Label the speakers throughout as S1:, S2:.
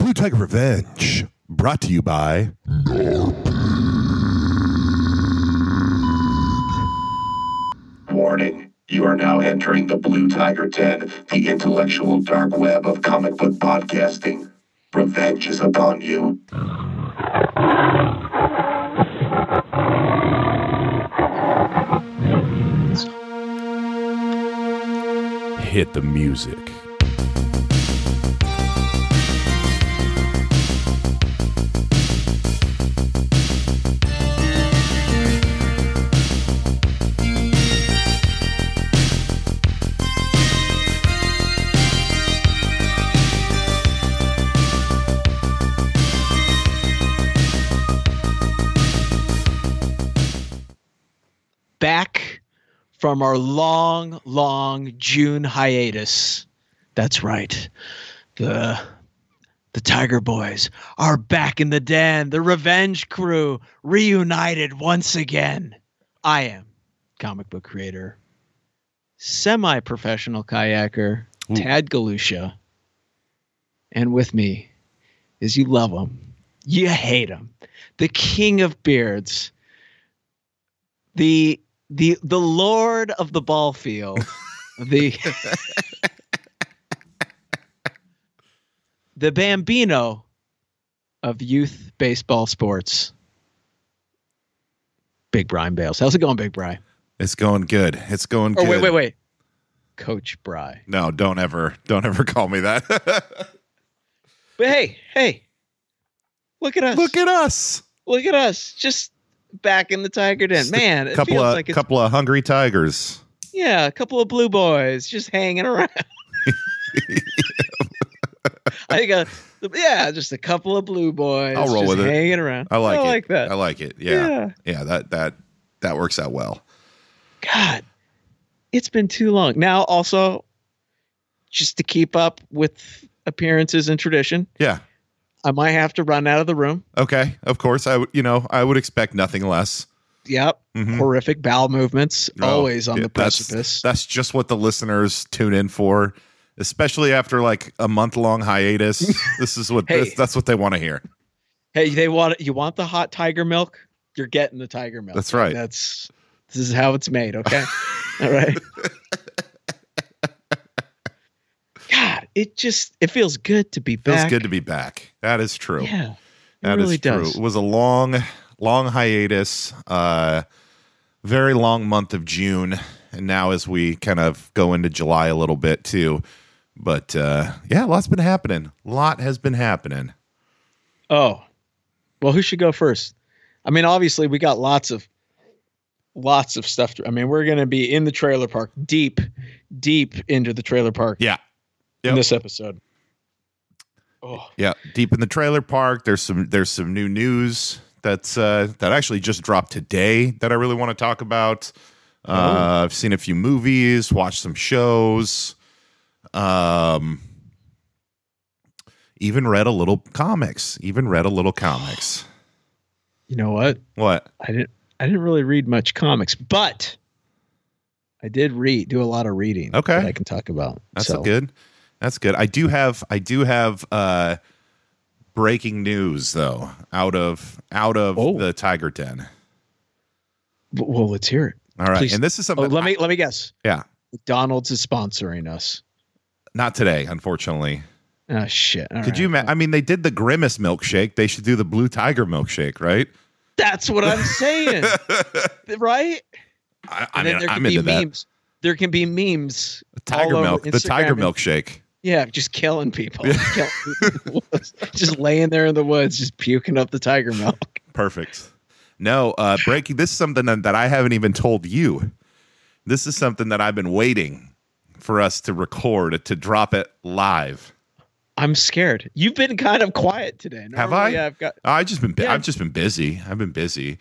S1: Hashtag revenge. Brought to you by.
S2: Warning, you are now entering the Blue Tiger 10, the intellectual dark web of comic book podcasting. Revenge is upon you.
S3: Hit the music.
S4: back from our long, long June hiatus. That's right. The the Tiger Boys are back in the den. The Revenge Crew reunited once again. I am comic book creator, semi-professional kayaker,
S3: Ooh.
S4: Tad Galusha. And with me is you love him, you hate him, the king of beards, the the the lord of the ball field the the bambino of youth baseball sports big brian bales how's it going big bry
S1: It's going good. It's going
S4: oh
S1: good.
S4: wait wait wait coach bry
S1: No, don't ever, don't ever call me that.
S4: but hey hey look at us
S1: Look at us.
S4: look at us just back in the tiger den
S1: Just a
S4: man it
S1: couple
S4: feels
S1: of
S4: like it's
S1: couple of hungry tigers.
S4: Yeah, a couple of blue boys just hanging around. I think, uh, yeah, just a couple of blue boys.
S1: I'll roll
S4: just
S1: with it.
S4: hanging around.
S1: I like
S4: I
S1: it.
S4: like that.
S1: I like it. Yeah. yeah.
S4: yeah.
S1: that that that works out well.
S4: God, it's been too long. Now, also, just to keep up with appearances and tradition,
S1: Yeah.
S4: I might have to run out of the room.
S1: Okay. Of course, I would. You know, I would expect nothing less.
S4: Yep.
S1: Mhm.
S4: Horrific bowel movements,
S1: No,
S4: always on
S1: Oh, yeah,
S4: the
S1: that's-
S4: precipice.
S1: That's just what the listeners tune in for, especially after like a month long hiatus. this is what
S4: Hey.
S1: this, that's what they want to hear.
S4: hey, they want you want the hot tiger milk? You're getting the tiger milk.
S1: That's right.
S4: That's this is how it's made. Okay. All right. God, it just it feels good to be
S1: Feels
S4: back.
S1: good to be back. That is true.
S4: Yeah, it
S1: That is
S4: really does.
S1: true. It was a long, long hiatus, uh, very long month of June, and now as we kind of go into July a little bit too. But uh, yeah, a lot's been happening. A lot has been happening.
S4: Oh, well, who should go first? I mean, obviously, we got lots of lots of stuff. To, I mean, we're gonna be in the trailer park, deep, deep into the trailer park.
S1: Yeah.
S4: In
S1: Yep.
S4: this episode. Oh,
S1: Yeah, deep in the trailer park. There's some there's some new news that's uh, that actually just dropped today that I really want to talk about. Uh,
S4: Oh.
S1: I've seen a few movies, watched some shows, um, even read a little comics. Even read a little comics.
S4: you know what?
S1: What?
S4: I didn't I didn't really read much comics, but I did read do a lot of reading.
S1: Okay.
S4: that I can talk about.
S1: That's
S4: so,
S1: good. That's good. I do have I do have uh, breaking news though out of out of
S4: Oh.
S1: the Tiger Den.
S4: W- Well, let's hear it.
S1: All right,
S4: Please.
S1: and this is
S4: Oh,
S1: something.
S4: let me let me guess.
S1: yeah,
S4: McDonald's is sponsoring us.
S1: not today, unfortunately.
S4: Oh shit! All
S1: Could
S4: right.
S1: you? Ma- I mean, they did the grimace milkshake. They should do the blue tiger milkshake, right?
S4: That's what I'm saying, right?
S1: I, I
S4: And then
S1: mean, I'm into that.
S4: memes. There can be memes.
S1: The tiger
S4: all over
S1: milk, the
S4: Instagram
S1: tiger
S4: and-
S1: milkshake.
S4: Yeah, just killing people. Killing people in the woods. just laying there in the woods, just puking up the tiger milk.
S1: Perfect. No, uh, breaking. This is something that, that I haven't even told you. This is something that I've been waiting for us to record to drop it live.
S4: I'm scared. You've been kind of quiet today.
S1: Have
S4: Normally,
S1: I?
S4: Yeah, I've got.
S1: I just been. bu-
S4: Yeah.
S1: Oh, I've just been busy. I've been busy,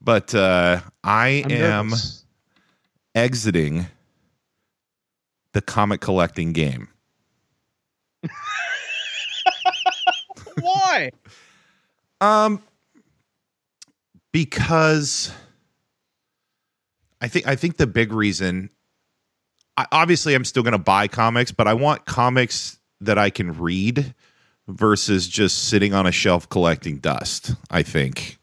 S1: but uh, I
S4: I'm
S1: am
S4: nervous.
S1: exiting the comic collecting game.
S4: Why?
S1: Um, because I think I think the big reason, I, obviously, I'm still going to buy comics, but I want comics that I can read versus just sitting on a shelf collecting dust, I think.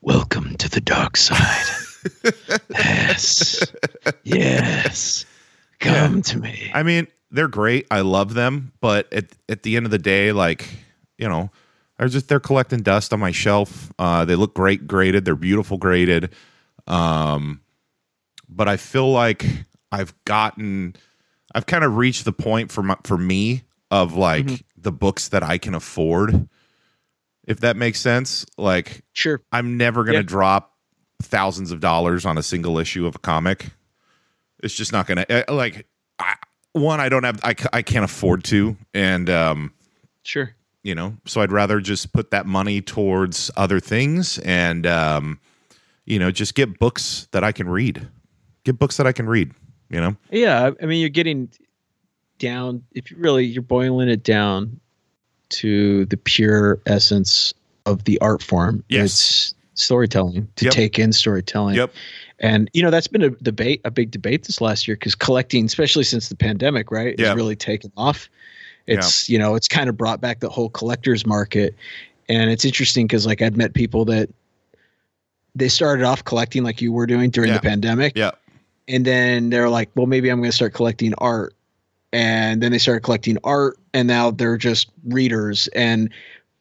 S4: Welcome to the dark side. yes. Yes. Come to me.
S1: I mean, they're great. I love them, but at at the end of the day, like you know, they're just they're collecting dust on my shelf. Uh, they look great graded. They're beautiful graded. Um, but I feel like I've gotten, I've kind of reached the point for my, for me of like the books that I can afford. If that makes sense, like
S4: Sure.
S1: I'm never going to
S4: Yeah.
S1: drop thousands of dollars on a single issue of a comic. It's just not going to like I, one. I don't have. I, c- I can't afford to, and um,
S4: Sure.
S1: you know, so I'd rather just put that money towards other things, and um, you know, just get books that I can read. Get books that I can read. You know,
S4: Yeah, I I mean, you're getting down. If you really, you're boiling it down to the pure essence of the art form.
S1: Yes.
S4: it's storytelling to
S1: Yep.
S4: take in storytelling.
S1: Yep.
S4: And you know that's been a debate, a big debate this last year because collecting, especially since the pandemic, right,
S1: Yeah.
S4: is really taken off.
S1: Yeah.
S4: It's you know it's kind of brought back the whole collectors market, and it's interesting because like I've met people that they started off collecting like you were doing during
S1: Yeah.
S4: the pandemic,
S1: yeah,
S4: and then they're like, well, maybe I'm going to start collecting art. And then they started collecting art, and now they're just readers. And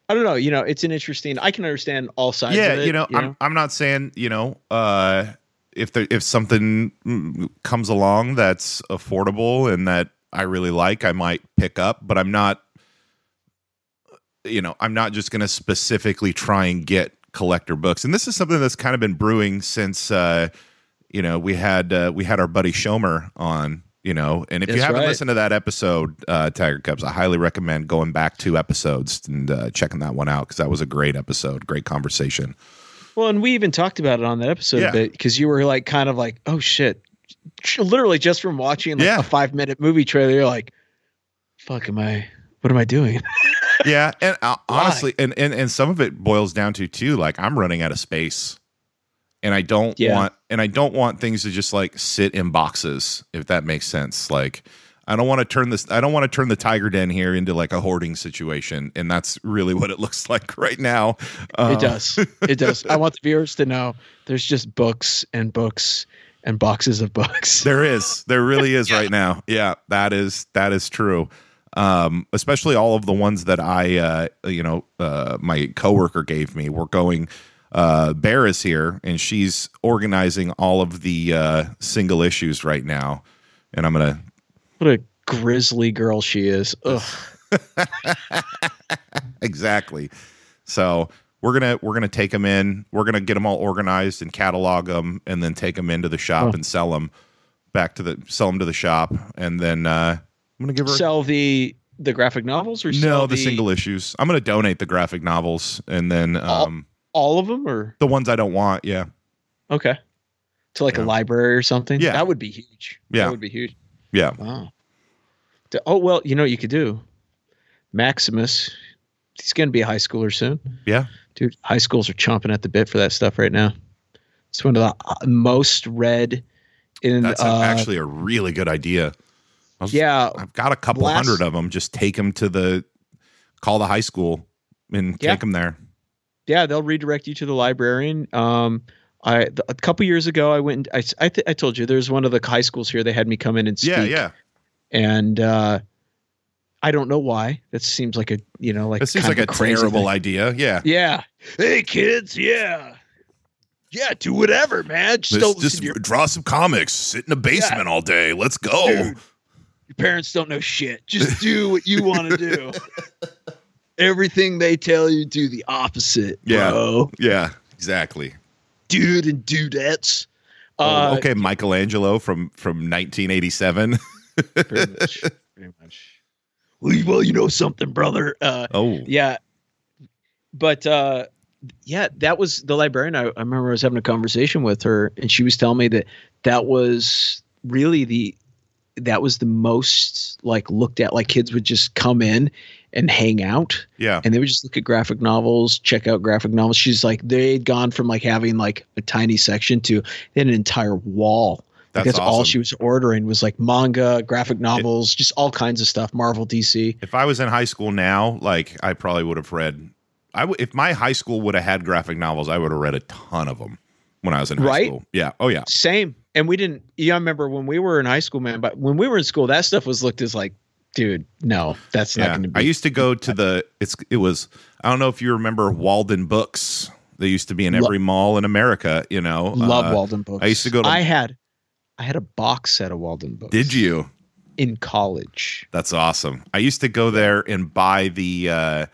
S4: I don't know, you know, it's an interesting. I can understand all sides.
S1: yeah.
S4: of it,
S1: you know, I'm I'm not saying you know uh, if there if something mm, comes along that's affordable and that I really like, I might pick up, but I'm not. You know, I'm not just going to specifically try and get collector books. And this is something that's kind of been brewing since uh, you know we had uh, we had our buddy Shomer on. You know, and if you
S4: That's
S1: haven't
S4: right.
S1: listened to that episode, uh, Tiger Cubs, I highly recommend going back two episodes and uh, checking that one out because that was a great episode, great conversation.
S4: well, and we even talked about it on that episode
S1: Yeah.
S4: a bit because you were like, kind of like, oh shit, literally just from watching like
S1: Yeah.
S4: a five minute movie trailer, you're like, fuck, am I? What am I doing?
S1: yeah and uh,
S4: Why?
S1: honestly and, and and some of it boils down to too like i'm running out of space and i don't
S4: Yeah.
S1: want and i don't want things to just like sit in boxes if that makes sense like i don't want to turn this i don't want to turn the tiger den here into like a hoarding situation and that's really what it looks like right now Uh,
S4: it does. It does. I want the viewers to know there's just books and books and boxes of books.
S1: There is. There really is right now. Yeah, that is that is true. Um, especially all of the ones that I, uh, you know, uh, my coworker gave me. We're going. Uh, Bear is here, and she's organizing all of the uh, single issues right now. And I'm gonna.
S4: What a grisly girl she is. Ugh.
S1: exactly. So we're gonna we're gonna take them in. We're gonna get them all organized and catalog them, and then take them into the shop
S4: Oh.
S1: and sell them back to the sell them to the shop, and then uh, I'm gonna give her a
S4: Sell the the graphic novels or
S1: No,
S4: sell
S1: the, single issues. I'm going to donate the graphic novels and then
S4: All-
S1: um,
S4: all of them or
S1: the ones I don't want. Yeah.
S4: okay to like
S1: Yeah.
S4: a library or something.
S1: Yeah.
S4: that would be huge.
S1: Yeah.
S4: that would be huge.
S1: Yeah.
S4: Wow. D- Oh well, you know what you could do. Maximus, he's going to be a high schooler soon.
S1: Yeah.
S4: dude, high schools are chomping at the bit for that stuff right now. It's one of the uh, most read in
S1: That's a-
S4: uh,
S1: actually a really good idea. I was-
S4: yeah
S1: I've got a couple
S4: Last-
S1: hundred of them. Just take them to the, call the high school and
S4: Yeah.
S1: take them there.
S4: yeah they'll redirect you to the librarian um i th- a couple years ago i went and i s- I, th- I told you there's one of the high schools here they had me come in and speak
S1: Yeah. Yeah.
S4: and uh i don't know why that seems like a you know like
S1: It seems
S4: kind
S1: like
S4: of
S1: a
S4: crazy
S1: terrible
S4: thing.
S1: idea. Yeah.
S4: yeah hey kids yeah yeah do whatever man just
S1: Let's
S4: don't
S1: just
S4: listen to your,
S1: draw some comics, sit in a basement all day. Let's go.
S4: Dude. your parents don't know shit just do what you want to do everything they tell you do the opposite
S1: Yeah.
S4: bro
S1: Yeah. Exactly.
S4: dude and dudettes
S1: Oh,
S4: Uh,
S1: okay, Michelangelo from from 1987.
S4: pretty much. Pretty much. Well, you- well, you know something, brother. Uh,
S1: oh,
S4: yeah, but uh, yeah, that was the librarian. I, I remember I was having a conversation with her, and she was telling me that that was really the that was the most like looked at. Like kids would just come in and hang out
S1: yeah,
S4: and they would just look at graphic novels, check out graphic novels. She's like, they'd gone from like having like a tiny section to they had an entire wall
S1: That's
S4: Like, that's all
S1: awesome.
S4: she was ordering was like manga, graphic novels, just all kinds of stuff. Marvel, DC.
S1: if I was in high school now, like I probably would have read. I w- if my high school would have had graphic novels, I would have read a ton of them when I was in high
S4: Right?
S1: school. Yeah. Oh yeah.
S4: Same. And we didn't. Yeah, I remember when we were in high school, man. But when we were in school, that stuff was looked as like, dude, no, that's not
S1: Yeah.
S4: going to be.
S1: I used to go to the. It's it was. I don't know if you remember Walden Books. They used to be in
S4: Lo-
S1: every mall in America. You know.
S4: love
S1: Uh,
S4: Walden books.
S1: I used to go to-
S4: I had, I had a box set of Walden books.
S1: Did you?
S4: in college?
S1: That's awesome. I used to go there and buy the uh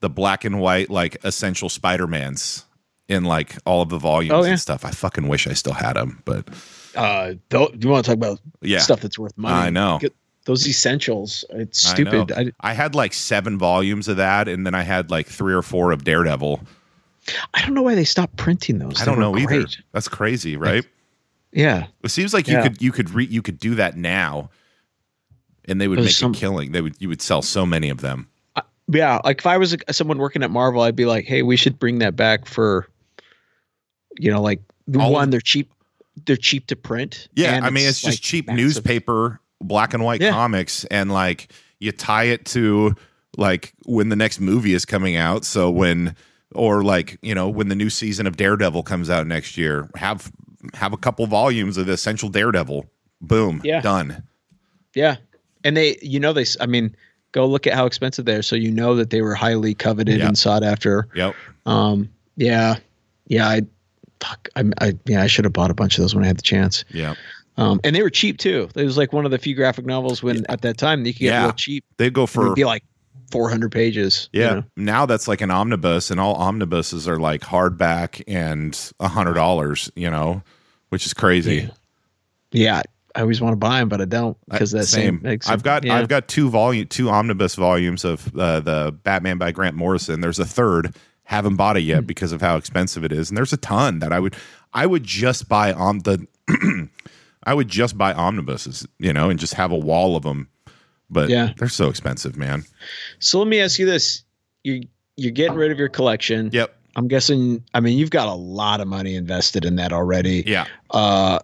S1: the black and white like essential Spider Mans in like all of the volumes
S4: Oh, yeah.
S1: and stuff. I fucking wish I still had them, but
S4: Uh, tho- you want to talk about
S1: yeah.
S4: stuff that's worth money?
S1: I know.
S4: Get those essentials. It's
S1: I
S4: stupid.
S1: know.
S4: I,
S1: I had like seven volumes of that, and then I had like three or four of Daredevil.
S4: I don't know why they stopped printing those.
S1: I
S4: They
S1: don't
S4: were
S1: know either.
S4: great.
S1: That's crazy, right?
S4: Yeah.
S1: It seems like you
S4: Yeah.
S1: could you could re- you could do that now, and they would
S4: There's
S1: make
S4: some-
S1: a killing. They would you would sell so many of them.
S4: Yeah. Like if I was a, someone working at Marvel, I'd be like, hey, we should bring that back for, you know, like the
S1: All of-
S4: one, they're cheap. They're cheap to print.
S1: Yeah,
S4: and
S1: I mean it's just
S4: like,
S1: cheap
S4: massive.
S1: newspaper, black and white
S4: Yeah.
S1: comics, and like you tie it to like when the next movie is coming out. So when or like you know when the new season of Daredevil comes out next year, have have a couple volumes of the Essential Daredevil. Boom,
S4: Yeah.
S1: done.
S4: Yeah. And they, you know, they, s- I mean, go look at how expensive they are. So you know that they were highly coveted
S1: Yeah.
S4: and sought after.
S1: Yep.
S4: Um, yeah, yeah, I, fuck, I, I yeah, I should have bought a bunch of those when I had the chance.
S1: Yep.
S4: Um, and they were cheap too. It was like one of the few graphic novels when at that time that you could get
S1: Yeah.
S4: real cheap.
S1: They go
S4: For, it
S1: for
S4: would be like 400 pages. you
S1: yeah.
S4: know?
S1: Now that's like an omnibus, and all omnibuses are like hardback and a hundred dollars. You know, which is crazy.
S4: Yeah. yeah. I always want to buy them, but I don't because
S1: I-
S4: that same. ex-
S1: I've got
S4: yeah.
S1: I've got two volume two omnibus volumes of uh, the Batman by Grant Morrison. There's a third haven't bought it
S4: Hmm.
S1: yet because of how expensive it is, and there's a ton that I would I would just buy on the I would just buy omnibuses, you know, and just have a wall of them. But
S4: Yeah.
S1: they're so expensive, man.
S4: So let me ask you this: you you're getting rid of your collection.
S1: Yep.
S4: I'm guessing. I mean, you've got a lot of money invested in that already.
S1: Yeah.
S4: Uh,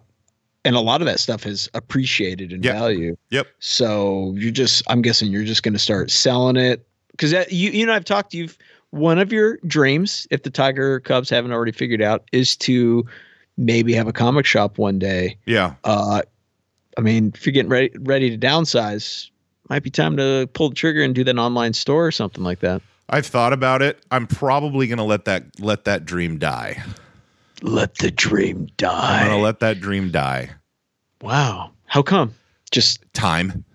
S4: and a lot of that stuff is appreciated in
S1: Yeah.
S4: value.
S1: Yep.
S4: So you're just, I'm guessing you're just going to start selling it because you, you know, I've talked to you. One of your dreams, if the Tiger Cubs haven't already figured out, is to maybe have a comic shop one day.
S1: Yeah.
S4: Uh, I mean, if you're getting ready ready to downsize, might be time to pull the trigger and do that online store or something like that.
S1: I've thought about it. I'm probably gonna let that let that dream die.
S4: Let the dream
S1: I'm
S4: die.
S1: gonna let that dream die.
S4: wow, how come? Just
S1: Time.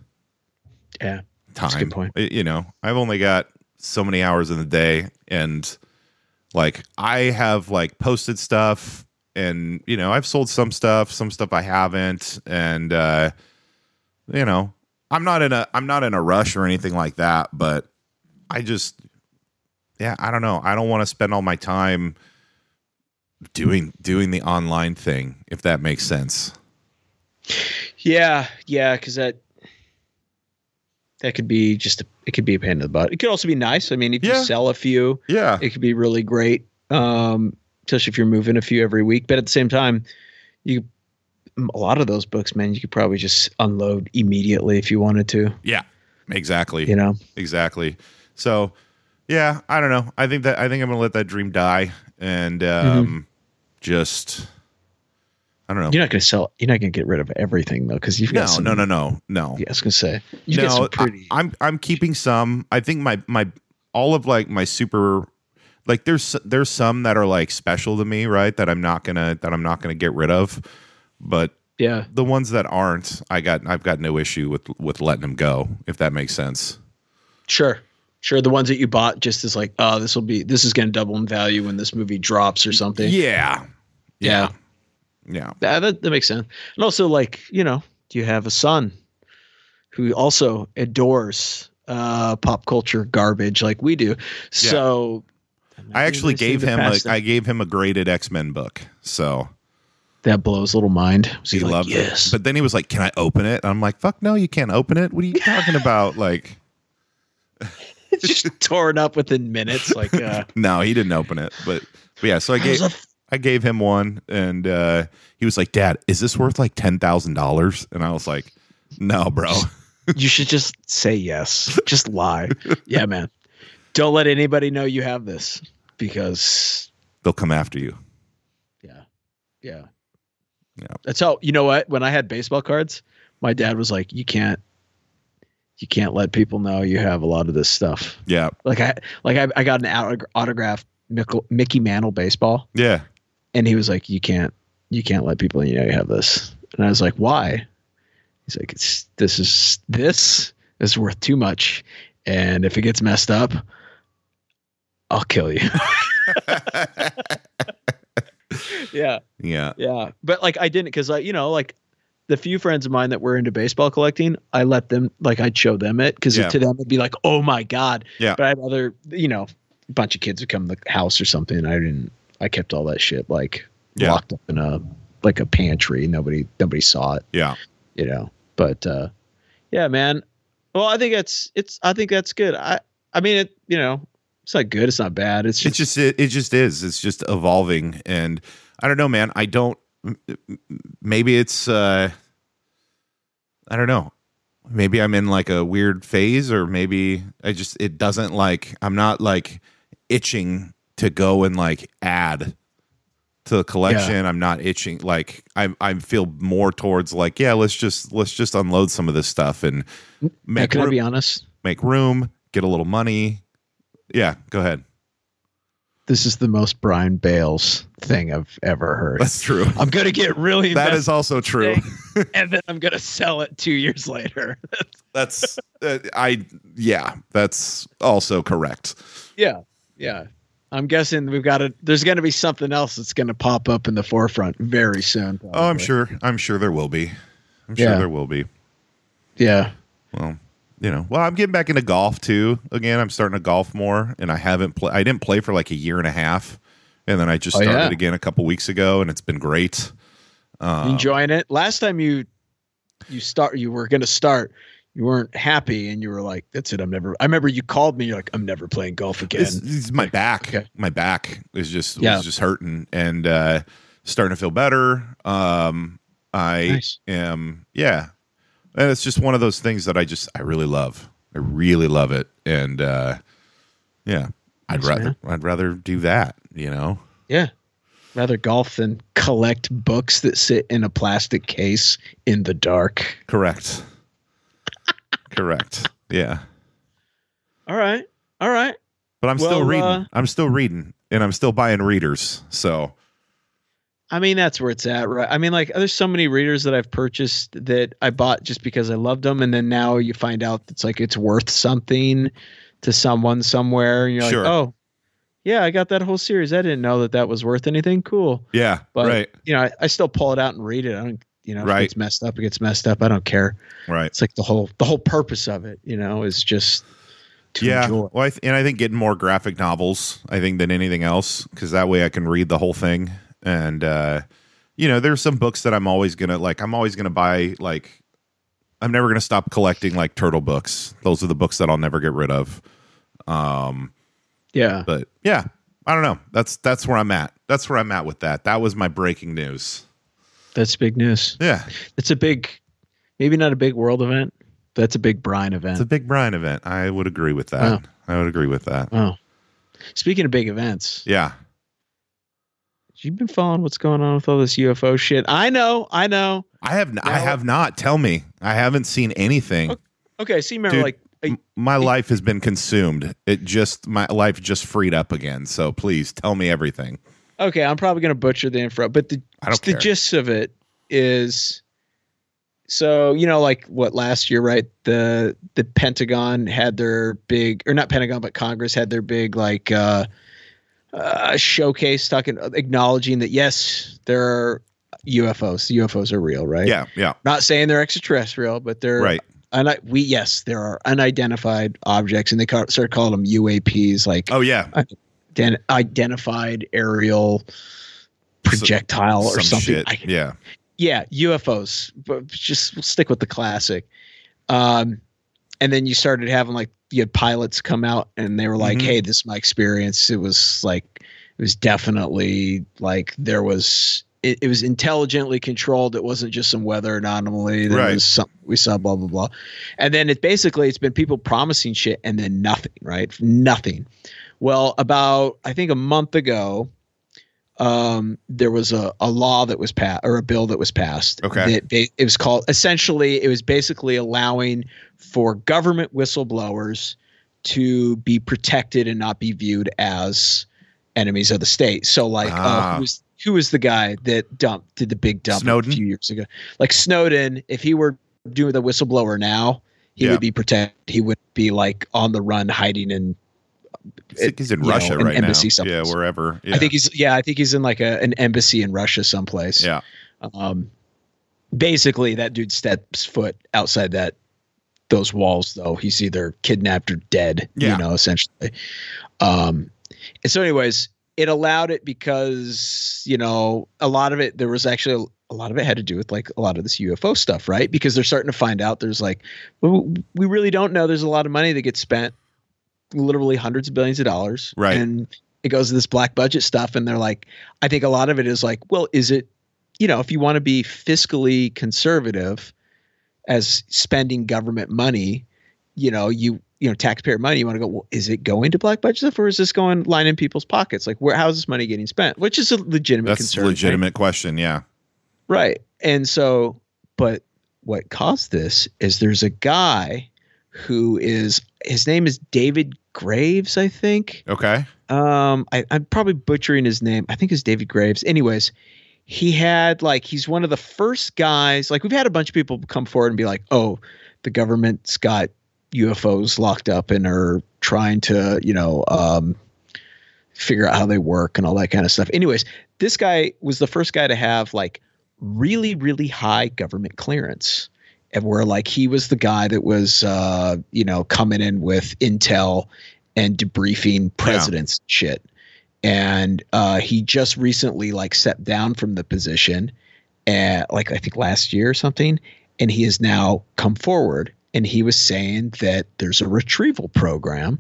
S4: yeah,
S1: time.
S4: a good point.
S1: Y- You know, I've only got so many hours in the day, and like I have like posted stuff, and you know, I've sold some stuff, some stuff I haven't, and uh, you know, I'm not in a I'm not in a rush or anything like that, but I just yeah, I don't know. I don't want to spend all my time doing doing the online thing if that makes sense.
S4: Yeah, yeah, because that that could be just a, it could be a pain in the butt. It could also be nice. I mean, if
S1: Yeah.
S4: you sell a few,
S1: Yeah.
S4: it could be really great. Um, especially if you're moving a few every week. But at the same time, you a lot of those books, man, you could probably just unload immediately if you wanted to.
S1: Yeah. Exactly.
S4: You know,
S1: exactly. So, yeah, I don't know. I think that I think I'm gonna let that dream die and um,
S4: Mm-hmm.
S1: just I don't know.
S4: you're not going to sell. You're not going to get rid of everything though, because you've got
S1: Oh. no,
S4: some,
S1: no, no, no, no,
S4: Yeah, I was going to say you
S1: no.
S4: get some pretty.
S1: I, am I'm keeping some. I think my my all of like my super like there's there's some that are like special to me, right? That I'm not gonna that I'm not gonna get rid of, but
S4: yeah,
S1: the ones that aren't, I got I've got no issue with with letting them go if that makes sense.
S4: sure. Sure, the ones that you bought just as like, oh, this will be, this is going to double in value when this movie drops or something.
S1: Yeah,
S4: yeah.
S1: yeah.
S4: Yeah, that, that makes sense. And also, like, you know, you have a son who also adores uh, pop culture garbage like we do. So
S1: I actually
S4: Anything
S1: gave
S4: to
S1: him a,
S4: pass them.
S1: I gave him a graded X Men book, so
S4: that blows little mind. So
S1: he
S4: like,
S1: loved
S4: yes.
S1: it. But then he was like, "Can I open it?" And I'm like, "Fuck no, you can't open it. What are you talking about?" Like,
S4: But just torn up within minutes. Like, uh,
S1: no, he didn't open it. But, but yeah, so I
S4: I was
S1: gave
S4: a f-
S1: I I gave him one, and uh, he was like, "Dad, is this worth like ten thousand dollars?" And I was like, "No, bro."
S4: You should just say yes. Just lie. yeah, man. Don't let anybody know you have this because
S1: They'll come after you.
S4: yeah. Yeah.
S1: Yeah.
S4: That's how you know what? When I had baseball cards, my dad was like, You can't you can't let people know you have a lot of this stuff.
S1: Yeah,
S4: Like I like I, I got an autog- autographed Mickey, Mickey Mantle baseball
S1: yeah,
S4: and he was like, You can't you can't let people know you have this. And I was like, Why? He's like, it's, this is this is worth too much. And if it gets messed up, I'll kill you. yeah.
S1: yeah.
S4: Yeah, but like I didn't because I, you know, like the few friends of mine that were into baseball collecting, I let them like I'd show them it because
S1: Yeah.
S4: to them it'd be like, oh my god.
S1: Yeah.
S4: But I had other, you know, a bunch of kids would come to the house or something. And I didn't. I kept all that shit like
S1: Yeah.
S4: locked up in a like a pantry. Nobody nobody saw it.
S1: Yeah.
S4: You know. But uh yeah, man. Well, I think that's it's. I think that's good. I I mean it. You know, it's not good. It's not bad. It's
S1: It's
S4: just
S1: just it, it just is. It's just evolving, and I don't know, man. I don't. Maybe it's. uh I don't know. Maybe I'm in like a weird phase, or maybe I just it doesn't like. I'm not like itching to go and like add to the collection. I'm not itching. Like I I feel more towards like yeah. Let's just let's just unload some of this stuff and
S4: now,
S1: make
S4: can I
S1: room,
S4: be honest?
S1: make room, get a little money. Yeah, go ahead.
S4: this is the most Brian Bales thing I've ever heard.
S1: That's true.
S4: I'm gonna get really
S1: That is also true.
S4: invested, and then I'm gonna sell it two years later.
S1: That's uh, I yeah, that's also correct.
S4: yeah, yeah. I'm guessing we've got to. There's gonna be something else that's gonna pop up in the forefront very soon.
S1: Oh, I'm
S4: probably.
S1: sure. I'm sure there will be. I'm sure
S4: Yeah.
S1: there will be.
S4: Yeah,
S1: Well, you know. Well, I'm getting back into golf too. Again, I'm starting to golf more and I haven't play I didn't play for like a year and a half and then I just
S4: Oh,
S1: started
S4: yeah.
S1: again a couple weeks ago and it's been great.
S4: You
S1: Uh,
S4: enjoying it. Last time you you start, you were gonna start. You weren't happy, and you were like, "That's it. I'm never." I remember you called me. You're like, "I'm never playing golf again."
S1: It's, it's my back.
S4: Okay.
S1: My back is just
S4: Yeah.
S1: was just hurting and uh starting to feel better. Um I
S4: Nice.
S1: am yeah. And it's just one of those things that I just I really love. I really love it. And uh yeah. I'd
S4: Nice,
S1: rather
S4: man.
S1: I'd rather do that, you know.
S4: Yeah. Rather golf than collect books that sit in a plastic case in the dark.
S1: Correct. Correct. Yeah.
S4: All right. All right.
S1: But I'm still
S4: Well,
S1: reading.
S4: uh,
S1: I'm still reading and I'm still buying readers. So
S4: I mean, that's where it's at, right? I mean, like, there's so many readers that I've purchased that I bought just because I loved them. And then now you find out it's like it's worth something to someone somewhere. And you're
S1: Sure.
S4: like, oh, yeah, I got that whole series. I didn't know that that was worth anything. Cool.
S1: yeah,
S4: But,
S1: right.
S4: You know, I, I still pull it out and read it. I don't, you know, if
S1: Right.
S4: it gets messed up, it gets messed up. I don't care.
S1: Right.
S4: It's like the whole the whole purpose of it, you know, is just to
S1: yeah.
S4: enjoy.
S1: Well, I th- and I think getting more graphic novels, I think, than anything else, because that way I can read the whole thing. And uh, you know, there's some books that I'm always gonna like. I'm always gonna buy like. I'm never gonna stop collecting like turtle books. Those are the books that I'll never get rid of. Um,
S4: Yeah.
S1: but yeah, I don't know. That's that's where I'm at. That's where I'm at with that. That was my breaking news.
S4: That's big news.
S1: Yeah,
S4: It's a big maybe not a big world event. but That's a big Brian
S1: it's a
S4: event.
S1: big Brian event. I would agree with that. I would agree with that.
S4: Wow. Oh. Speaking of big events,
S1: Yeah.
S4: you've been following what's going on with all this UFO shit. I know, I know.
S1: I have n- I
S4: Now-
S1: have not. Tell me. I haven't seen anything.
S4: Okay, so you remember
S1: Dude.
S4: like I-
S1: M- my life has been consumed. It just my life just freed up again. So please tell me everything.
S4: okay, I'm probably gonna butcher the info, but the
S1: I don't
S4: the
S1: care.
S4: gist of it is so you know like what last year right the the pentagon had their big or not pentagon but congress had their big like uh uh showcase talking acknowledging that yes there are ufos the ufos are real right
S1: yeah, yeah,
S4: not saying they're extraterrestrial but they're
S1: right.
S4: and we yes there are unidentified objects and they ca- started calling them uaps like
S1: Oh yeah,
S4: den- identified aerial projectile or
S1: some
S4: something
S1: shit.
S4: I-
S1: yeah,
S4: yeah UFOs but just stick with the classic um and then you started having like you had pilots come out and they were like
S1: Mhm.
S4: hey this is my experience it was like it was definitely like there was it, it was intelligently controlled. It wasn't just some weather anomaly. There
S1: Right.
S4: was some, we saw blah blah blah, and then it basically it's been people promising shit and then nothing, right? Nothing. Well, about I think a month ago, um, there was a, a law that was passed or a bill that was passed.
S1: Okay.
S4: That ba- it was called essentially it was basically allowing for government whistleblowers to be protected and not be viewed as enemies of the state. So like
S1: Ah.
S4: uh, who's who was the guy that dumped did the big dump
S1: Snowden?
S4: a few years ago? Like Snowden, if he were doing the whistleblower now, he
S1: Yeah.
S4: would be protected. He would be like on the run hiding in
S1: I think he's in
S4: you know,
S1: Russia
S4: an
S1: right
S4: embassy
S1: now.
S4: someplace.
S1: Yeah, wherever. Yeah.
S4: I think he's yeah, I think he's in like a, an embassy in Russia someplace.
S1: Yeah.
S4: Um, basically, that dude steps foot outside that those walls, though he's either kidnapped or dead.
S1: Yeah.
S4: You know, essentially. Um, and so, anyways, it allowed it because you know a lot of it. There was actually a lot of it had to do with like a lot of this UFO stuff, right? Because they're starting to find out there's like well, we really don't know. There's a lot of money that gets spent, literally hundreds of billions of dollars,
S1: Right.
S4: And it goes to this black budget stuff, and they're like, I think a lot of it is like, well, is it, you know, if you want to be fiscally conservative as spending government money, you know, you you know taxpayer money, you want to go, well, is it going to black budget stuff, or is this going lining people's pockets? Like, where how's this money getting spent? Which is a legitimate
S1: that's
S4: concern.
S1: a
S4: right?
S1: legitimate question. Yeah.
S4: Right. And so, but what caused this is there's a guy who is, his name is David Graves, I think.
S1: Okay.
S4: Um, I, I'm probably butchering his name. I think it's David Graves. Anyways, he had like, he's one of the first guys, like, we've had a bunch of people come forward and be like, oh, the government's got UFOs locked up and are trying to, you know, um, figure out how they work and all that kind of stuff. Anyways, this guy was the first guy to have like really, really high government clearance. And where like he was the guy that was uh, you know, coming in with intel and debriefing presidents and shit. And uh he just recently like stepped down from the position at like I think last year or something, and he has now come forward and he was saying that there's a retrieval program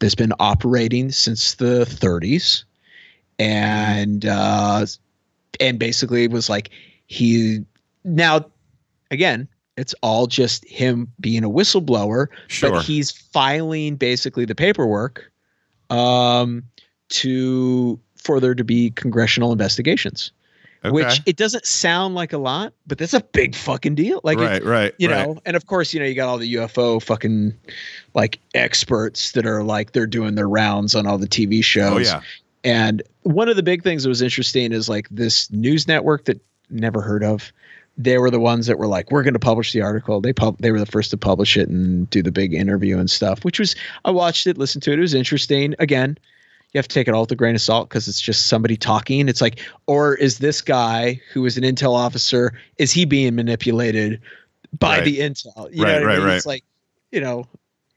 S4: that's been operating since the 30s and uh and basically it was like he now again it's all just him being a whistleblower
S1: Sure.
S4: but he's filing basically the paperwork um to for there to be congressional investigations
S1: okay.
S4: which it doesn't sound like a lot but that's a big fucking deal like it-
S1: right, right.
S4: you
S1: right.
S4: know and of course you know you got all the ufo fucking like experts that are like they're doing their rounds on all the tv shows
S1: Oh yeah.
S4: and one of the big things that was interesting is like this news network that never heard of. They were the ones that were like, "We're going to publish the article." They pub- they were the first to publish it and do the big interview and stuff, which was I watched it, listened to it. It was interesting. Again, you have to take it all with a grain of salt because it's just somebody talking. It's like, or is this guy who is an intel officer is he being manipulated by
S1: Right.
S4: the intel? You
S1: Right,
S4: know what
S1: right,
S4: I mean?
S1: right.
S4: It's like, you know,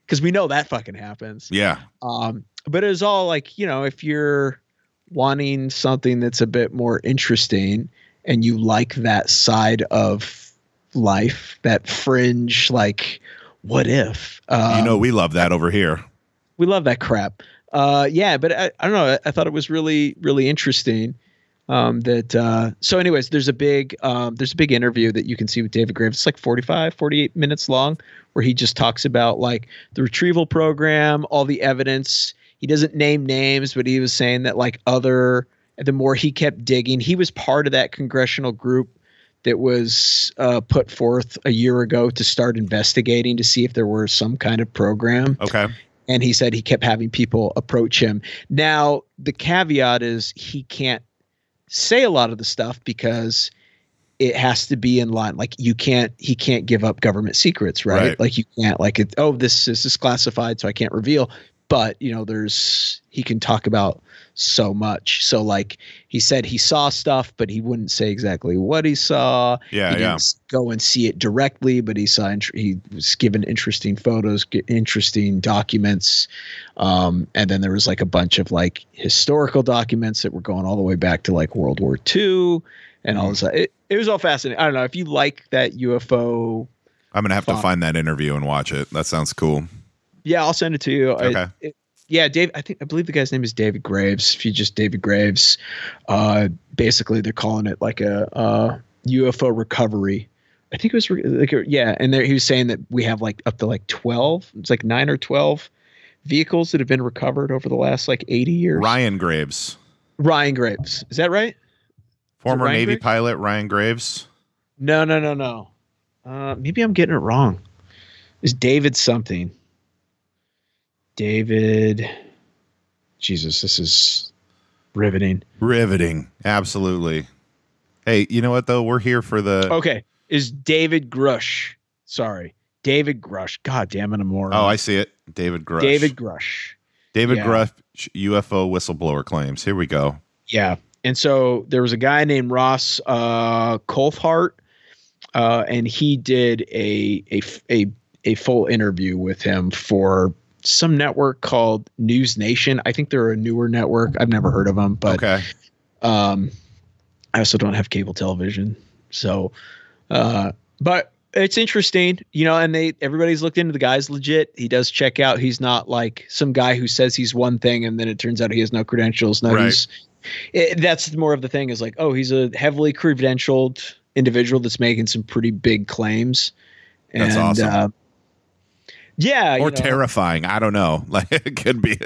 S4: because we know that fucking happens.
S1: Yeah.
S4: Um, but it was all like, you know, if you're wanting something that's a bit more interesting and you like that side of life, that fringe, like, what if? Uh,
S1: you know we love that over here.
S4: we love that crap. Uh, yeah, but I, I don't know. I, I thought it was really, really interesting. Um, that uh, so, anyways, there's a big um, there's a big interview that you can see with David Graves. It's like 45, 48 minutes long, where he just talks about like the retrieval program, all the evidence. He doesn't name names, but he was saying that like other the more he kept digging, he was part of that congressional group that was uh, put forth a year ago to start investigating to see if there were some kind of program
S1: Okay.
S4: and he said he kept having people approach him. Now, the caveat is he can't say a lot of the stuff because it has to be in line. Like you can't, he can't give up government secrets, right?
S1: Right.
S4: Like you can't, like it, oh, this this is classified, so I can't reveal. But you know, there's he can talk about so much. So like he said he saw stuff, but he wouldn't say exactly what he saw
S1: Yeah.
S4: he didn't
S1: yeah.
S4: s- go and see it directly, but he saw int- he was given interesting photos, g- interesting documents, um, and then there was like a bunch of like historical documents that were going all the way back to like World War II and all
S1: Mm-hmm.
S4: this. It, it was all fascinating. I don't know if you like that UFO.
S1: I'm gonna have to
S4: Fuck.
S1: find that interview and watch it. That sounds cool.
S4: Yeah, I'll send it to you. I-
S1: Okay.
S4: it- yeah, Dave. I think I believe the guy's name is David Graves. If you just David Graves, uh, basically they're calling it like a uh, UFO recovery. I think it was re- like a- yeah, and there he was saying that we have like up to like twelve. It's like nine or twelve vehicles that have been recovered over the last like eighty years.
S1: Ryan Graves,
S4: Ryan Graves, is that right?
S1: former
S4: Ryan
S1: Navy
S4: Graves?
S1: pilot Ryan Graves.
S4: No, no, no, no. Uh, maybe I'm getting it wrong. Is David something? David. Jesus, this is riveting.
S1: Riveting. Absolutely. Hey, you know what though? We're here for the
S4: Okay, is David Grush? Sorry, David Grush. God damn it, I'm a moron.
S1: Oh, I see it. David Grush.
S4: David Grush.
S1: David
S4: yeah.
S1: Grush UFO whistleblower claims. Here we go.
S4: Yeah. And so there was a guy named Ross uh, Colfhart, uh, and he did a, a f- a a full interview with him for some network called News Nation. I think they're a newer network. I've never heard of them, but
S1: okay.
S4: um, I also don't have cable television, so. Uh, but it's interesting, you know. And they everybody's looked into the guy's legit. He does check out. He's not like some guy who says he's one thing and then it turns out he has no credentials. No,
S1: Right.
S4: he's. It, that's more of the thing is like, oh, he's a heavily credentialed individual that's making some pretty big claims.
S1: That's awesome.
S4: uh, yeah, uh, you
S1: Or
S4: know,
S1: terrifying. I don't know. Like it could be.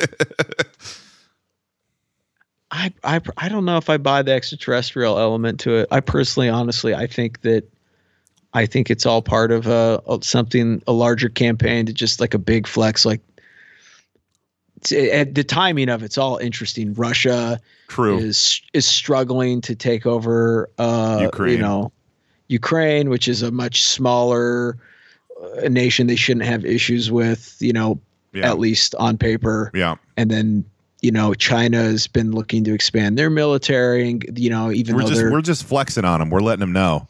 S4: I, I I don't know if I buy the extraterrestrial element to it. I personally, honestly, I think that I think it's all part of a something a larger campaign to just like a big flex. Like it's- at the timing of it's all interesting. Russia
S1: True.
S4: is is struggling to take over. Uh,
S1: Ukraine.
S4: You know, Ukraine, which is a much smaller uh, nation, they shouldn't have issues with. You know,
S1: yeah.
S4: at least on paper
S1: yeah.
S4: and then you know China has been looking to expand their military, and you know even
S1: We're
S4: though
S1: just
S4: they're
S1: we're just flexing on them. We're letting them know.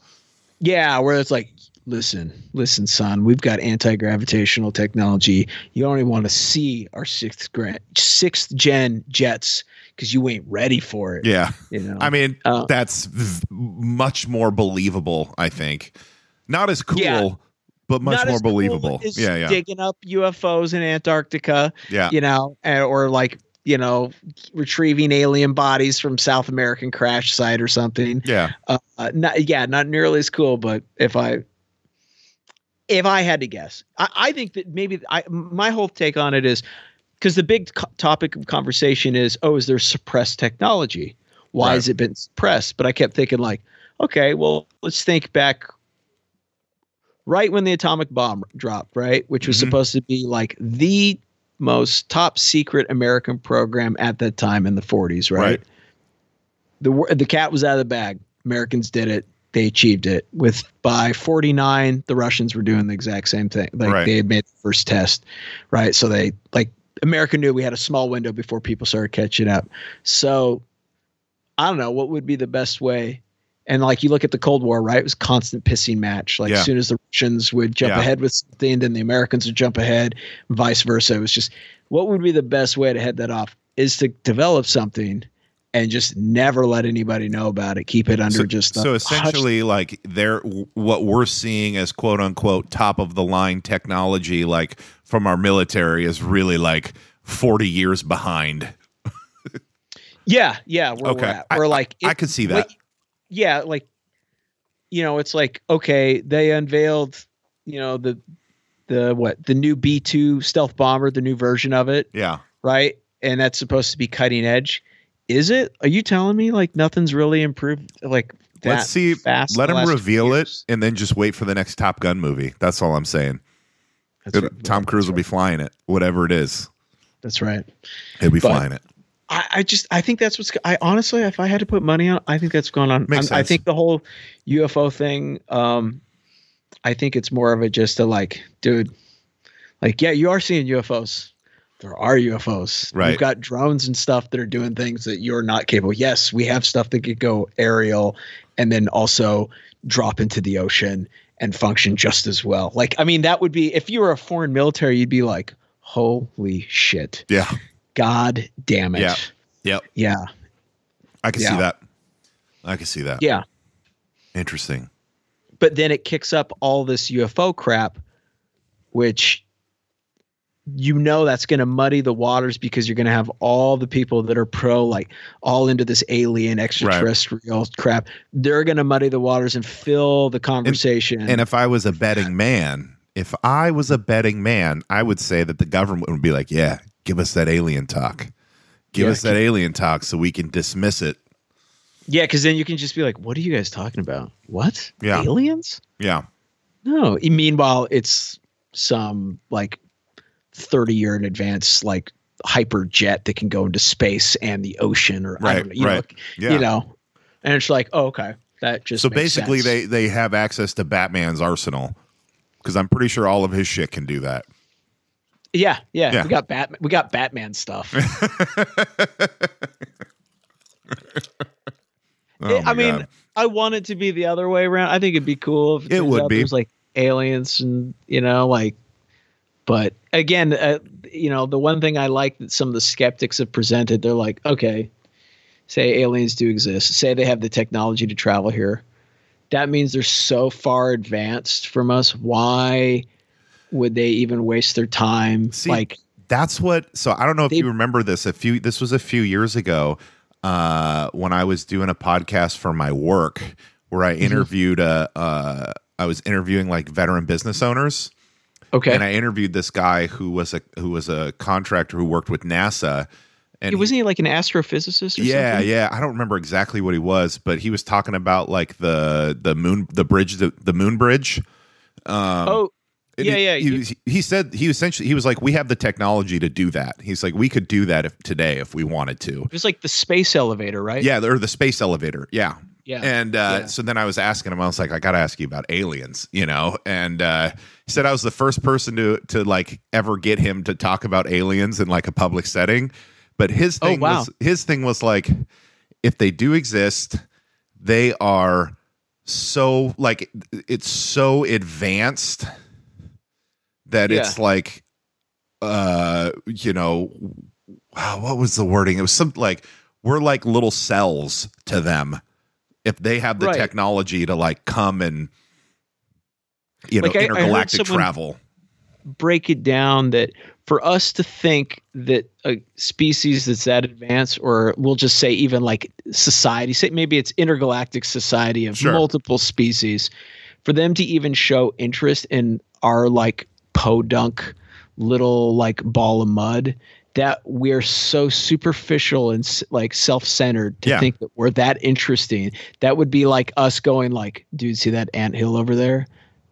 S4: yeah, where it's like, listen, listen, son, we've got anti gravitational technology. You only want to see our sixth grant sixth gen jets because you ain't ready for it.
S1: Yeah.
S4: you know.
S1: I mean,
S4: Uh,
S1: that's v- much more believable, I think. Not as cool,
S4: Yeah.
S1: but much
S4: Not
S1: more
S4: as cool
S1: believable.
S4: as
S1: yeah, yeah.
S4: Digging up UFOs in Antarctica,
S1: yeah.
S4: you know, and- or like you know retrieving alien bodies from South American crash site or something.
S1: Yeah.
S4: uh, uh, not yeah, not nearly as cool. But if I if I had to guess, I, I think that maybe I my whole take on it is because the big co- topic of conversation is oh, is there suppressed technology? Why
S1: Right.
S4: has it been suppressed? But I kept thinking like, okay, well, let's think back right when the atomic bomb dropped, right, which was
S1: Mhm.
S4: supposed to be like the most top secret American program at that time in the 40s, right?
S1: Right.
S4: The wor- the cat was out of the bag. Americans did it. They achieved it. With by 49, the Russians were doing the exact same thing. Like
S1: Right.
S4: they had made the first test, right? So they like America knew we had a small window before people started catching up. So I don't know what would be the best way. And like you look at the Cold War, right? It was constant pissing match. Like
S1: Yeah.
S4: as soon as the Russians would jump
S1: Yeah.
S4: ahead with something, then the Americans would jump ahead, vice versa. It was just what would be the best way to head that off is to develop something and just never let anybody know about it. Keep it under
S1: So,
S4: just the
S1: so
S4: hush-
S1: essentially, like they're what we're seeing as quote unquote top of the line technology, like from our military, is really like forty years behind.
S4: yeah, yeah. Where
S1: Okay.
S4: we're at.
S1: I-
S4: We're like
S1: I
S4: it-
S1: could see
S4: like,
S1: that.
S4: yeah, like you know, it's like okay, they unveiled, you know, the the what the new B two stealth bomber, the new version of it,
S1: yeah,
S4: right? And that's supposed to be cutting edge. Is it? Are you telling me like nothing's really improved? Like that
S1: let's see.
S4: Fast
S1: Let
S4: in the
S1: them
S4: last few
S1: reveal it,
S4: years?
S1: and then just wait for the next Top Gun movie. That's all I'm saying.
S4: That's
S1: It-
S4: right.
S1: Tom Cruise will be flying it, whatever it is.
S4: That's right.
S1: He'll be
S4: But-
S1: flying it.
S4: I, I just I think that's what's I honestly if I had to put money on I think that's going on.
S1: Makes
S4: I'm- I
S1: sense.
S4: think the whole UFO thing um I think it's more of a just a like dude like yeah you are seeing UFOs. There are UFOs.
S1: Right.
S4: You've got drones and stuff that are doing things that you're not capable. Yes, we have stuff that could go aerial and then also drop into the ocean and function just as well. Like I mean that would be if you were a foreign military you'd be like holy shit.
S1: Yeah,
S4: God damn it.
S1: Yeah. Yep.
S4: Yeah.
S1: I can see
S4: Yeah.
S1: that. I can see that.
S4: Yeah.
S1: Interesting.
S4: But then it kicks up all this UFO crap, which you know that's going to muddy the waters because you're going to have all the people that are pro like all into this alien extraterrestrial crap they're going to muddy the waters and fill the conversation
S1: And if I was a betting man, if I was a betting man, I would say that the government would be like, yeah, give us that alien talk. Give
S4: Yeah,
S1: us that alien talk so we can dismiss it.
S4: yeah because then you can just be like what are you guys talking about what
S1: Yeah.
S4: aliens
S1: Yeah.
S4: no E- meanwhile it's some like 30 year in advance like hyper jet that can go into space and the ocean or
S1: Right,
S4: I don't know, you
S1: right.
S4: know
S1: Yeah.
S4: you know and it's like oh, okay that just
S1: so
S4: makes
S1: basically
S4: sense.
S1: they they have access to Batman's arsenal cuz I'm pretty sure all of his shit can do that.
S4: Yeah, yeah,
S1: Yeah.
S4: We got Batman. We got Batman stuff.
S1: Oh my
S4: I mean,
S1: God.
S4: I want it to be the other way around. I think it'd be cool if
S1: It
S4: turns
S1: would
S4: out
S1: be.
S4: there's like aliens and you know like. But again, uh, you know the one thing I like that some of the skeptics have presented, they're like, okay, say aliens do exist, say they have the technology to travel here, that means they're so far advanced from us. Why would they even waste their time?
S1: See,
S4: like,
S1: that's what so i don't know if
S4: They-
S1: you remember this a few this was a few years ago uh when i was doing a podcast for my work where
S4: Mm-hmm.
S1: i interviewed uh uh i was interviewing like veteran business owners
S4: okay,
S1: and i interviewed this guy who was a who was a contractor who worked with nasa and
S4: Yeah, wasn't he like an astrophysicist? Or
S1: yeah,
S4: something?
S1: yeah. I don't remember exactly what he was, but he was talking about like the the moon the bridge the, the moon bridge.
S4: oh,
S1: And
S4: Yeah,
S1: he-
S4: yeah,
S1: He,
S4: you-
S1: was- he said he essentially he was like, we have the technology to do that. He's like, we could do that if today if we wanted to.
S4: It was like the space elevator, right?
S1: Yeah, or the space elevator. Yeah.
S4: Yeah.
S1: And uh,
S4: Yeah.
S1: so then I was asking him, I was like, I gotta ask you about aliens, you know. And uh, he said I was the first person to to like ever get him to talk about aliens in like a public setting. But his
S4: Oh,
S1: thing
S4: wow.
S1: was his thing was like, if they do exist, they are so like it's so advanced that
S4: Yeah.
S1: it's like uh you know wow, what was the wording it was something like we're like little cells to them if they have the
S4: Right.
S1: technology to like come and you know
S4: Like, I- I heard
S1: intergalactic
S4: someone-
S1: travel
S4: Break it down that for us to think that a species that's that advanced, or we'll just say even like society, say maybe it's intergalactic society of
S1: Sure.
S4: multiple species, for them to even show interest in our like podunk little like ball of mud that we're so superficial and s- like self-centered to
S1: Yeah.
S4: think that we're that interesting that would be like us going like dude see that ant hill over there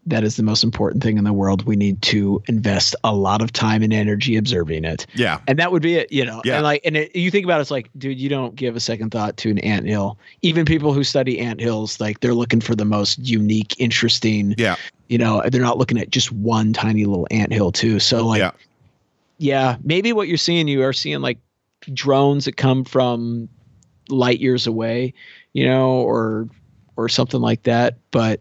S4: that is the most important thing in the world we need to invest a lot of time and energy observing it
S1: yeah
S4: and that would be it you know
S1: Yeah.
S4: and like and it, you think about it, it's like dude you don't give a second thought to an ant hill even people who study ant hills like they're looking for the most unique interesting
S1: yeah
S4: you know they're not looking at just one tiny little ant hill too so like
S1: yeah
S4: yeah, maybe what you're seeing, you are seeing like drones that come from light years away, you know, or or something like that. But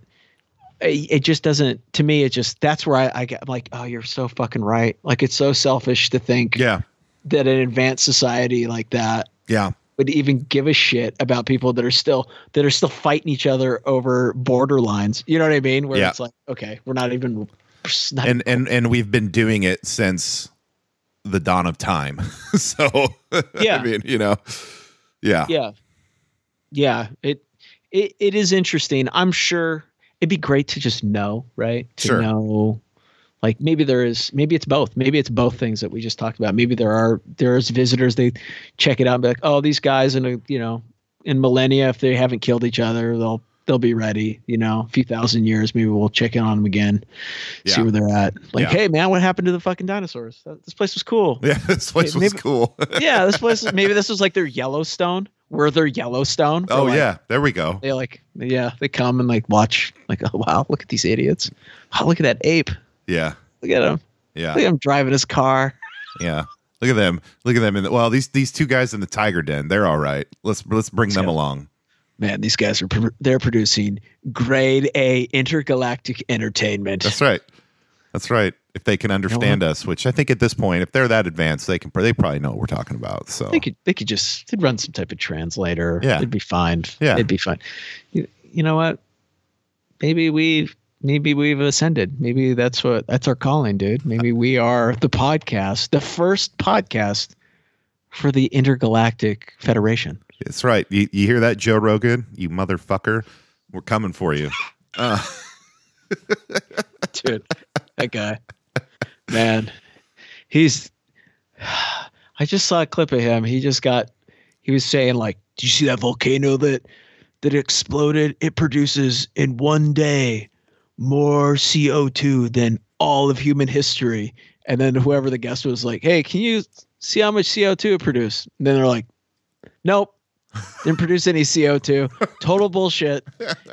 S4: it, it just doesn't. To me, it just that's where I, I get I'm like, oh, you're so fucking right. Like it's so selfish to think
S1: yeah
S4: that an advanced society like that
S1: yeah
S4: would even give a shit about people that are still that are still fighting each other over border lines. You know what I mean? Where
S1: Yeah.
S4: it's like, okay, we're not even. we're Not
S1: and and and we've been doing it since the dawn of time so
S4: Yeah.
S1: i mean you know yeah
S4: yeah yeah it, it it is interesting i'm sure it'd be great to just know right to
S1: Sure.
S4: know like maybe there is maybe it's both maybe it's both things that we just talked about maybe there are there's visitors they check it out and be like oh these guys in a you know in millennia if they haven't killed each other they'll they'll be ready you know a few thousand years maybe we'll check in on them again see
S1: Yeah.
S4: where they're at like
S1: Yeah.
S4: hey man what happened to the fucking dinosaurs That- this place was cool
S1: yeah this place was
S4: Maybe-
S1: cool
S4: yeah, this place maybe this was like their Yellowstone. Were their Yellowstone? where,
S1: oh
S4: like,
S1: yeah there we go
S4: They like yeah, they come and like watch like oh wow, look at these idiots. Oh, look at that ape.
S1: yeah
S4: Look at him.
S1: yeah
S4: Look at him driving his car.
S1: Yeah. Look at them. Look at them. In the, well, these these two guys in the tiger den, they're all right. Let's let's bring them
S4: Yeah.
S1: along.
S4: Man, these guys are pro- they're producing grade A intergalactic entertainment.
S1: That's right. That's right. If they can understand us, which I think at this point, if they're that advanced, they can. pr- They probably know what we're talking about. So
S4: They could they could just they'd run some type of translator.
S1: Yeah.
S4: It'd be fine.
S1: Yeah.
S4: It'd be fine. You, you know what? Maybe we maybe we've ascended. Maybe that's what that's our calling, dude. Maybe we are the podcast, the first podcast for the intergalactic federation.
S1: That's right. You, you hear that, Joe Rogan? You motherfucker. We're coming for you. Uh,
S4: Dude, that guy, man, he's. I just saw a clip of him. He just got. He was saying like, "Do you see that volcano that that exploded? It produces in one day more CO two than all of human history." And then whoever the guest was like, "Hey, can you see how much CO two it produced?" And then they're like, "Nope." didn't produce any CO2. Total bullshit.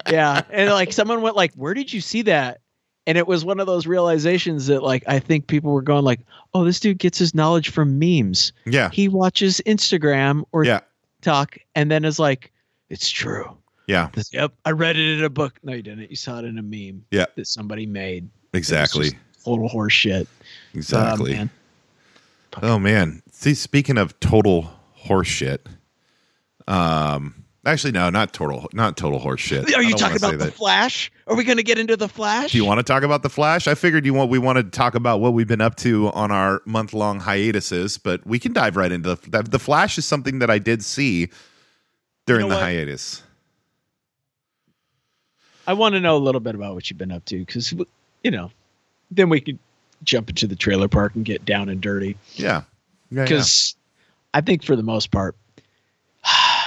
S4: Yeah. And like someone went like, "Where did you see that?" And it was one of those realizations that like I think people were going like, "Oh, this dude gets his knowledge from memes.
S1: yeah.
S4: He watches Instagram or
S1: Yeah.
S4: TikTok and then is like, it's true."
S1: Yeah.
S4: This- yep, I read it in a book. No, you didn't. You saw it in a meme
S1: Yeah.
S4: that somebody made.
S1: Exactly.
S4: just Total horseshit. Uh,
S1: Exactly.
S4: man.
S1: Oh man. See, speaking of total horseshit, um, actually no, not total, not total horseshit.
S4: Are
S1: I
S4: you
S1: don't
S4: talking
S1: wanna say
S4: about the
S1: that.
S4: Flash? Are we going to get into the Flash?
S1: Do you want to talk about the Flash? I figured you want we wanted to talk about what we've been up to on our month long hiatuses, but we can dive right into the, the Flash. Is something that I did see during
S4: know
S1: the
S4: what?
S1: hiatus.
S4: I want to know a little bit about what you've been up to because, you know, then we could jump into the trailer park and get down and dirty.
S1: Yeah, Yeah, yeah.
S4: Because I think for the most part, I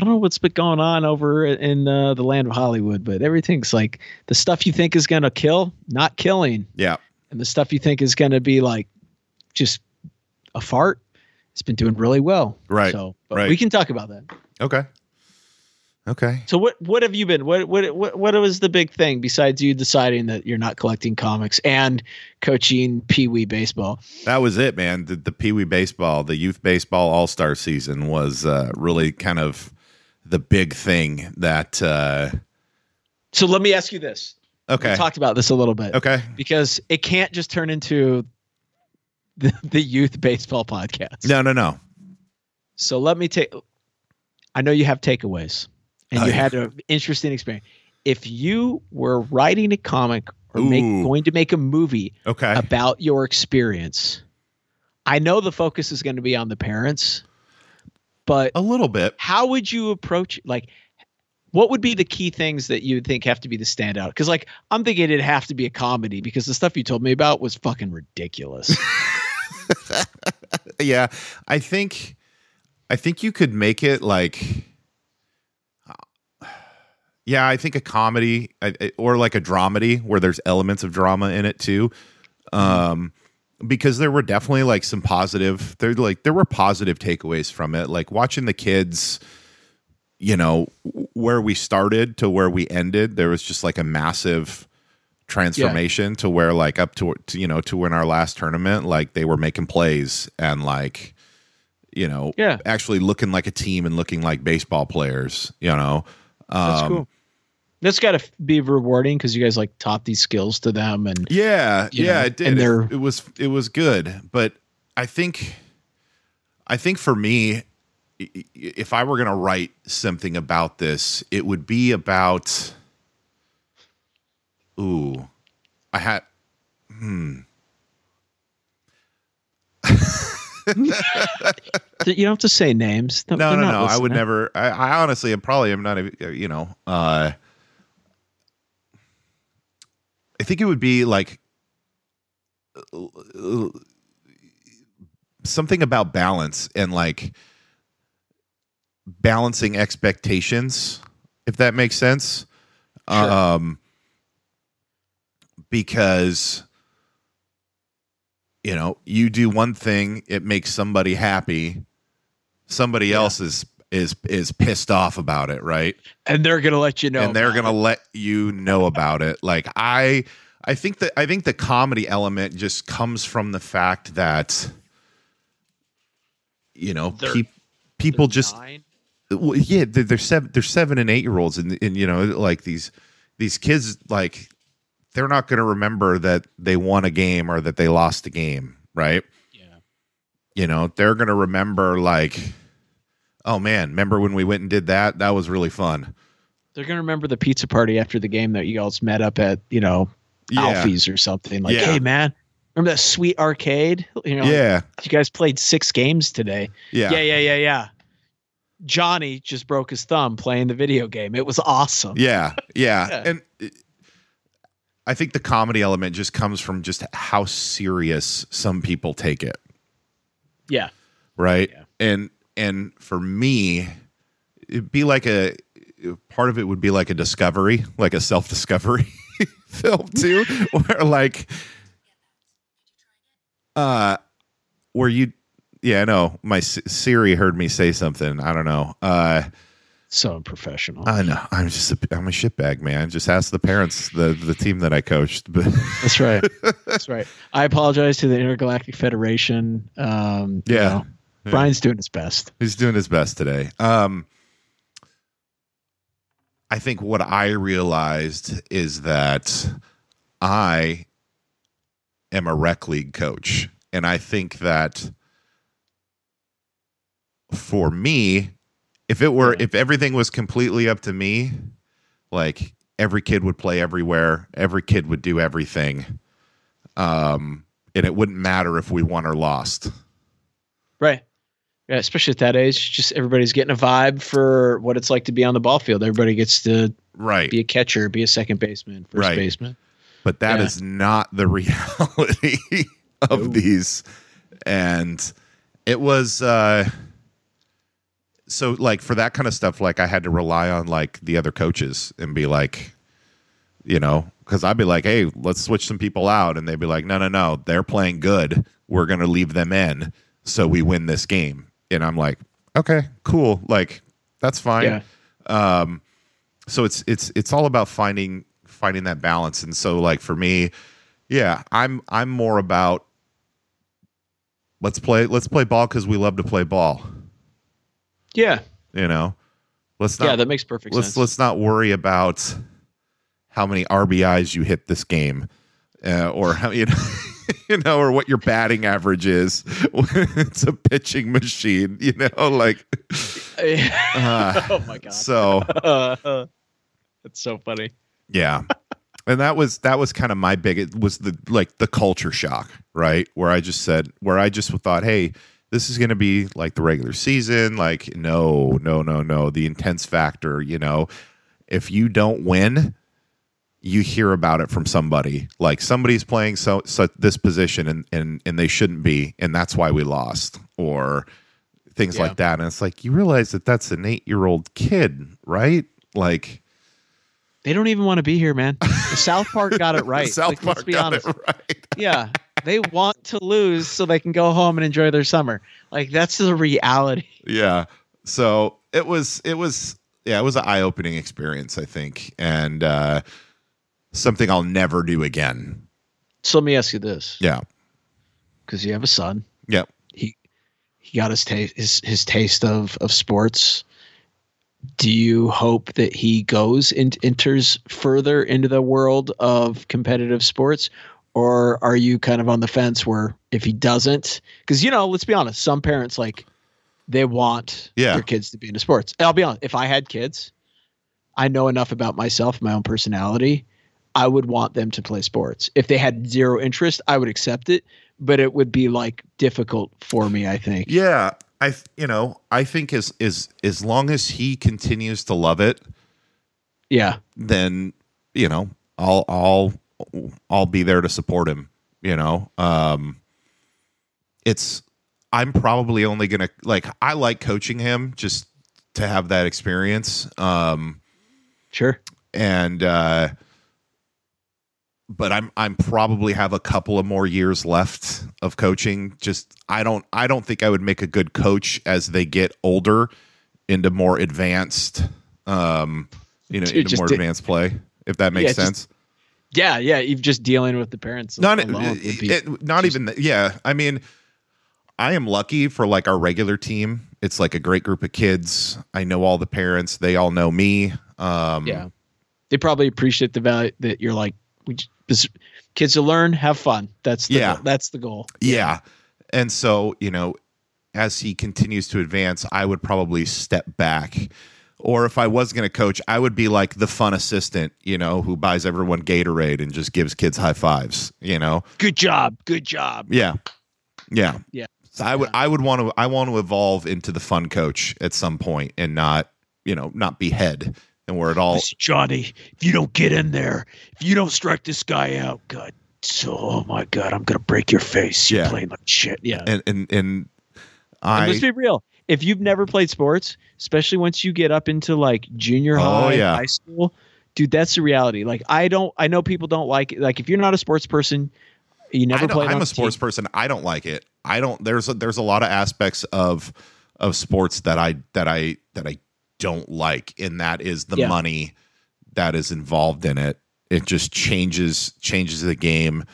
S4: don't know what's been going on over in uh, the land of Hollywood, but everything's like the stuff you think is going to kill, not killing.
S1: yeah,
S4: And the stuff you think is going to be like just a fart, it's been doing really well.
S1: Right,
S4: So but
S1: right.
S4: we can talk about that.
S1: Okay. Okay.
S4: So what what have you been? What what what what was the big thing besides you deciding that you're not collecting comics and coaching Pee Wee baseball?
S1: That was it, man. The, the Pee Wee baseball, the youth baseball all star season was uh, really kind of the big thing that. Uh,
S4: So let me ask you this.
S1: okay.
S4: We talked about this a little bit
S1: okay.
S4: because it can't just turn into the, the youth baseball podcast.
S1: No, no, no.
S4: So let me take. I know you have takeaways, and
S1: Oh,
S4: you
S1: yeah.
S4: had an interesting experience. If you were writing a comic or make,
S1: Ooh.
S4: going to make a movie
S1: Okay.
S4: about your experience. I know the focus is going to be on the parents, but
S1: A little bit.
S4: how would you approach like what would be the key things that you would think have to be the standout? Because like I'm thinking it'd have to be a comedy because the stuff you told me about was fucking ridiculous.
S1: yeah i think i think you could make it like yeah i think a comedy I- I- or like a dramedy where there's elements of drama in it too um because there were definitely like some positive there like there were positive takeaways from it like watching the kids you know w- where we started to where we ended there was just like a massive transformation to where like up to, to you know to in our last tournament like they were making plays and like you know
S4: Yeah.
S1: actually looking like a team and looking like baseball players you know um
S4: That's cool. That's got to be rewarding because you guys like taught these skills to them and
S1: Yeah,
S4: you
S1: yeah,
S4: know,
S1: it did.
S4: and
S1: It-
S4: they're-
S1: it, was it was good, but I think I think for me, i- i- if I were going to write something about this, it would be about. Ooh, I had.
S4: you don't have to say names. They're
S1: no, no,
S4: not
S1: no. I would
S4: listening.
S1: never. I, I honestly, am probably am not. a- You know, uh, I think it would be like uh, something about balance and like balancing expectations, if that makes sense.
S4: Sure.
S1: Um, because you know, you do one thing, it makes somebody happy somebody else is is is pissed off about it, right?
S4: And they're gonna let you know.
S1: and they're
S4: about
S1: gonna let you know about it. Like I, I think that I think the comedy element just comes from the fact that you know
S4: They're-
S1: peop-
S4: it.
S1: people
S4: They're
S1: just
S4: nine.
S1: well, yeah they're, they're seven they're seven and eight year olds and, and you know like these these kids like they're not going to remember that they won a game or that they lost a game right
S4: Yeah.
S1: you know they're going to remember like oh man remember when we went and did that that was really fun
S4: They're gonna remember the pizza party after the game that you alls met up at, you know,
S1: Yeah.
S4: Alfie's or something. Like,
S1: Yeah.
S4: hey man, remember that sweet arcade? You know, like,
S1: Yeah.
S4: you guys played six games today.
S1: Yeah.
S4: yeah, yeah, yeah. yeah. Johnny just broke his thumb playing the video game. It was awesome.
S1: Yeah, yeah,
S4: Yeah.
S1: and it- I think the comedy element just comes from just how serious some people take it,
S4: Yeah.
S1: right?
S4: Yeah.
S1: And and for me, it'd be like a part of it would be like a discovery, like a self discovery film too, where like, uh, where you, yeah, I know my S- Siri heard me say something. I don't know. Uh,
S4: So unprofessional.
S1: I know. I'm just a, I'm a shitbag man. Just ask the parents, the the team that I coached. But
S4: That's right. That's right. I apologize to the Intergalactic Federation. Um, you
S1: Yeah.
S4: know,
S1: Yeah.
S4: Brian's doing his best.
S1: he's doing his best today. Um, I think what I realized is that I am a rec league coach, and I think that for me, if it were,
S4: Yeah.
S1: if everything was completely up to me, like every kid would play everywhere, every kid would do everything. Um, and it wouldn't matter if we won or lost.
S4: Right. Yeah, especially at that age, just everybody's getting a vibe for what it's like to be on the ball field. Everybody gets to
S1: Right.
S4: be a catcher, be a second baseman, first
S1: Right.
S4: baseman.
S1: but that is
S4: Yeah.
S1: not the reality of
S4: No.
S1: these and it was uh so like for that kind of stuff like i had to rely on like the other coaches and be like you know because i'd be like hey let's switch some people out and they'd be like no no no they're playing good we're gonna leave them in so we win this game and i'm like okay cool like that's fine Um,
S4: Yeah.
S1: so it's it's it's all about finding finding that balance and so like for me yeah i'm i'm more about let's play let's play ball because we love to play ball
S4: Yeah.
S1: you know let's
S4: yeah,
S1: not
S4: that makes perfect
S1: let's
S4: sense.
S1: let's not worry about how many rbis you hit this game uh, or how you know you know or what your batting average is when it's a pitching machine you know like uh,
S4: oh my god.
S1: so
S4: That's so funny.
S1: Yeah. And that was that was kind of my big it was the like the culture shock, right? Where I just said where I just thought, hey, this is gonna be like the regular season, like no, no, no, no. The intense factor, you know. If you don't win, you hear about it from somebody. Like somebody's playing so, so this position and, and and they shouldn't be, and that's why we lost. Or things
S4: Yeah.
S1: like that. And it's like you realize that that's an eight year old kid, right? Like
S4: They don't even want to be here, man. The South Park got it right.
S1: South
S4: Like,
S1: Park
S4: let's be
S1: got
S4: honest.
S1: it right.
S4: yeah they want to lose so they can go home and enjoy their summer like that's the reality
S1: yeah so it was it was yeah it was an eye-opening experience i think and uh something i'll never do again
S4: so let me ask you this
S1: yeah
S4: because you have a son
S1: Yep.
S4: he he got his taste his, his taste of of sports do you hope that he goes and enters further into the world of competitive sports or are you kind of on the fence where if he doesn't because you know let's be honest some parents like they want
S1: Yeah.
S4: their kids to be into sports And i'll be honest if i had kids i know enough about myself my own personality i would want them to play sports if they had zero interest i would accept it but it would be like difficult for me i think
S1: yeah i th- you know i think as as as long as he continues to love it
S4: yeah
S1: then you know i'll i'll i'll be there to support him you know um it's i'm probably only gonna like i like coaching him just to have that experience um
S4: sure
S1: and uh but I'm I'm probably have a couple of more years left of coaching. Just I don't I don't think I would make a good coach as they get older into more advanced um you know,
S4: Dude,
S1: into
S4: just
S1: more
S4: di-
S1: advanced play, if that
S4: Yeah,
S1: makes
S4: just
S1: sense.
S4: yeah yeah you've just dealing with the parents
S1: Not
S4: alone would be-
S1: it, not
S4: just-
S1: even that yeah. I mean I am lucky for like our regular team. It's like a great group of kids. I know all the parents, they all know me. Um
S4: yeah Mm. they probably appreciate the value that you're like we just, this, kids to learn have fun that's the
S1: Yeah.
S4: goal. that's the goal
S1: Yeah. And so, you know, as he continues to advance, I would probably step back. Or if I was going to coach, I would be like the fun assistant, you know, who buys everyone Gatorade and just gives kids high fives, you know?
S4: Good job. Good job.
S1: Yeah. Yeah.
S4: Yeah.
S1: So I would I would want to I want to evolve into the fun coach at some point and not, you know, not be head and where it all
S4: Listen, Johnny, if you don't get in there, if you don't strike this guy out, God, so oh my God, I'm gonna break your face. You're
S1: Yeah.
S4: playing like shit. Yeah.
S1: and and, and
S4: And let's
S1: I
S4: be real. If you've never played sports, especially once you get up into like junior
S1: Oh,
S4: high,
S1: yeah.
S4: high school, dude, that's the reality. Like I don't, I know people don't like it. Like if you're not a sports person, you
S1: I
S4: never
S1: don't,
S4: played. on
S1: I'm a
S4: team.
S1: sports person. I don't like it. I don't there's a, there's a lot of aspects of of sports that I that I that I don't like and that is the
S4: Yeah.
S1: money that is involved in it. It just changes changes the game.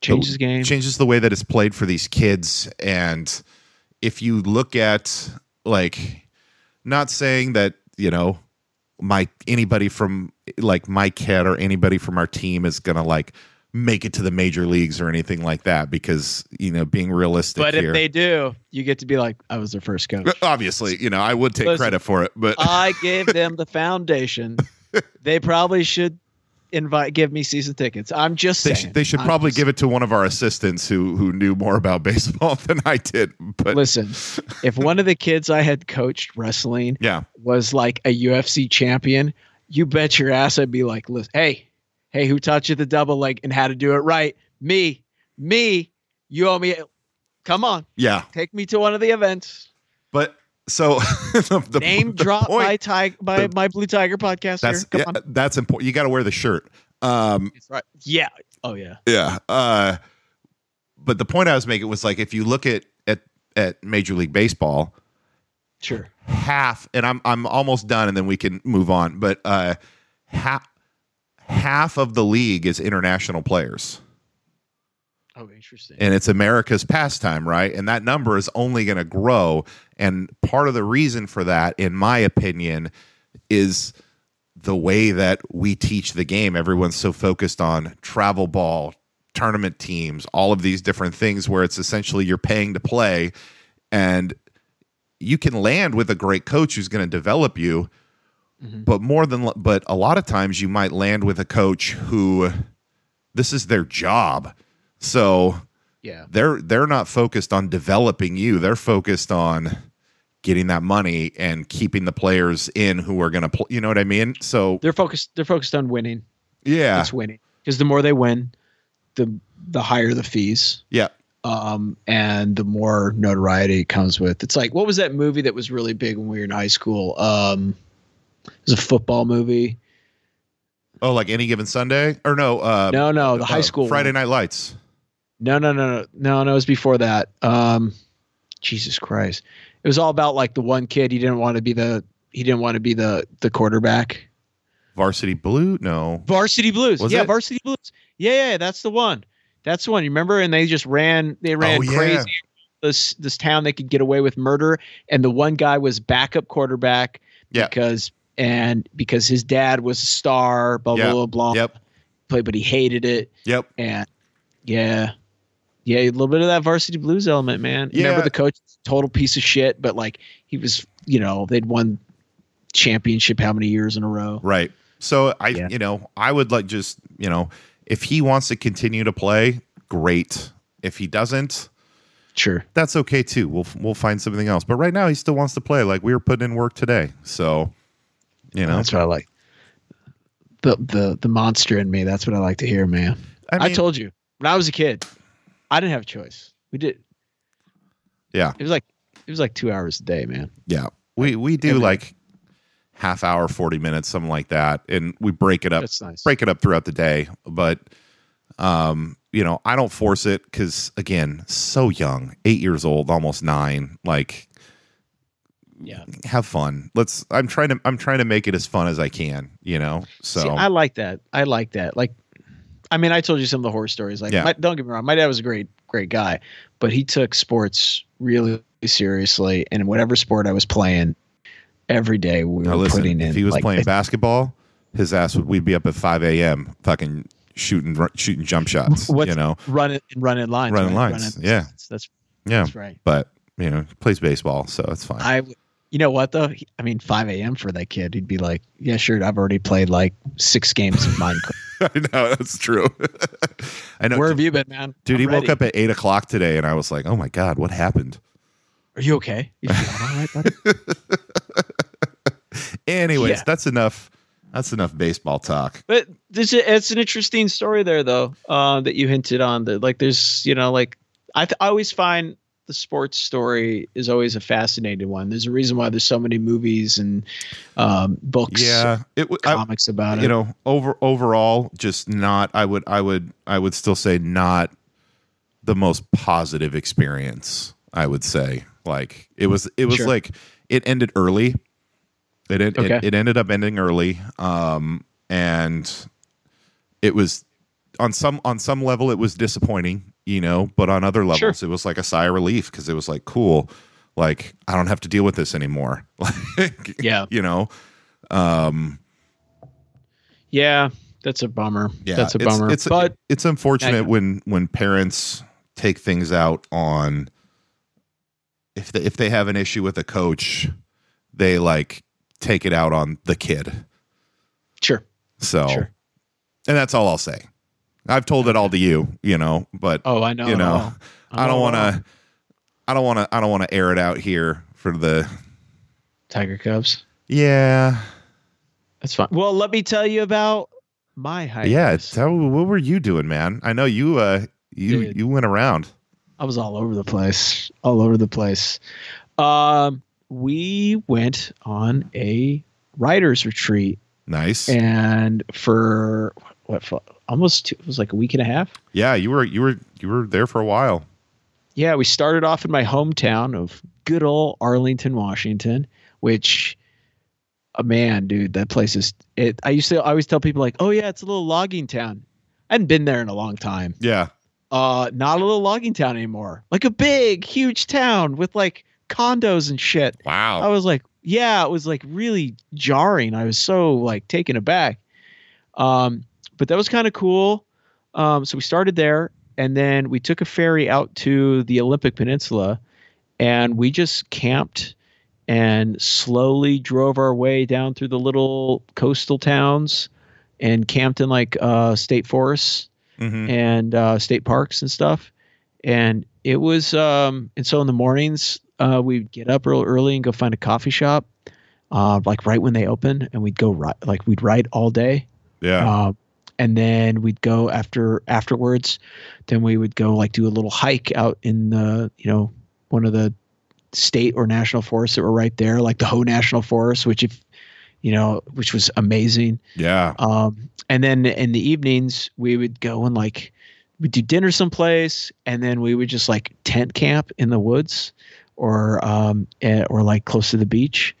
S4: changes the game.
S1: changes the way that it's played for these kids and if you look at like not saying that you know my anybody from like my kid or anybody from our team is gonna like make it to the major leagues or anything like that because you know being realistic
S4: but
S1: here Uh,
S4: if they do, you get to be like, I was their first coach.
S1: obviously you know i would take
S4: Listen,
S1: credit for it but
S4: I gave them the foundation. They probably should invite, give me season tickets. I'm just
S1: they
S4: saying.
S1: should, they should probably give it to one of our assistants who who knew more about baseball than i did but
S4: Listen, if one of the kids I had coached wrestling
S1: yeah
S4: was like a UFC champion, you bet your ass I'd be like, listen, hey, hey, who taught you the double leg and how to do it right? Me, me, you owe me. a- Come on,
S1: yeah
S4: take me to one of the events.
S1: but so the, the,
S4: Name
S1: the
S4: drop
S1: point-
S4: my tiger, my,
S1: the-
S4: my blue tiger podcast.
S1: That's
S4: Come
S1: yeah,
S4: on,
S1: that's important. You got to wear the shirt. Um,
S4: It's right. Yeah. Oh yeah.
S1: yeah. Uh, but the point I was making was like if you look at at at Major League Baseball,
S4: Sure.
S1: half and I'm I'm almost done, and then we can move on. But uh, half half of the league is international players,
S4: Oh, interesting.
S1: and it's America's pastime, right? And that number is only going to grow. And part of the reason for that, in my opinion, is the way that we teach the game. Everyone's so focused on travel ball, tournament teams, all of these different things where it's essentially you're paying to play and you can land with a great coach who's going to develop you. But more than but a lot of times you might land with a coach who this is their job. So
S4: yeah.
S1: they're they're not focused on developing you. They're focused on getting that money and keeping the players in who are going to play. You know what I mean? So
S4: They're focused. They're focused on winning.
S1: yeah,
S4: It's winning because the more they win, the the higher the fees,
S1: yeah,
S4: um, and the more notoriety it comes with. It's like what was that movie that was really big when we were in high school? Um, it was a football movie.
S1: Oh, like any given Sunday or no? Uh,
S4: No, no, the
S1: uh,
S4: high school
S1: Friday
S4: one.
S1: Night Lights.
S4: No, no, no, no, no, no. It was before that. Um, Jesus Christ! It was all about like the one kid. He didn't want to be the. He didn't want to be the the quarterback.
S1: Varsity Blue? No.
S4: Varsity Blues.
S1: Was
S4: yeah,
S1: it?
S4: Varsity Blues. Yeah, yeah, that's the one. That's the one. You remember? And they just ran. They ran
S1: Oh, yeah.
S4: crazy. This this town they could get away with murder, and the one guy was backup quarterback.
S1: Yeah.
S4: Because and because his dad was a star. Blah
S1: Yeah.
S4: blah blah. blah.
S1: Yep.
S4: But but he hated it,
S1: Yep.
S4: and yeah. Yeah, a little bit of that varsity blues element, man.
S1: Yeah.
S4: Remember the coach, total piece of shit, but like he was, you know, they'd won championship how many years in a row?
S1: Right. So I,
S4: Yeah.
S1: you know, I would like just, you know, if he wants to continue to play, great. If he doesn't,
S4: Sure.
S1: that's okay too. We'll we'll find something else. But right now, he still wants to play. Like we were putting in work today, so you know.
S4: That's what I like. The the the monster in me. That's what I like to hear, man. I,
S1: mean,
S4: told you when I was a kid, I didn't have a choice. We did.
S1: Yeah.
S4: It was like it was like two hours a day, man.
S1: Yeah, we we do
S4: Everything.
S1: like half hour, forty minutes, something like that, and we break it up.
S4: That's nice.
S1: break it up throughout the day. But um, you know, I don't force it because again, so young, eight years old, almost nine. Like,
S4: Yeah.
S1: have fun. Let's. I'm trying to. I'm trying to make it as fun as I can. You know. So
S4: See, I like that. I like that. Like, I mean, I told you some of the horror stories. Like,
S1: Yeah.
S4: my, don't get me wrong, my dad was a great, great guy, but he took sports really seriously, and whatever sport I was playing, every day we were
S1: now
S4: putting
S1: listen,
S4: in.
S1: if he was
S4: like,
S1: playing basketball, his ass would. We'd be up at five a.m. fucking shooting shooting jump shots.
S4: What's-
S1: you know.
S4: running running lines,
S1: Running
S4: right?
S1: lines,
S4: Running-
S1: yeah.
S4: that's
S1: Yeah,
S4: that's right.
S1: but you know, he plays baseball, so it's fine.
S4: I, w- you You know what though? He- I mean, 5 a.m. for that kid, he'd be like, "Yeah, sure. I've already played like six games of Minecraft.
S1: I know that's true. I know,
S4: Where have you been, man?
S1: dude.
S4: I'm
S1: He woke
S4: ready.
S1: up at eight o'clock today, and I was like, "Oh my god, what happened?"
S4: Are you okay? You feeling all right, buddy?
S1: Anyways,
S4: Yeah.
S1: that's enough. That's enough baseball talk.
S4: But this is, it's an interesting story there, though, uh, that you hinted on. That like, there's you know, like I, th- I always find the sports story is always a fascinating one. There's a reason why there's so many movies and um, books,
S1: Yeah, it. w- I,
S4: comics about it.
S1: you know, over overall, just not. I would, I would, I would still say not the most positive experience. I would say like it was. It was
S4: Sure.
S1: like it ended early. It, en-
S4: Okay.
S1: it it ended up ending early. Um, and it was on some on some level it was disappointing, you know, but on other levels
S4: Sure.
S1: it was like a sigh of relief because it was like cool, like I don't have to deal with this anymore. Like,
S4: Yeah.
S1: you know. Um,
S4: yeah, that's a bummer. that's a bummer.
S1: It's, it's,
S4: but
S1: it's unfortunate
S4: Yeah.
S1: when when parents take things out on if they, if they have an issue with a coach, they like take it out on the kid.
S4: sure,
S1: So,
S4: Sure.
S1: and that's all I'll say. I've told it all to you, you know, but
S4: oh, I know,
S1: you
S4: I
S1: know, I don't
S4: know.
S1: want to, I don't want to, I don't want to air it out here for the
S4: Tiger Cubs.
S1: yeah,
S4: That's fine. Well, let me tell you about my hiatus.
S1: yeah. Tell, what were you doing, man? I know you, uh, you,
S4: Dude.
S1: you went around.
S4: I was all over the place, all over the place. Um, we went on a writers retreat,
S1: Nice.
S4: and for what, for almost two, it was like a week and a half.
S1: Yeah, you were you were you were there for a while.
S4: Yeah, we started off in my hometown of good old Arlington, Washington, which, a man, dude, that place is. It. I used to I always tell people like, oh yeah, it's a little logging town. I hadn't been there in a long time.
S1: Yeah.
S4: uh not a little logging town anymore like a big huge town with like condos and shit i
S1: Wow.
S4: was like yeah it was like really jarring i was so like taken aback um but that was kind of cool um so we started there and then we took a ferry out to the olympic peninsula and we just camped and slowly drove our way down through the little coastal towns and camped in like uh state forests
S1: Mhm.
S4: and uh, state parks and stuff. And it was, um, and so in the mornings, uh, we'd get up real early and go find a coffee shop, uh, like right when they open, and we'd go right, like we'd write all day.
S1: Yeah.
S4: Um, and then we'd go after afterwards. Then we would go like do a little hike out in the you know one of the state or national forests that were right there, like the Ho National Forest, which if you know, which was amazing.
S1: Yeah.
S4: Um, and then in the evenings, we would go and like we'd do dinner someplace, and then we would just like tent camp in the woods, or um, eh, or like close to the beach.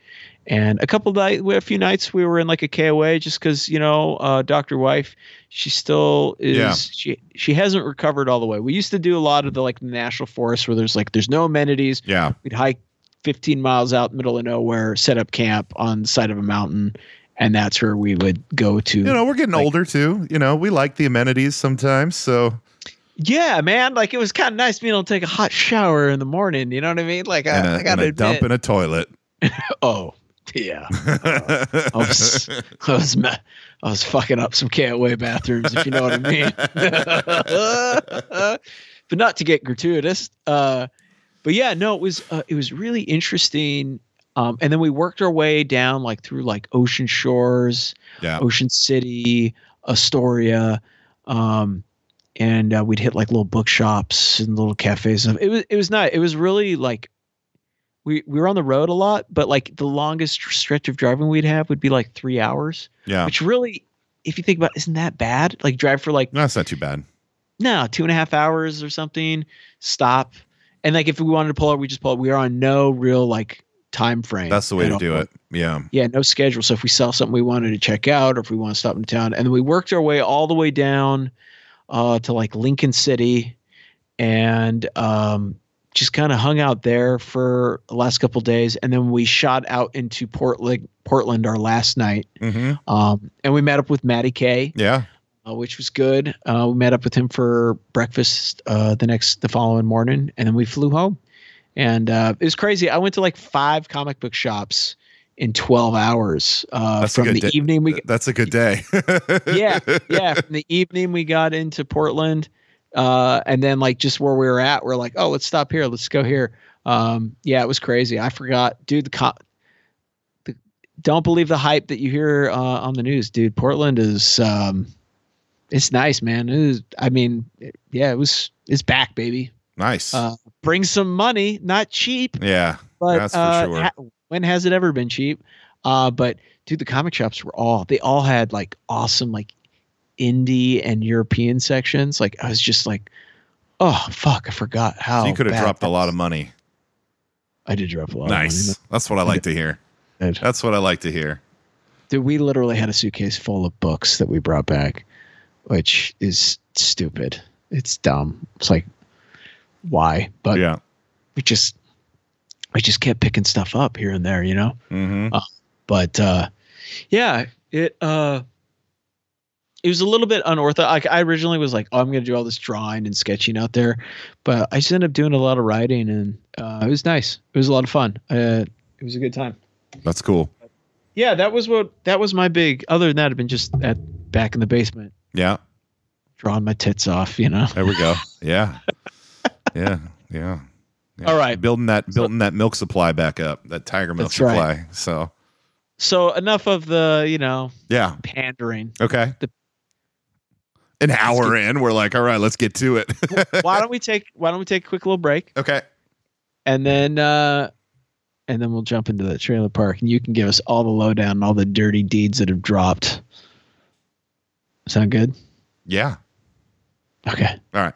S4: And a couple night, a few nights, we were in like a KOA just because you know, uh, Doctor Wife, she still is
S1: Yeah.
S4: she she hasn't recovered all the way. We used to do a lot of the like national forest where there's like there's no amenities.
S1: Yeah.
S4: We'd hike 15 miles out middle of nowhere, set up camp on the side of a mountain, and that's where we would go to.
S1: You know, we're getting
S4: Like-
S1: older too. You know, we like the amenities sometimes. So
S4: yeah, man, like it was kind of nice being able to take a hot shower in the morning. You know what I mean? Like
S1: and
S4: I,
S1: a,
S4: I
S1: and
S4: gotta
S1: a dump
S4: admit-
S1: and a toilet.
S4: oh yeah, I was, I was me- I was fucking up some KOA bathrooms, if you know what I mean. but not to get gratuitous. Uh, but yeah, no, it was uh, it was really interesting. Um, and then we worked our way down like through like ocean shores
S1: yeah.
S4: Ocean City, Astoria, um, and uh, we'd hit like little bookshops and little cafes. And it was it was nice. It was really like we we were on the road a lot, but like the longest stretch of driving we'd have would be like three hours,
S1: Yeah.
S4: which really, if you think about, it, isn't that bad? Like drive for like
S1: No, that's not too bad.
S4: no two and a half hours or something. Stop, and like if we wanted to pull out, we just pull out. We are on no real like time frame.
S1: That's the way
S4: at
S1: to
S4: all.
S1: do it. Yeah.
S4: Yeah, no schedule. So if we saw something we wanted to check out, or if we want to stop in town, and then we worked our way all the way down uh, to like Lincoln City, and um, just kind of hung out there for the last couple days, and then we shot out into Portland, Portland, our last night,
S1: hmm
S4: um, and we met up with Matty Kay,
S1: Yeah.
S4: uh, which was good. Uh, we met up with him for breakfast uh, the next, the following morning, and then we flew home. and uh, it was crazy. I went to like five comic book shops in 12 hours uh,
S1: That's a
S4: from the
S1: good day.
S4: evening we
S1: That's a good day.
S4: yeah, yeah. From the evening we got into Portland, uh, and then like just where we were at, we're like, oh, let's stop here. Let's go here. Um, yeah, it was crazy. I forgot, dude. The, co- the don't believe the hype that you hear uh, on the news, dude. Portland is um, it's nice, man. It is, I mean, it- yeah, it was. It's back, baby.
S1: Nice.
S4: Uh, Bring some money, not cheap,
S1: yeah.
S4: but
S1: That's for
S4: uh,
S1: sure.
S4: ha- when has it ever been cheap? Uh, but dude, the comic shops were all they all had like awesome like indie and European sections. Like I was just like, oh fuck, I forgot how.
S1: So you could have
S4: oh, bad
S1: dropped a
S4: that
S1: lot
S4: was.
S1: of money.
S4: I did drop a lot.
S1: Nice.
S4: Of
S1: That's what I like to hear.
S4: money. Good.
S1: That's what I like to hear.
S4: Dude, we literally had a suitcase full of books that we brought back, which is stupid. It's dumb. It's like, why? But
S1: yeah.
S4: we just, we just kept picking stuff up here and there, you know.
S1: Mm-hmm.
S4: but uh yeah it uh it was a little bit unortho like i originally was like oh i'm gonna do all this drawing and sketching out there but i just ended up doing a lot of writing and uh it was nice it was a lot of fun uh it was a good time
S1: That's cool.
S4: yeah that was what that was my big other than that i've been just at back in the basement
S1: Yeah.
S4: drawing my tits off you know
S1: There we go. Yeah. yeah. Yeah. Yeah.
S4: All right.
S1: Building that building that milk supply back up, that tiger milk
S4: That's
S1: supply.
S4: right.
S1: So
S4: so enough of the you know
S1: yeah.
S4: pandering
S1: Okay.
S4: The-
S1: An hour in, we're like, all right, let's get to it.
S4: why don't we take why don't we take a quick little break
S1: okay.
S4: and then uh and then we'll jump into the trailer park and you can give us all the lowdown and all the dirty deeds that have dropped sound good
S1: Yeah.
S4: okay
S1: All right.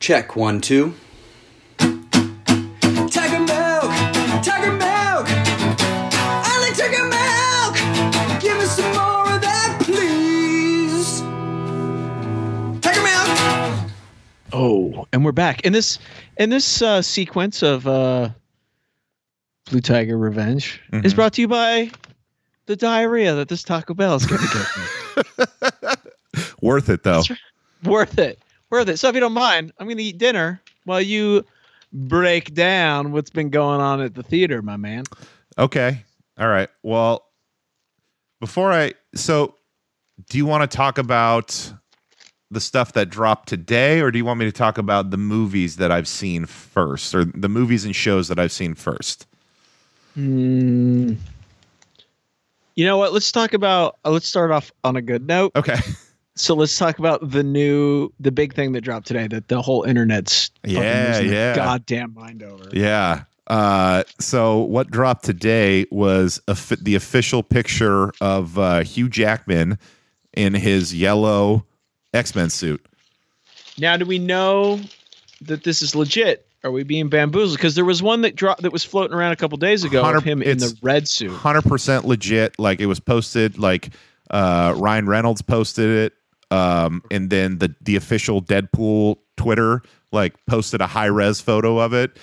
S5: Check one, two.
S6: Tiger milk, tiger milk. I like tiger milk. Give me some more of that, please. Tiger milk.
S4: oh and we're back in this in this uh sequence of uh blue tiger revenge is brought to you by the diarrhea that this taco bell is gonna get me
S1: Worth it though.
S4: worth it worth it so if you don't mind i'm gonna eat dinner while you break down what's been going on at the theater my man
S1: Okay. All right. Well, before I so do you want to talk about the stuff that dropped today or do you want me to talk about the movies that I've seen first or the movies and shows that I've seen first?
S4: Mm. You know what? Let's talk about. uh, let's start off on a good note.
S1: Okay.
S4: So let's talk about the new, the big thing that dropped today that the whole internet's fucking
S1: Yeah,
S4: losing their
S1: yeah.
S4: goddamn mind over.
S1: Yeah. Uh, so what dropped today was a fi- the official picture of uh, Hugh Jackman in his yellow X-Men suit.
S4: Now, do we know that this is legit? Are we being bamboozled? Because there was one that dropped that was floating around a couple days ago of
S1: Hundred-
S4: him in the
S1: it's-
S4: red suit.
S1: hundred percent legit. Like it was posted. Like uh, Ryan Reynolds posted it, um, and then the the official Deadpool Twitter like posted a high res photo of it,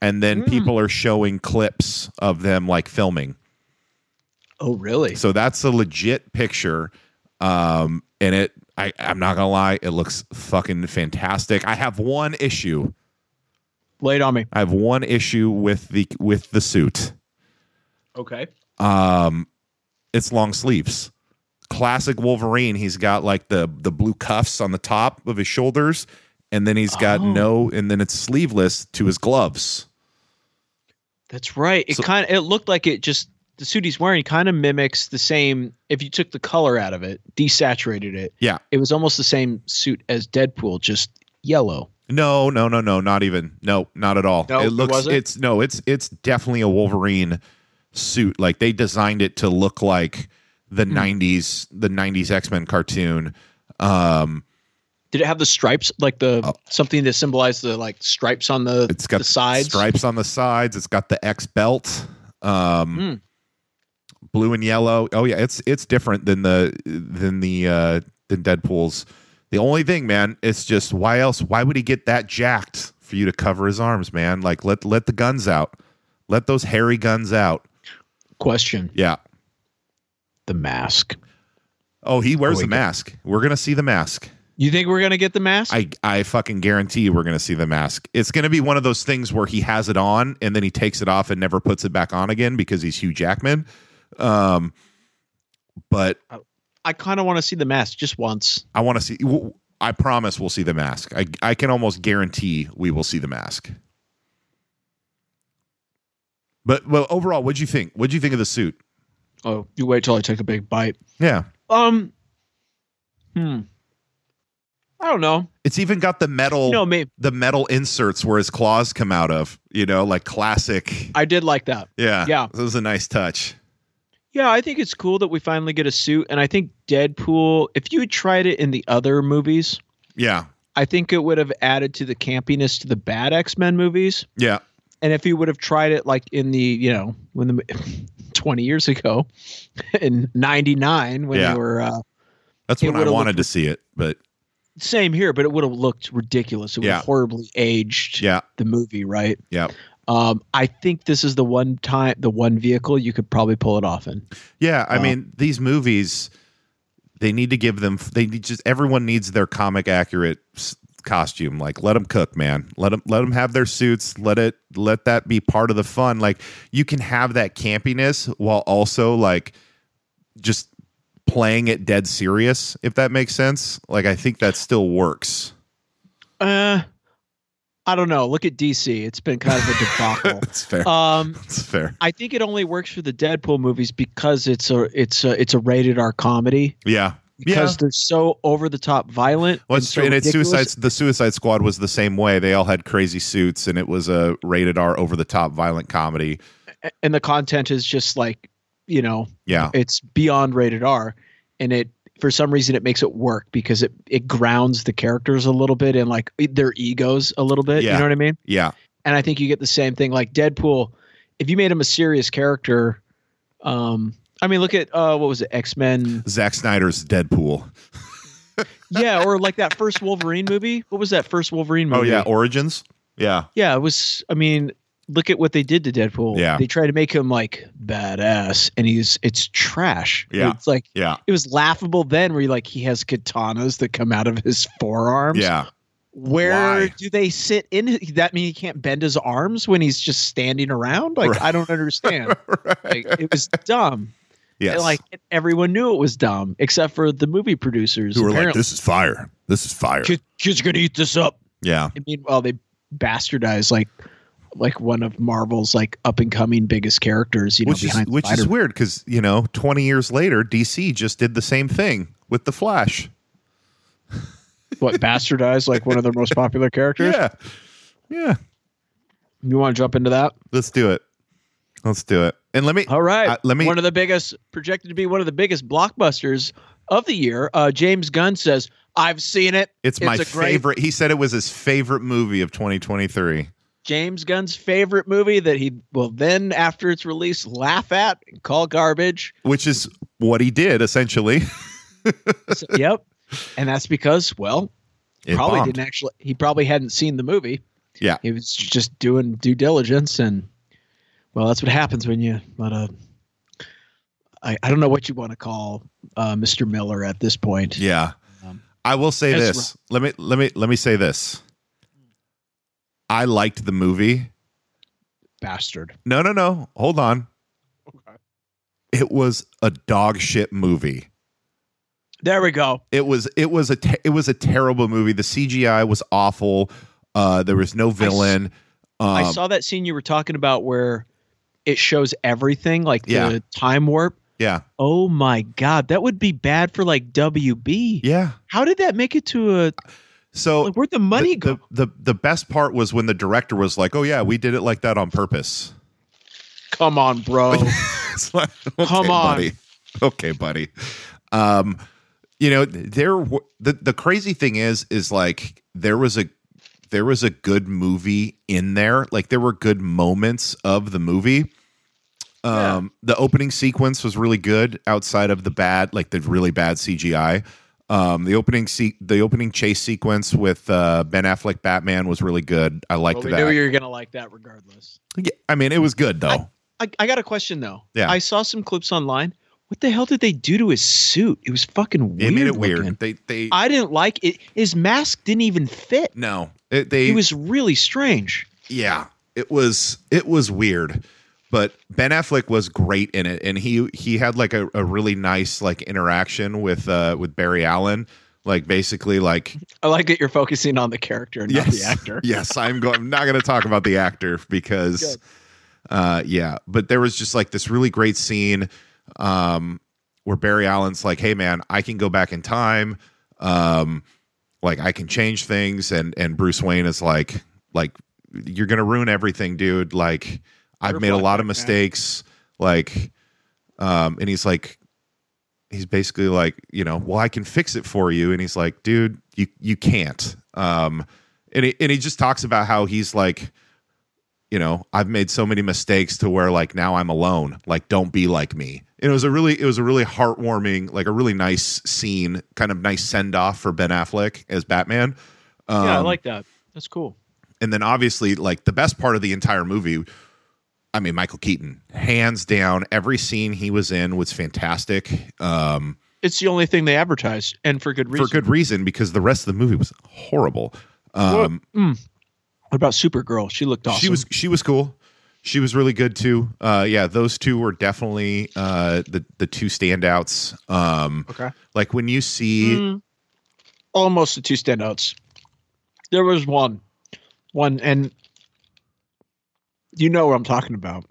S1: and then people are showing clips of them like filming.
S4: Oh, really?
S1: So that's a legit picture. Um, and it, I, I'm not gonna lie, it looks fucking fantastic. I have one issue.
S4: Laid on me.
S1: I have one issue with the with the suit.
S4: Okay.
S1: um it's long sleeves classic wolverine he's got like the the blue cuffs on the top of his shoulders and then he's got
S4: Oh.
S1: no and then it's sleeveless to his gloves
S4: That's right. It
S1: So-
S4: kind of it looked like it just the suit he's wearing kind of mimics the same. If you took the color out of it, desaturated it,
S1: Yeah.
S4: it was almost the same suit as Deadpool, just yellow.
S1: no no no no not even no not at all
S4: No,
S1: it
S4: it
S1: looks
S4: wasn't?
S1: it's no it's it's definitely a wolverine suit like they designed it to look like the
S4: Hmm.
S1: 90s the 90s x-men cartoon um
S4: Did it have the stripes like the something that symbolized the like stripes on the
S1: Oh. It's got
S4: the sides?
S1: stripes on the sides. It's got the X belt, um,
S4: Hmm.
S1: blue and yellow. Oh yeah, it's it's different than the than the uh, than Deadpool's. The only thing, man, it's just why else? Why would he get that jacked for you to cover his arms, man? Like let let the guns out, let those hairy guns out.
S4: Question:
S1: Yeah.
S4: The mask.
S1: Oh, he wears
S4: Oh,
S1: the
S4: he-
S1: mask. We're gonna see the mask.
S4: You think we're gonna get the mask?
S1: I, I fucking guarantee you we're going to see the mask. It's going to be one of those things where he has it on and then he takes it off and never puts it back on again because he's Hugh Jackman. Um, but
S4: I kind of want to see the mask just once.
S1: I want to see. w- I promise we'll see the mask. I I can almost guarantee we will see the mask. But well, overall, what'd you think? What'd you think of the suit?
S4: Oh, you wait till I take a big bite.
S1: Yeah,
S4: Um, hmm. I don't know.
S1: it's even got the metal
S4: You know, maybe
S1: the metal inserts where his claws come out of. You know, like classic.
S4: I did like that.
S1: Yeah,
S4: Yeah.
S1: This was a nice touch.
S4: Yeah, I think it's cool that we finally get a suit, and I think Deadpool. If you had tried it in the other movies,
S1: Yeah,
S4: I think it would have added to the campiness to the bad X Men movies.
S1: yeah,
S4: and if you would have tried it like in the you know when the 20 years ago in 99 when
S1: Yeah.
S4: they were uh,
S1: that's
S4: It
S1: when I
S4: would've
S1: wanted
S4: looked-
S1: to see it. But
S4: same here but it would have looked ridiculous it would
S1: Yeah.
S4: have horribly aged
S1: yeah,
S4: the movie right
S1: yeah.
S4: um i think this is the one time the one vehicle you could probably pull it off in
S1: Yeah, I
S4: Uh,
S1: mean these movies, they need to give them. They need just everyone needs their comic accurate s- costume. Like let them cook, man. Let them let them have their suits. Let it let that be part of the fun. Like you can have that campiness while also like just playing it dead serious. If that makes sense, like I think that still works.
S4: uh i don't know look at dc it's been kind of a debacle
S1: That's fair.
S4: um
S1: That's fair.
S4: i think it only works for the deadpool movies because it's a it's a it's a rated r comedy
S1: Yeah.
S4: because
S1: yeah.
S4: they're so over the top violent
S1: Well,
S4: and
S1: it's
S4: so
S1: true. And it's
S4: ridiculous.
S1: Suicide. The Suicide Squad was the same way. They all had crazy suits, and it was a rated R, over the top, violent comedy.
S4: and the content is just like you know
S1: Yeah,
S4: it's beyond rated r and it for some reason it makes it work because it it grounds the characters a little bit and like their egos a little bit
S1: Yeah.
S4: you know what i mean
S1: yeah,
S4: and i think you get the same thing like deadpool if you made him a serious character um i mean look at uh what was it x-men
S1: Zack Snyder's Deadpool.
S4: yeah or like that first wolverine movie what was that first wolverine movie
S1: Oh yeah, Origins. Yeah,
S4: Yeah, it was. I mean, look at what they did to Deadpool.
S1: Yeah.
S4: they tried to make him like badass, and he's it's trash.
S1: Yeah.
S4: it's like
S1: yeah,
S4: it was laughable then, where he, like he has katanas that come out of his forearms.
S1: yeah.
S4: where
S1: why?
S4: do they sit in? his- That mean he can't bend his arms when he's just standing around? Like
S1: Right.
S4: I don't understand. like it was dumb.
S1: Yes.
S4: And, like everyone knew it was dumb, except for the movie producers.
S1: who were like,
S4: apparently.
S1: "This is fire. This is fire."
S4: Kid- kids are gonna eat this up.
S1: Yeah,
S4: And meanwhile, they bastardized like like one of Marvel's like up and coming biggest characters. You know,
S1: which is
S4: behind
S1: which is
S4: Spider-Man.
S1: weird because you know, twenty years later, DC just did the same thing with the Flash.
S4: what bastardized like one of their most popular characters.
S1: Yeah, yeah.
S4: You want to jump into that?
S1: Let's do it. Let's do it. And let me.
S4: All right.
S1: Uh, let me-
S4: One of the biggest projected to be one of the biggest blockbusters of the year. Uh, James Gunn says, "I've seen it.
S1: It's my
S4: a great-
S1: favorite. He said it was his favorite movie of 2023.
S4: James Gunn's favorite movie that he will then, after its release, laugh at and call garbage."
S1: which is what he did essentially.
S4: So- yep. And that's because, well,
S1: It
S4: probably
S1: bombed.
S4: didn't actually he probably hadn't seen the movie
S1: Yeah.
S4: he was just doing due diligence and well that's what happens when you let a i, I don't know what you want to call uh, mr miller at this point
S1: Yeah.
S4: Um,
S1: I will say
S4: that's
S1: this. Let me let me let me say this. I liked the movie.
S4: bastard
S1: No, no, no. Hold on.
S4: Okay.
S1: It was a dog shit movie.
S4: there we go
S1: It was it was a te- it was a terrible movie. The CGI was awful. Uh there was no villain.
S4: i
S1: Um,
S4: saw that scene you were talking about where it shows everything like
S1: Yeah.
S4: the time warp
S1: yeah.
S4: oh my god that would be bad for like wb
S1: Yeah.
S4: how did that make it to a
S1: So
S4: like, where'd the
S1: the,
S4: money go
S1: The, the the best part was when the director was like, "Oh yeah, we did it like that on purpose."
S4: come on bro
S1: It's like,
S4: Come
S1: okay,
S4: on.
S1: buddy. okay, buddy. Um, you know, there w- the the crazy thing is, is like there was a there was a good movie in there. Like there were good moments of the movie. Um, the opening sequence was really good outside of the bad, like the really bad CGI. Um, the opening se- the opening chase sequence with uh, Ben Affleck Batman was really good. I liked
S4: Well, we
S1: that.
S4: knew you were gonna like that regardless
S1: Yeah, I mean, it was good though.
S4: I, I got a question though.
S1: Yeah.
S4: I saw some clips online. What the hell did they do to his suit? It was fucking weird.
S1: They made it
S4: looking.
S1: weird. They they
S4: I didn't like it. His mask didn't even fit.
S1: no. It, they
S4: It was really strange.
S1: yeah. It was it was weird. But Ben Affleck was great in it, and he he had like a, a really nice like interaction with uh with Barry Allen, like basically like
S4: I like that you're focusing on the character and not
S1: yes,
S4: the actor.
S1: yes, I'm going. I'm not going to talk about the actor because,
S4: Good.
S1: uh, yeah. But there was just like this really great scene, um, where Barry Allen's like, "Hey, man, I can go back in time. Um, like I can change things." And and Bruce Wayne is like, "Like you're going to ruin everything, dude. Like I've made a
S4: Butterfly
S1: lot of
S4: effect, man.
S1: mistakes. Like, um, and he's like." He's basically like, you know, well, I can fix it for you, and he's like, dude, you you can't. Um, and he, and he just talks about how he's like you know i've made so many mistakes to where like now i'm alone like don't be like me and it was a really it was a really heartwarming like a really nice scene kind of nice send off for ben affleck as batman um,
S4: yeah, I like that. That's cool.
S1: and then obviously like the best part of the entire movie i mean michael keaton hands down every scene he was in was fantastic um
S4: It's the only thing they advertised, and for good reason.
S1: for good reason because the rest of the movie was horrible um
S4: What about Supergirl? She looked awesome.
S1: She was she was cool. She was really good too. Uh, yeah, those two were definitely uh, the the two standouts. Um,
S4: okay.
S1: like when you see
S4: Hmm. Almost the two standouts. There was one, one, and you know what I'm talking about,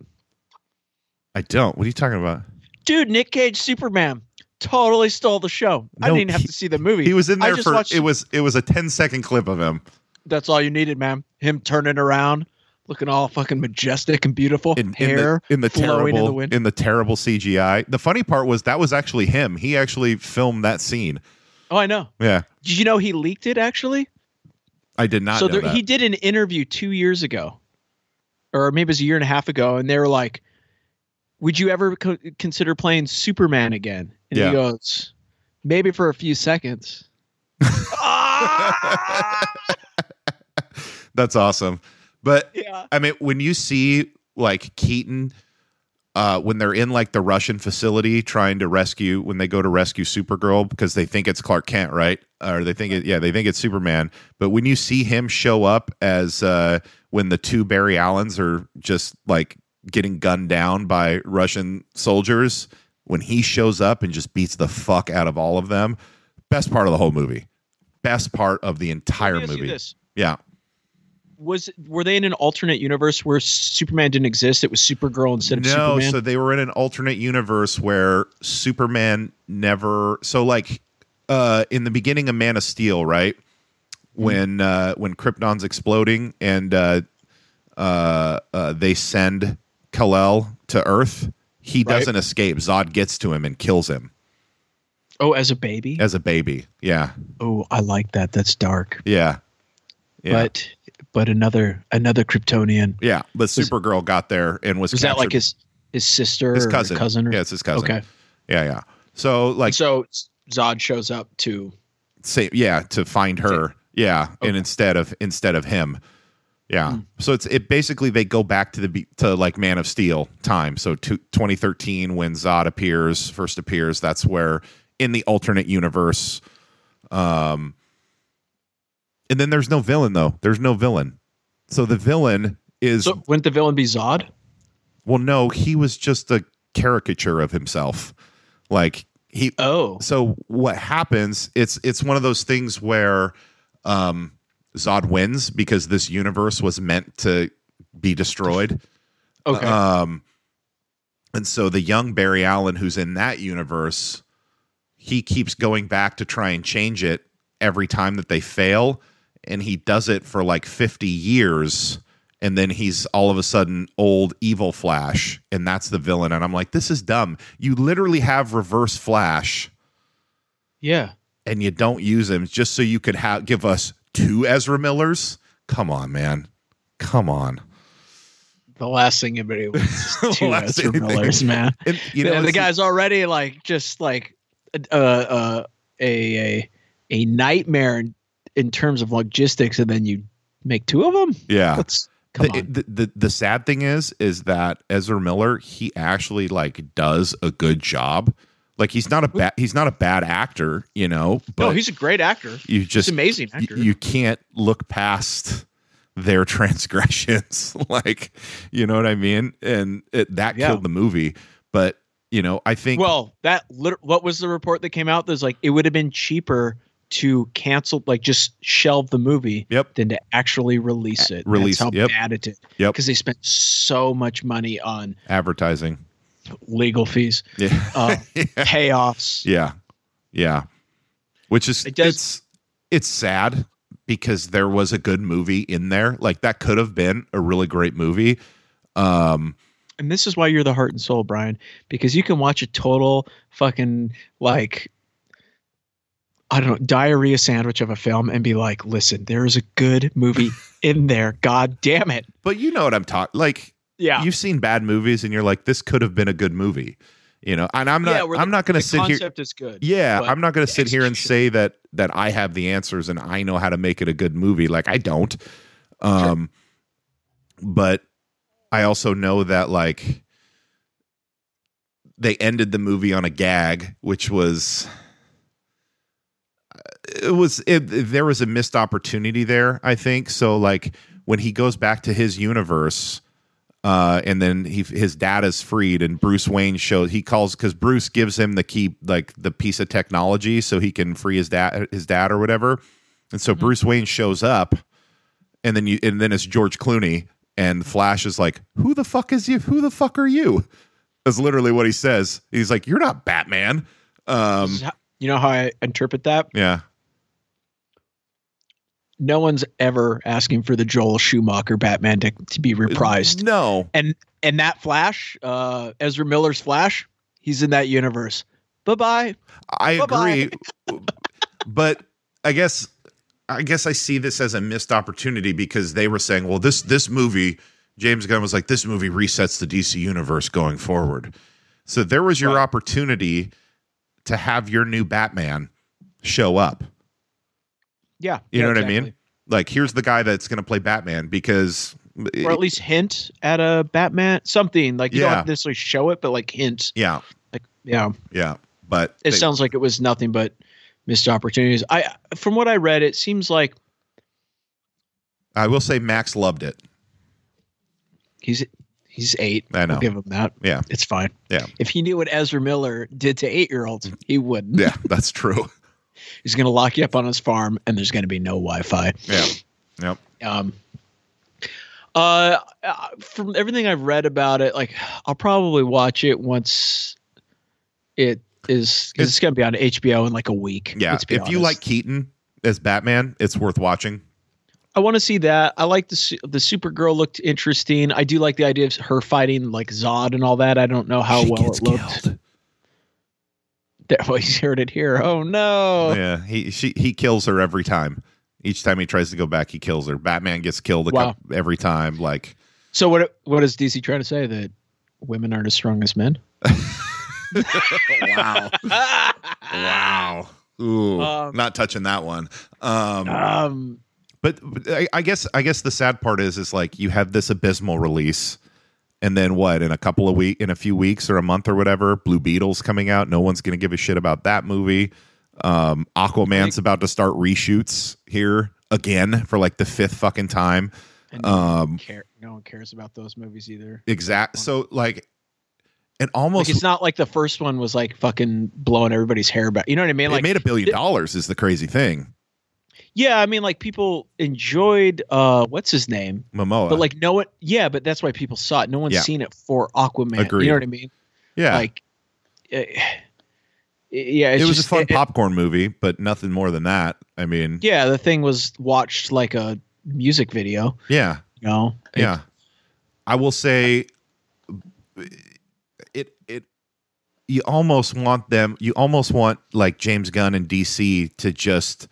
S1: I don't. What are you talking about?
S4: dude. Nick Cage Superman totally stole the show. I
S1: No,
S4: didn't have
S1: he-
S4: to see the movie.
S1: He was in
S4: I
S1: there
S4: just
S1: for
S4: watched-
S1: it was it was a 10 second clip of him.
S4: That's all you needed, man. Him turning around, looking all fucking majestic and beautiful, hair
S1: in the, in the
S4: flowing
S1: terrible
S4: in the wind.
S1: terrible CGI. The funny part was that was actually him. He actually filmed that scene.
S4: oh, I know.
S1: Yeah.
S4: Did you know he leaked it actually?
S1: I did not
S4: so
S1: know
S4: there,
S1: that.
S4: he did an interview two years ago, or maybe it was a year and a half ago, and they were like, "Would you ever co- consider playing Superman again?" And
S1: Yeah.
S4: he goes, "Maybe for a few seconds." Ah!
S1: That's awesome. But
S4: Yeah.
S1: I mean, when you see like Keaton, uh, when they're in like the Russian facility trying to rescue, when they go to rescue Supergirl because they think it's Clark Kent, right? Or they think it, yeah, they think it's Superman. But when you see him show up as uh, when the two Barry Allens are just like getting gunned down by Russian soldiers, when he shows up and just beats the fuck out of all of them, best part of the whole movie, best part of the entire
S4: Let me ask you
S1: movie.
S4: this.
S1: Yeah.
S4: Was were they in an alternate universe where Superman didn't exist? It was Supergirl instead of
S1: no,
S4: Superman.
S1: so they were in an alternate universe where Superman never. So like uh, in the beginning of Man of Steel, right?
S4: Mm-hmm.
S1: When uh, when Krypton's exploding and uh, uh, uh, they send Kal El to Earth, he
S4: Right.
S1: doesn't escape. Zod gets to him and kills him
S4: oh, as a baby.
S1: as a baby. Yeah,
S4: oh, I like that. That's dark.
S1: yeah, yeah,
S4: But but another another Kryptonian.
S1: yeah. But Supergirl got there and was
S4: Was that like
S1: captured-
S4: his his sister
S1: his
S4: or
S1: cousin?
S4: cousin or
S1: yeah, it's his cousin.
S4: Okay.
S1: Yeah, yeah. So like
S4: so Zod shows up to
S1: say yeah to find her yeah and instead of instead of him yeah so it's it basically they go back to the be- to like man of steel time so to, 2013 when zod appears first appears that's where in the alternate universe um and then there's no villain though there's no villain so the villain is
S4: So wouldn't the villain be Zod?
S1: well no he was just a caricature of himself like he
S4: Oh,
S1: so what happens it's it's one of those things where um zod wins because this universe was meant to be destroyed
S4: okay.
S1: um and so the young barry allen who's in that universe he keeps going back to try and change it every time that they fail and he does it for like 50 years and then he's all of a sudden old evil flash and that's the villain and i'm like this is dumb you literally have reverse flash
S4: yeah.
S1: and you don't use him just so you could ha- give us two Ezra Millers? Come on, man. Come on.
S4: The last thing anybody wants is two
S1: Last
S4: Ezra
S1: thing they-
S4: Millers, man.
S1: And, you know,
S4: the
S1: it's-
S4: guy's already like just like uh, uh, a a a nightmare in, in terms of logistics, and then you make two of them.
S1: yeah.
S4: That's Come
S1: the,
S4: on.
S1: The, the the sad thing is is that Ezra Miller he actually like does a good job. Like he's not a bad he's not a bad actor, you know. But
S4: no, he's a great actor.
S1: you just
S4: amazing
S1: y-
S4: actor.
S1: You, can't look past their transgressions, like you know what I mean. And it, that
S4: Yeah.
S1: killed the movie. But you know, I think
S4: Well, that lit- what was the report that came out? There's like it would have been cheaper to cancel, like just shelve the movie,
S1: Yep.
S4: than to actually release it.
S1: Release,
S4: That's how
S1: yep.
S4: bad it did.
S1: Yep.
S4: because they spent so much money on
S1: advertising.
S4: legal fees,
S1: Yeah.
S4: uh,
S1: yeah.
S4: payoffs.
S1: Yeah. Yeah. Which is
S4: It does-
S1: it's it's sad because there was a good movie in there. Like that could have been a really great movie. Um
S4: And this is why you're the heart and soul, Brian, because you can watch a total fucking like. I don't know, diarrhea sandwich of a film and be like, listen, there is a good movie in there. God damn it.
S1: but you know what I'm talking like
S4: Yeah.
S1: you've seen bad movies and you're like this could have been a good movie. You know, and I'm
S4: Yeah,
S1: not
S4: where
S1: I'm not going to
S4: the
S1: sit here
S4: concept is good.
S1: Yeah,
S4: but
S1: I'm not going to
S4: the
S1: sit here and
S4: execution-
S1: say that that I have the answers and I know how to make it a good movie. Like I don't. Um but I also know that like they ended the movie on a gag, which was it was it, there was a missed opportunity there, I think. So like when he goes back to his universe uh, and then he his dad is freed, and Bruce Wayne shows he calls because Bruce gives him the key, like the piece of technology, so he can free his dad, his dad or whatever. And so Bruce Wayne shows up, and then you and then it's George Clooney, and Flash is like, "Who the fuck is you? Who the fuck are you?" That's literally what he says. He's like, "You're not Batman." Um,
S4: You know how I interpret that?
S1: yeah,
S4: No one's ever asking for the Joel Schumacher Batman to, to be reprised.
S1: No,
S4: And that Flash, uh, Ezra Miller's Flash, he's in that universe. Bye bye.
S1: I
S4: Bye-bye.
S1: agree, but I guess I guess I see this as a missed opportunity because they were saying, "Well, this this movie," James Gunn was like, "This movie resets the DC universe going forward." So there was your opportunity to have your new Batman show up.
S4: Yeah.
S1: You
S4: yeah,
S1: know what I
S4: exactly.
S1: mean? Like, here's the guy that's going to play Batman because,
S4: Or at least hint at a Batman something. Like you
S1: Yeah.
S4: don't have to necessarily show it, but like hint.
S1: yeah,
S4: Like yeah.
S1: yeah. But
S4: It
S1: they-
S4: sounds like it was nothing but missed opportunities. I from what I read, it seems like
S1: I will say Max loved it.
S4: he's he's eight.
S1: I know.
S4: I'll give him that.
S1: Yeah.
S4: It's fine.
S1: Yeah.
S4: If he knew what Ezra Miller did to eight year olds, he wouldn't.
S1: Yeah, that's true.
S4: He's going to lock you up on his farm and there's going to be no Wi Fi.
S1: Yeah. Yep.
S4: Um, uh, uh, from everything I've read about it, like I'll probably watch it once it is, cause it's,
S1: It's-
S4: going to be on HBO in like a week.
S1: Yeah.
S4: let's be
S1: If you
S4: honest.
S1: like Keaton as Batman, it's worth watching.
S4: I want to see that. I like the, su- the Supergirl looked interesting. I do like the idea of her fighting like Zod and all that. I don't know how well it looked. That well, you heard it here. Oh no.
S1: Yeah, he she he kills her every time. Each time he tries to go back, he kills her. Batman gets killed a
S4: Wow.
S1: coup- every time. Like
S4: So what what is DC trying to say that women aren't as strong as men?
S1: wow, wow, ooh,
S4: Um,
S1: not touching that one. Um,
S4: Um,
S1: but but I, I guess I guess the sad part is is like you have this abysmal release, and then what? In a couple of week, in a few weeks or a month or whatever, Blue Beetle's coming out. No one's gonna give a shit about that movie. Um, Aquaman's about to start reshoots here again for like the fifth fucking time.
S4: and
S1: Um,
S4: care, no one cares about those movies either.
S1: Exact. So like, it
S4: Like
S1: almost
S4: it's not like the first one was like fucking blowing everybody's hair back. You know what I mean? Like
S1: it made a billion
S4: it-
S1: dollars is the crazy thing.
S4: yeah, I mean like people enjoyed uh what's his name?
S1: Momoa,
S4: But like no one yeah, but that's why people saw it. No one's
S1: Yeah.
S4: seen it for Aquaman.
S1: Agreed.
S4: You know what I mean?
S1: yeah,
S4: Like uh, yeah,
S1: it
S4: it's
S1: was
S4: just-
S1: a fun
S4: it-
S1: popcorn movie, but nothing more than that. I mean, yeah,
S4: yeah, the thing was watched like a music video,
S1: yeah.
S4: you know. It-
S1: I will say, it it you almost want them. You almost want like James Gunn and DC to just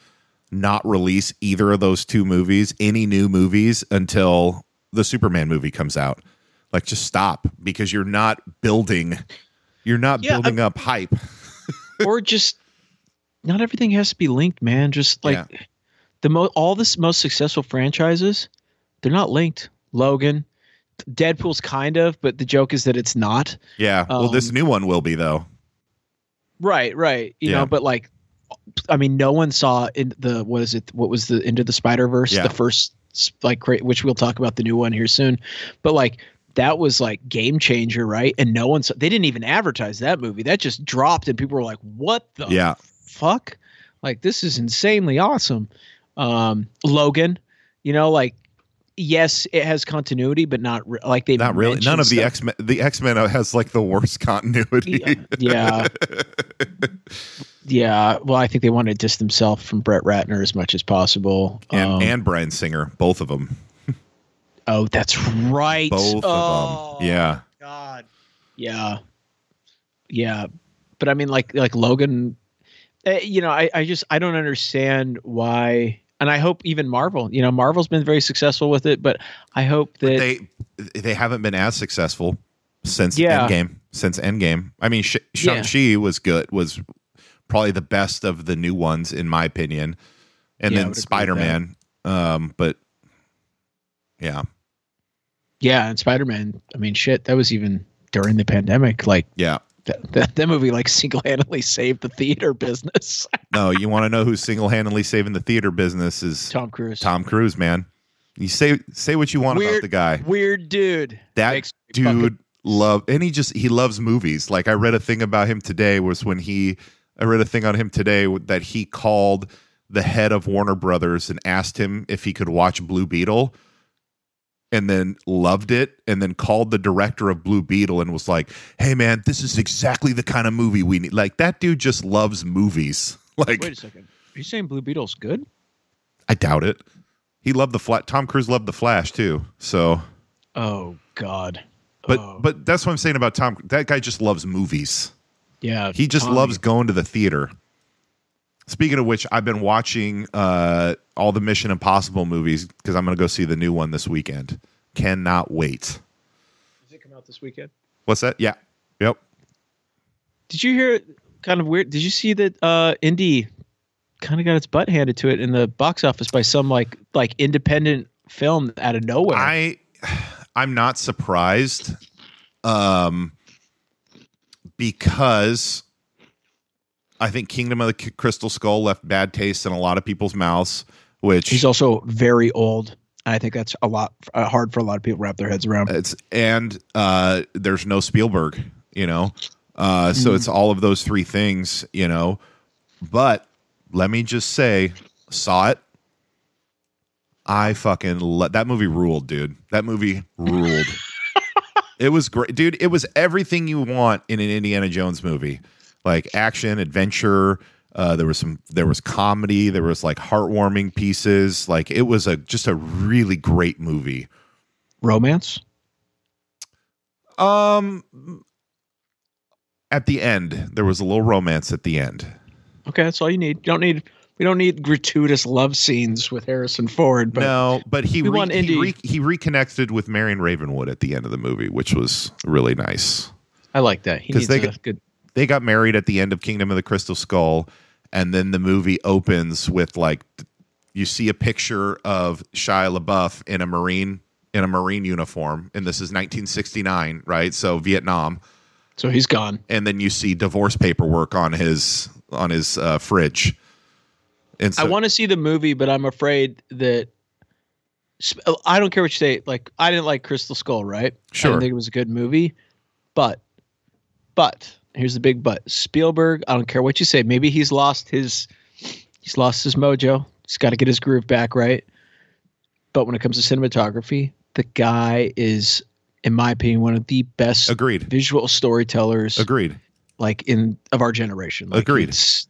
S1: not release either of those two movies, any new movies, until the Superman movie comes out. Like, just stop because you're not building. You're not
S4: Yeah,
S1: building up hype.
S4: or just not everything has to be linked, man. Just like
S1: Yeah.
S4: the most all this most successful franchises, they're not linked. Logan. Deadpool's kind of, but the joke is that it's not.
S1: Yeah. Well, this
S4: Um,
S1: new one will be though.
S4: Right, right. You
S1: Yeah.
S4: know, but like, I mean, no one saw in the what is it? What was the Into the Spider Verse?
S1: Yeah.
S4: The first like great, which we'll talk about the new one here soon. But like that was like game changer, right? And no one saw. They didn't even advertise that movie. That just dropped, and people were like, "What the
S1: Yeah.
S4: fuck? Like this is insanely awesome." Um, Logan, you know, like yes, it has continuity, but not re- like they
S1: Not really. None of the X Men. The X Men has like the worst continuity.
S4: yeah, yeah. Yeah. Well, I think they want to distance themselves from Brett Ratner as much as possible.
S1: and,
S4: Um,
S1: and Brian Singer, both of them.
S4: oh, that's right.
S1: Both
S4: oh,
S1: of them. Yeah.
S4: God. Yeah. Yeah. But I mean, like, like Logan, eh, you know, I, I just, I don't understand why. And I hope even Marvel, you know, Marvel's been very successful with it, but I hope that
S1: They they haven't been as successful since
S4: Yeah.
S1: Endgame. Since Endgame. I mean, Sh- Shang Chi was good. Was probably the best of the new ones in my opinion. And then
S4: Yeah, I would agree with
S1: Spider Man. Um, but yeah,
S4: yeah, and Spider-Man, I mean, shit, that was even during the pandemic. Like
S1: yeah.
S4: that, that, that movie, like single-handedly saved the theater business.
S1: No, you want to know who's single handedly saving the theater business is
S4: Tom Cruise.
S1: Tom Cruise, man. You say say what you want about
S4: Weird-
S1: the guy.
S4: Weird dude.
S1: That
S4: Makes me fucking-
S1: dude love and he just he loves movies. Like I read a thing about him today was when he I read a thing on him today that he called the head of Warner Brothers and asked him if he could watch Blue Beetle and then loved it and then called the director of Blue Beetle and was like, "Hey man, this is exactly the kind of movie we need." Like that dude just loves movies. Like
S4: Wait a second. Are you saying Blue Beetle's good?
S1: I doubt it. He loved the flat. Tom Cruise loved the Flash too. So,
S4: Oh God.
S1: but
S4: Oh,
S1: but that's what I'm saying about Tom. That guy just loves movies.
S4: yeah,
S1: He just
S4: Tommy.
S1: loves going to the theater. Speaking of which, I've been watching uh, all the Mission Impossible movies because I'm going to go see the new one this weekend. Cannot wait.
S4: Does it come out this weekend?
S1: What's that? Yeah. Yep.
S4: Did you hear? Kind of weird. Did you see that? Uh, Indy kind of got its butt handed to it in the box office by some like like independent film out of nowhere.
S1: I I'm not surprised um because I think Kingdom of the C- Crystal Skull left bad taste in a lot of people's mouths which
S4: He's also very old. And I think that's a lot uh, hard for a lot of people to wrap their heads around.
S1: it's and uh there's no Spielberg, you know. Uh so it's all of those three things, you know. But let me just say saw it I fucking lo- that movie ruled, dude. That movie ruled. it was great, dude. It was everything you want in an Indiana Jones movie, like action, adventure. Uh, there was some, there was comedy, there was like heartwarming pieces. Like it was a just a really great movie.
S4: Romance.
S1: Um, at the end, there was a little romance at the end.
S4: Okay, that's all you need. You don't need. We don't need gratuitous love scenes with Harrison Ford. But
S1: no, but he
S4: we
S1: re-
S4: want
S1: he,
S4: indie.
S1: re- he reconnected with Marion Ravenwood at the end of the movie, which was really nice.
S4: I like that. He
S1: 'Cause
S4: needs
S1: they
S4: a
S1: get-
S4: good.
S1: they got married at the end of Kingdom of the Crystal Skull, and then the movie opens with like th- you see a picture of Shia LaBeouf in a marine in a marine uniform, and this is 1969, right? So Vietnam,
S4: So he's gone.
S1: and then you see divorce paperwork on his on his uh, fridge. And so,
S4: I want to see the movie, but I'm afraid that sp- oh, I don't care what you say. Like I didn't like Crystal Skull, right? I
S1: Sure.
S4: didn't think it was a good movie, but but here's the big but. Spielberg, I don't care what you say. Maybe he's lost his he's lost his mojo. He's got to get his groove back, right? But when it comes to cinematography, the guy is, in my opinion, one of the best
S1: agreed,
S4: visual storytellers
S1: agreed.
S4: like in of our generation. Like
S1: Agreed.
S4: it's-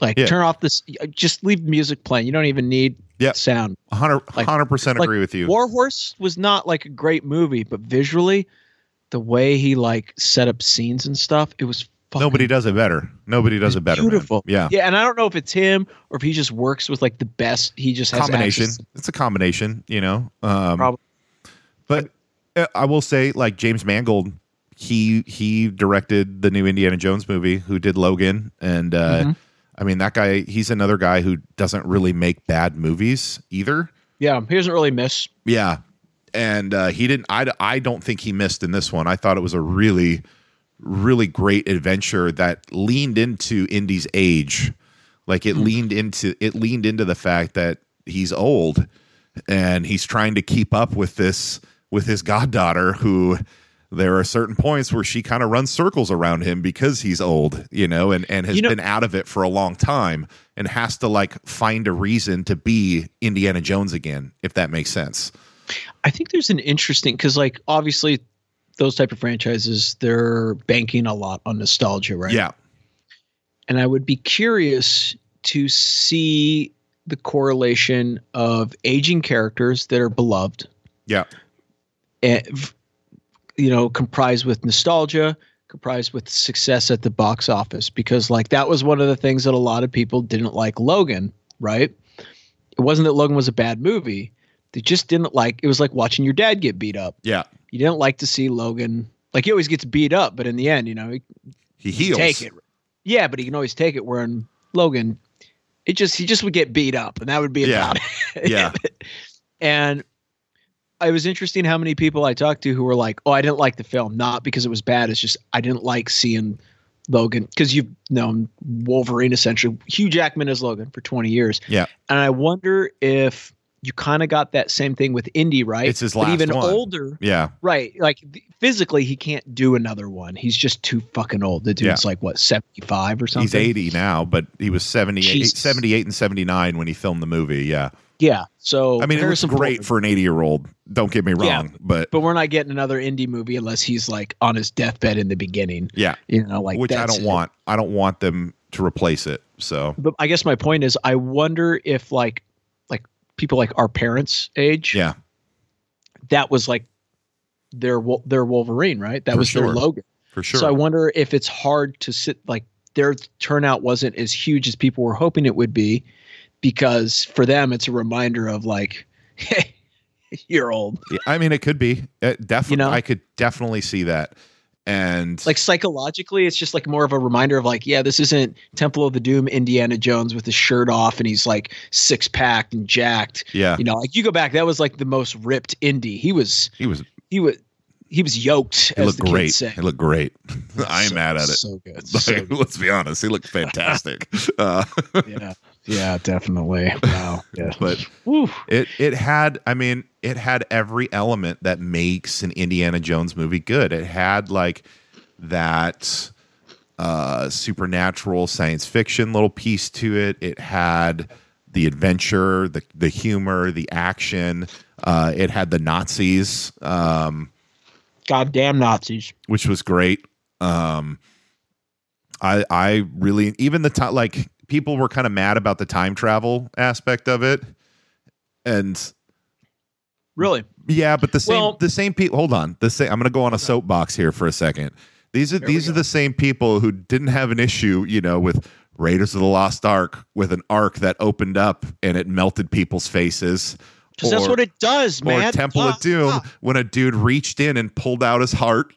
S4: Like
S1: Yeah.
S4: turn off this. Just leave music playing. You don't even need
S1: Yep.
S4: sound.
S1: 100
S4: Like-
S1: percent
S4: like
S1: agree with you.
S4: War Horse was not like a great movie, but visually, the way he like set up scenes and stuff, it was fucking
S1: Nobody does it better. Nobody does
S4: It's
S1: it better. man.
S4: beautiful.
S1: Yeah.
S4: Yeah, and I don't know if it's him or if he just works with like the best. He just has
S1: combination.
S4: access-
S1: It's a combination, you know. Um,
S4: Prob-
S1: But uh, I will say, like James Mangold, he he directed the new Indiana Jones movie, who did Logan, and uh,
S4: Mm-hmm.
S1: I mean that guy. He's another guy who doesn't really make bad movies either.
S4: Yeah, he doesn't really miss.
S1: Yeah, and uh, he didn't. I I don't think he missed in this one. I thought it was a really really great adventure that leaned into Indy's age. Like
S4: Hmm.
S1: it leaned into it leaned into the fact that he's old and he's trying to keep up with this with his goddaughter who there are certain points where she kind of runs circles around him because he's old, you know, and, and has
S4: You know-
S1: been out of it for a long time and has to like find a reason to be Indiana Jones again, if that makes sense.
S4: I think there's an interesting because like obviously those type of franchises they're banking a lot on nostalgia, right?
S1: Yeah.
S4: And I would be curious to see the correlation of aging characters that are beloved,
S1: Yeah.
S4: eh, v- you know, comprised with nostalgia, comprised with success at the box office. Because like that was one of the things that a lot of people didn't like Logan, right? It wasn't that Logan was a bad movie. They just didn't like it was like watching your dad get beat up.
S1: Yeah.
S4: you didn't like to see Logan. Like he always gets beat up, but in the end, you know, he
S1: He
S4: can
S1: heals.
S4: take it. Yeah, but he can always take it. Where in Logan, it just he just would get beat up, and that would be
S1: Yeah.
S4: about it.
S1: Yeah.
S4: and it was interesting how many people I talked to who were like, "Oh, I didn't like the film, not because it was bad. It's just I didn't like seeing Logan because you've known Wolverine essentially, Hugh Jackman as Logan for twenty years.
S1: Yeah.
S4: and I wonder if you kind of got that same thing with Indy, right?
S1: It's his
S4: But
S1: last
S4: even
S1: one.
S4: older.
S1: Yeah.
S4: Right. Like th- physically, he can't do another one. He's just too fucking old. The dude's like, what, 75 or something?
S1: He's 80 now, but he was 78,
S4: Jesus.
S1: 78 and 79 when he filmed the movie. Yeah.
S4: Yeah. So,
S1: I mean, it was
S4: Harrison
S1: great
S4: Ford-
S1: for an 80 year old. Don't get me wrong,
S4: Yeah.
S1: but
S4: But we're not getting another indie movie unless he's like on his deathbed in the beginning.
S1: yeah,
S4: You know, like
S1: which I
S4: that's
S1: don't
S4: it.
S1: want. I don't want them to replace it. So,
S4: But I guess my point is, I wonder if like, like people like our parents' age,
S1: yeah.
S4: that was like their Wol- their Wolverine, right? That
S1: For
S4: was
S1: sure.
S4: their Logan.
S1: For sure.
S4: So I wonder if it's hard to sit like their turnout wasn't as huge as people were hoping it would be because for them it's a reminder of like hey, you're old.
S1: Yeah, I mean, it could be. It definitely,
S4: You know?
S1: I could definitely see that. And
S4: Like psychologically it's just like more of a reminder of like yeah, this isn't Temple of the Doom Indiana Jones with his shirt off and he's like six packed and jacked.
S1: yeah,
S4: You know, like you go back that was like the most ripped indie. He was
S1: he was.
S4: he was he was yoked
S1: He
S4: as
S1: looked
S4: the
S1: great.
S4: kids say.
S1: He looked great. I'm
S4: So-
S1: mad at it.
S4: So good.
S1: Like,
S4: So good.
S1: let's be honest. He looked fantastic. uh,
S4: Yeah. Yeah, definitely. Wow. Yeah.
S1: but
S4: Woo.
S1: it it had. I mean, it had every element that makes an Indiana Jones movie good. It had like that uh, supernatural science fiction little piece to it. It had the adventure, the the humor, the action. Uh, it had the Nazis. Um,
S4: Goddamn Nazis.
S1: which was great. Um, I I really even the time like people were kind of mad about the time travel aspect of it, and
S4: Really?
S1: yeah, but the same
S4: Well-
S1: the same people. Hold on, the same. I'm gonna go on a soapbox here for a second. These are
S4: we
S1: these are the same people who didn't have an issue, you know, with Raiders of the Lost Ark with an arc that opened up and it melted people's faces.
S4: Because that's
S1: Or-
S4: what it does,
S1: or
S4: man.
S1: Temple
S4: Ah,
S1: of Doom
S4: ah.
S1: when a dude reached in and pulled out his heart.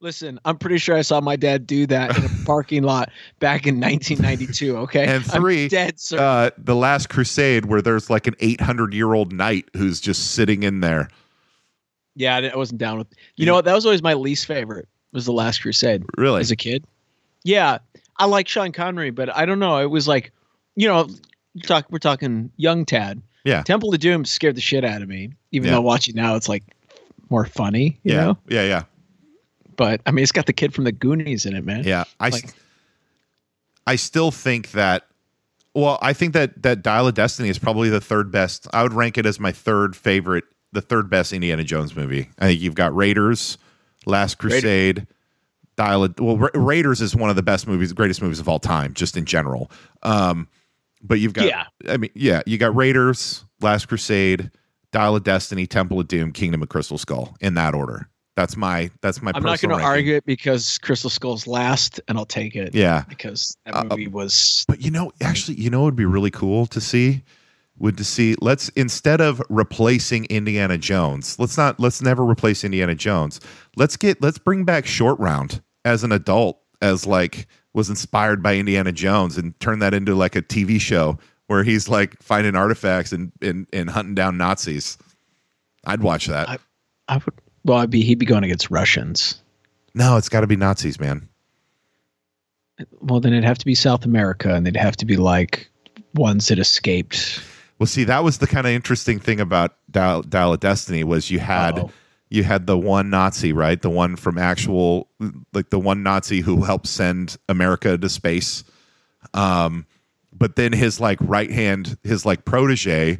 S4: Listen, I'm pretty sure I saw my dad do that in a parking lot back in 1992. Okay.
S1: And
S4: I'm
S1: three,
S4: dead, sir.
S1: uh, the last crusade where there's like an 800 year old knight who's just sitting in there
S4: yeah, I didn't- I wasn't down with. You know what? That was always my least favorite. Was the Last Crusade
S1: really
S4: as a kid. Yeah, I like Sean Connery, but I don't know. It was like, you know, you talk. We're talking young Tad.
S1: Yeah.
S4: Temple of Doom scared the shit out of me. Even
S1: Yeah.
S4: though watching now, it's like more funny. You
S1: yeah
S4: know.
S1: yeah yeah
S4: But I mean, it's got the kid from the Goonies in it, man.
S1: yeah i s-
S4: Like-
S1: i still think that well i think that that dial of destiny is probably the third best i would rank it as my third favorite the third best indiana jones movie i think you've got raiders last crusade dial of well Ra- raiders is one of the best movies greatest movies of all time just in general um but you've got
S4: Yeah.
S1: i mean yeah you got raiders last crusade dial of destiny temple of doom kingdom of crystal skull in that order that's my that's my
S4: I'm not going
S1: personal
S4: to
S1: ranking.
S4: argue it because Crystal Skull's last, and I'll take it.
S1: yeah
S4: Because
S1: Uh,
S4: that movie was.
S1: But you know, actually, you know, it would be really cool to see. Would to see? Let's instead of replacing Indiana Jones, let's not. Let's never replace Indiana Jones. Let's get. Let's bring back Short Round as an adult, as like was inspired by Indiana Jones, and turn that into like a TV show where he's like finding artifacts and and, and hunting down Nazis. I'd watch that.
S4: I- I would. Well, I'd be. He'd be going against Russians.
S1: no, it's got to be Nazis, man.
S4: Well, then it'd have to be South America, and they'd have to be like ones that escaped.
S1: Well, see, that was the kind of interesting thing about Dial, Dial of Destiny was you had
S4: Uh-oh.
S1: you had the one Nazi, right? The one from actual, like the one Nazi who helped send America to space. Um, but then his like right hand, his like protege,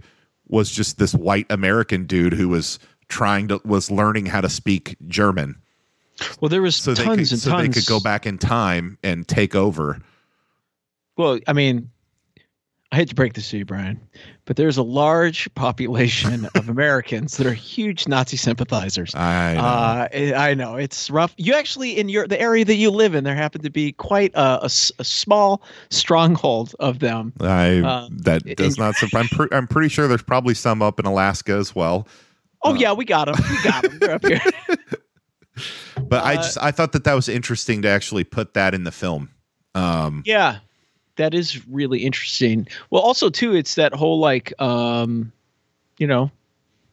S1: was just this white American dude who was trying to was learning how to speak German,
S4: Well, there was
S1: so they
S4: tons
S1: could,
S4: and
S1: so
S4: tons.
S1: they could go back in time and take over.
S4: Well, I mean, I hate to break this to you, Brian, but there's a large population of Americans that are huge Nazi sympathizers.
S1: I know.
S4: Uh, I I know it's rough. You actually in your the area that you live in, there happened to be quite a, a s- a small stronghold of them.
S1: I
S4: uh,
S1: that does
S4: in-
S1: not surprise. I'm, pre- I'm pretty sure there's probably some up in Alaska as well.
S4: Oh
S1: Uh.
S4: yeah, we got them. We got them. They're up here.
S1: But I
S4: Uh,
S1: just I thought that that was interesting to actually put that in the film. Um,
S4: Yeah, that is really interesting. Well, also too, it's that whole like, um, you know,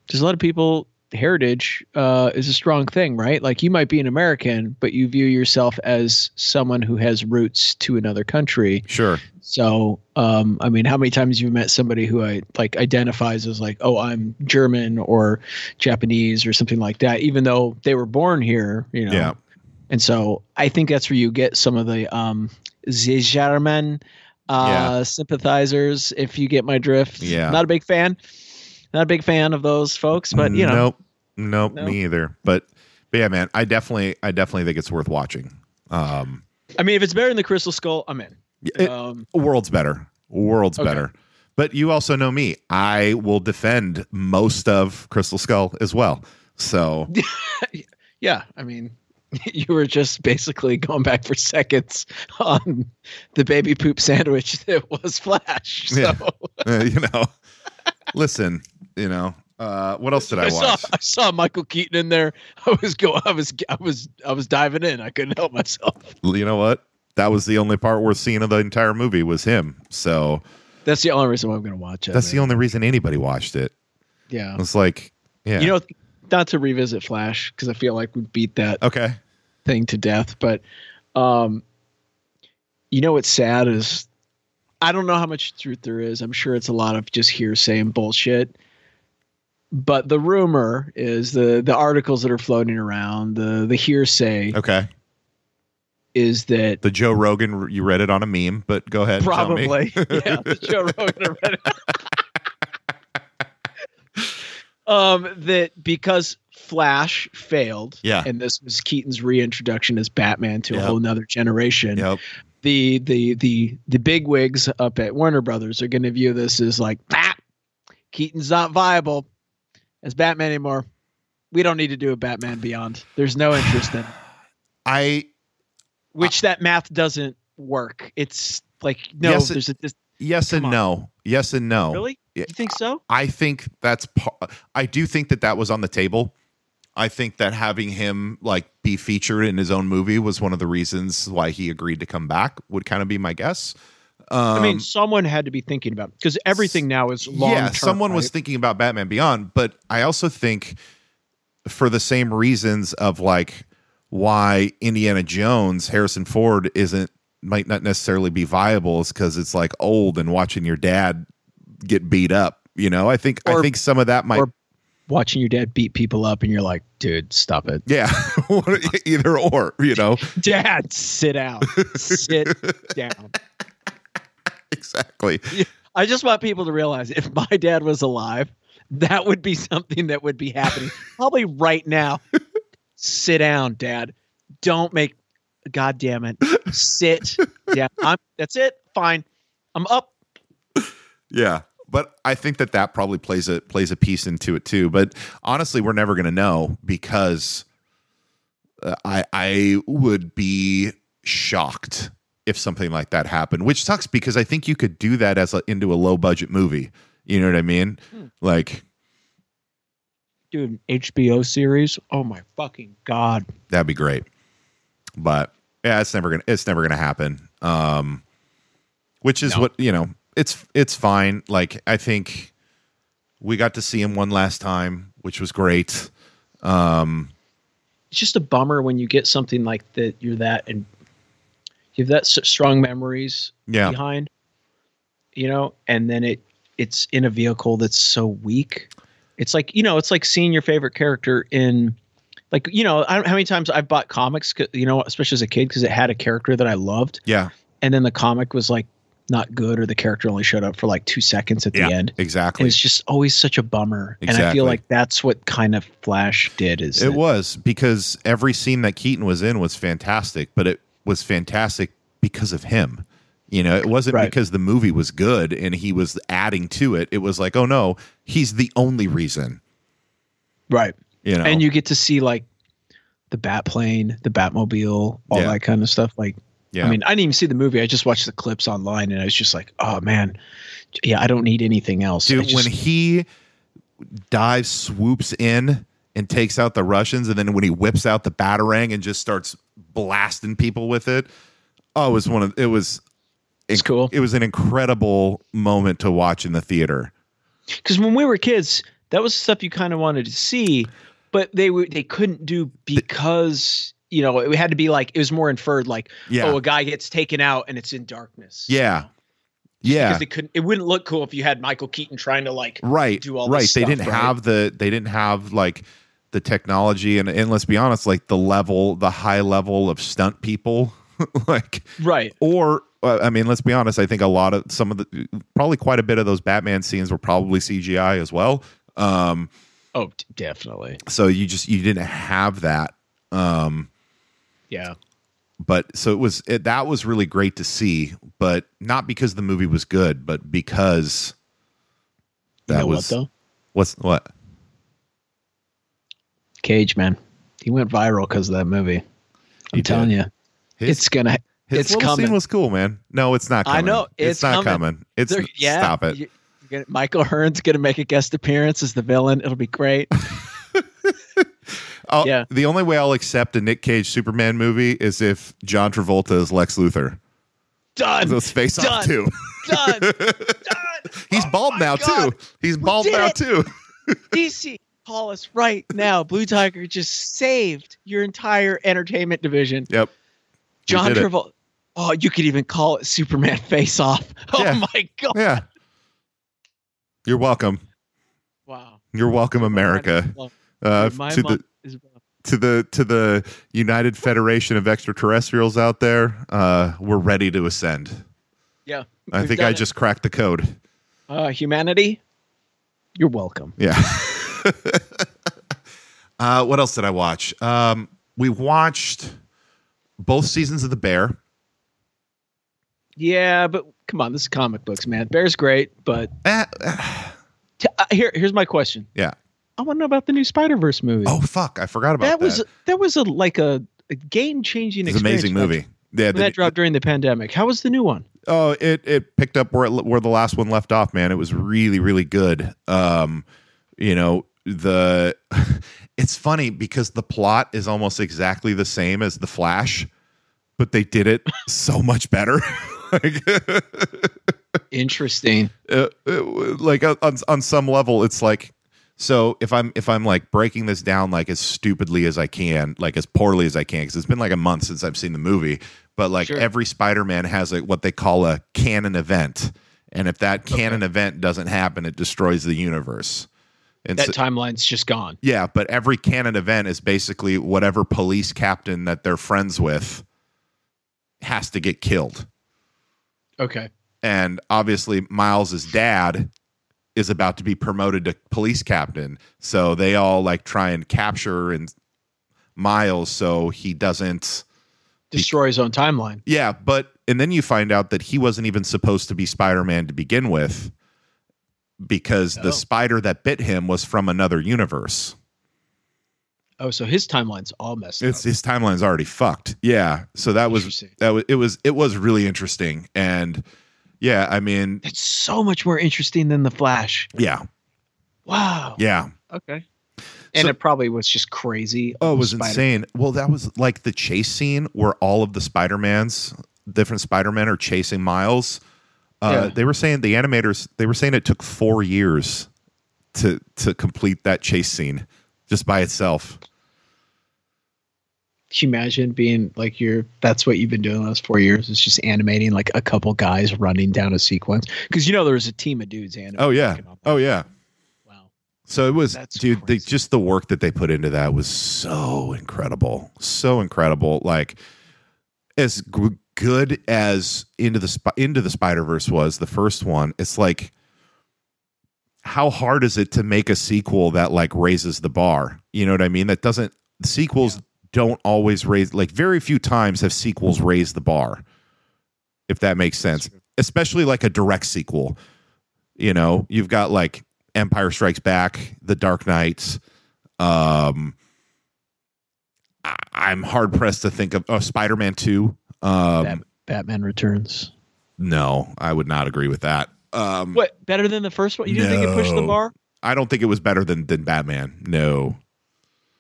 S4: there's a lot of people. Heritage uh, is a strong thing, right? Like you might be an American, but you view yourself as someone who has roots to another country.
S1: sure.
S4: So, um, I mean, how many times have you met somebody who I like identifies as like, oh, I'm German or Japanese or something like that, even though they were born here, you know?
S1: Yeah.
S4: And so I think that's where you get some of the um the German uh
S1: Yeah.
S4: sympathizers, if you get my drift.
S1: Yeah.
S4: Not a big fan. Not a big fan of those folks, but you know
S1: nope, nope,
S4: No.
S1: me either. But but yeah, man, I definitely I definitely think it's worth watching. Um,
S4: I mean if it's better than the crystal skull, I'm in.
S1: it-
S4: um
S1: world's better, world's
S4: Okay.
S1: better. But you also know me. I will defend most of Crystal Skull as well. So
S4: yeah, I mean you were just basically going back for seconds on the baby poop sandwich that was Flash. So
S1: Yeah. uh, you know, listen, you know, uh, what else did I,
S4: I saw
S1: watch?
S4: I saw Michael Keaton in there. I was go I was I was I was diving in. I couldn't help myself.
S1: you know what? That was the only part worth seeing of the entire movie was him. So
S4: That's the only reason why I'm going to watch it.
S1: that's the only reason anybody watched it.
S4: Yeah.
S1: It's like, yeah,
S4: You know, not to revisit Flash because I feel like we beat that
S1: okay,
S4: thing to death. But, um, you know what's sad is, I don't know how much truth there is. I'm sure it's a lot of just hearsay and bullshit. But the rumor is the the articles that are floating around, the the hearsay
S1: okay.
S4: is that
S1: The Joe Rogan, you read it on a meme, but go ahead. and tell me.
S4: Probably. yeah, the Joe Rogan already. um, that because Flash failed,
S1: Yeah.
S4: and this was Keaton's reintroduction as Batman to
S1: Yep.
S4: a whole nother generation.
S1: Yep.
S4: The the the the big wigs up at Warner Brothers are going to view this as like, ah, Keaton's not viable as Batman anymore. We don't need to do a Batman Beyond. There's no interest in it
S1: I
S4: which that math doesn't work. It's like no,
S1: Yes, it-
S4: there's a dis-
S1: yes and
S4: Come on.
S1: no, yes and no.
S4: really.
S1: Yeah.
S4: You think so?
S1: I think that's. Par- I do think that that was on the table. I think that having him like be featured in his own movie was one of the reasons why he agreed to come back. Would kind of be my guess. Um,
S4: I mean, someone had to be thinking about because everything now is long.
S1: yeah, someone was
S4: right?
S1: thinking about Batman Beyond, but I also think for the same reasons of like why Indiana Jones, Harrison Ford isn't might not necessarily be viable is because it's like old and watching your dad get beat up. You know, I think I
S4: Or-
S1: think some of that might
S4: or- watching your dad beat people up, and you're like, dude, stop it,
S1: yeah, e-, either or. You know,
S4: Dad, sit down, sit down.
S1: exactly.
S4: I just want people to realize if my dad was alive, that would be something that would be happening probably right now. Sit down, dad. Don't make God damn it. Sit down. I'm, that's it. Fine. I'm up.
S1: Yeah, but I think that that probably plays a plays a piece into it too. But honestly, we're never going to know because uh, I I would be shocked if something like that happened, which sucks because I think you could do that as a, into a low budget movie. You know what I mean?
S4: Hmm.
S1: Like
S4: Do an HBO series. Oh my fucking God.
S1: that'd be great. But yeah, it's never gonna it's never gonna happen. Um, which is
S4: No.
S1: what you know. It's it's fine. Like I think We got to see him one last time, which was great. Um,
S4: It's just a bummer when you get something like that. You're that and you have that s- strong memories
S1: yeah,
S4: behind, you know, and then it it's in a vehicle that's so weak. It's like you know, it's like seeing your favorite character in, like you know, I don't, how many times I've bought comics, 'cause- you know, especially as a kid, because it had a character that I loved,
S1: yeah,
S4: and then the comic was like not good, or the character only showed up for like two seconds at
S1: Yeah.
S4: the end. And
S1: exactly.
S4: it's just always such a bummer, and I
S1: Exactly.
S4: feel like that's what kind of Flash did. Is
S1: It
S4: that-
S1: was because every scene that Keaton was in was fantastic, but it was fantastic because of him. You know, it wasn't
S4: Right.
S1: because the movie was good and he was adding to it. It was like, oh no, he's the only reason.
S4: right?
S1: You know,
S4: And you get to see like the Batplane, the Batmobile, all
S1: Yeah.
S4: that kind of stuff. Like
S1: yeah,
S4: I mean, I didn't even see the movie. I just watched the clips online, and I was just like, "Oh man, yeah, I don't need anything else." I
S1: dude,
S4: just-
S1: when he dives, swoops in and takes out the Russians, and then when he whips out the batarang and just starts blasting people with it, oh, it was one of it was.
S4: It's cool.
S1: It was an incredible moment to watch in the theater.
S4: because when we were kids, that was stuff you kind of wanted to see, but they were they couldn't do because you know it had to be like it was more inferred like
S1: Yeah.
S4: oh a guy gets taken out and it's in darkness.
S1: Yeah. Yeah.
S4: because they couldn't. It wouldn't look cool if you had Michael Keaton trying to like
S1: right.
S4: do all this
S1: right. they
S4: stuff,
S1: didn't
S4: right?
S1: have the they didn't have like the technology and and let's be honest, like the level, the high level of stunt people, like
S4: right
S1: or uh, I mean, let's be honest. I think a lot of some of the probably quite a bit of those Batman scenes were probably CGI as well. Um,
S4: oh d- definitely
S1: so you just you didn't have that. Um,
S4: yeah
S1: but so it was it, that was really great to see, but not because the movie was good, but because
S4: You
S1: that
S4: know what,
S1: was
S4: though
S1: what's what
S4: Cage man he went viral because of that movie. I'm
S1: He did.
S4: telling you,
S1: His-
S4: it's gonna
S1: His
S4: It's
S1: little
S4: coming.
S1: scene was cool, man. No, it's not. Coming.
S4: I know,
S1: it's,
S4: it's
S1: not
S4: coming.
S1: coming. It's
S4: There- yeah,
S1: stop it.
S4: you- you're gonna- Michael Hearn's going to make a guest appearance as the villain. It'll be great.
S1: I'll-
S4: yeah.
S1: Oh, The only way I'll accept a Nick Cage Superman movie is if John Travolta is Lex Luthor.
S4: Done.
S1: So it's face off
S4: Done.
S1: too.
S4: Done. Done.
S1: He's bald
S4: my
S1: now
S4: God.
S1: too. He's bald
S4: did
S1: now
S4: it.
S1: too.
S4: DC, call us right now. Blue Tiger just saved your entire entertainment division.
S1: Yep.
S4: John
S1: did it.
S4: Travolta. Oh, you could even call it Superman Face Off. Oh
S1: Yeah.
S4: my God!
S1: Yeah. You're welcome.
S4: Wow.
S1: You're
S4: Oh
S1: welcome, America. Uh,
S4: My
S1: to
S4: mom
S1: the
S4: is
S1: to the to the United Federation of Extraterrestrials out there, uh, we're ready to ascend.
S4: yeah.
S1: I
S4: we've
S1: think
S4: done
S1: I
S4: it.
S1: just cracked the code.
S4: uh, humanity. You're welcome.
S1: Yeah. uh, what else did I watch? Um, we watched both seasons of The Bear.
S4: Yeah, but come on, this is comic books, man. Bear's great, but
S1: Eh, eh,
S4: T- uh, here, here's my question.
S1: yeah.
S4: I want to know about the new Spider Verse movie.
S1: Oh fuck! I forgot about that.
S4: that was that was a like a, a game changing.
S1: it's an amazing movie. Yeah.
S4: When
S1: the-
S4: that dropped during the pandemic. How was the new one?
S1: oh, it it picked up where it, where the last one left off. Man, it was really really good. Um, you know the. it's funny because the plot is almost exactly the same as The Flash, but they did it so much better. like,
S4: Interesting.
S1: uh, uh, like uh, on on some level it's like so if i'm if i'm like breaking this down like as stupidly as i can like as poorly as i can because it's been like a month since i've seen the movie but like
S4: Sure.
S1: every spider-man has like what they call a canon event and if that canon event doesn't happen it destroys the universe and
S4: That
S1: so-
S4: timeline's just gone.
S1: yeah but every canon event is basically whatever police captain that they're friends with has to get killed
S4: Okay.
S1: and obviously Miles's dad is about to be promoted to police captain. So they all like try and capture and Miles so he doesn't
S4: Destroy his own timeline.
S1: Yeah, but and then you find out that he wasn't even supposed to be Spider-Man to begin with because
S4: Oh.
S1: the spider that bit him was from another universe.
S4: Oh, so his timeline's all messed
S1: It's
S4: up.
S1: his timeline's already fucked. Yeah. So that was
S4: Interesting.
S1: that was it was it was really interesting and yeah, I mean,
S4: That's so much more interesting than the Flash.
S1: yeah.
S4: Wow.
S1: Yeah.
S4: Okay. And
S1: So-
S4: it probably was just crazy.
S1: Oh, it was
S4: Spider-
S1: insane. Well, that was like the chase scene where all of the Spider-Mans, different Spider-Men are chasing Miles. Uh,
S4: Yeah.
S1: They were saying the animators, they were saying it took four years to to complete that chase scene just by itself.
S4: Can you imagine being like you're that's what you've been doing the last four years is just animating like a couple guys running down a sequence because you know there was a team of dudes animating.
S1: Oh yeah. Oh yeah.
S4: Wow.
S1: So it was,
S4: That's
S1: dude. They,
S4: crazy.
S1: just the work that they put into that was so incredible, so incredible. Like as g- good as into the Sp- into the Spider Verse was the first one. It's like how hard is it to make a sequel that like raises the bar? You know what I mean? That doesn't sequels don't always raise like very few times have sequels raised the bar. If that makes sense, especially like a direct sequel. You know, you've got like Empire Strikes Back, The Dark Knights. Um, I, I'm hard pressed to think of oh, Spider Man Two. Um,
S4: Bat- Batman Returns.
S1: no, I would not agree with that. Um,
S4: Hmm. What better than the first one? You didn't think it pushed the
S1: No.
S4: bar?
S1: I don't think it was better than than Batman. No,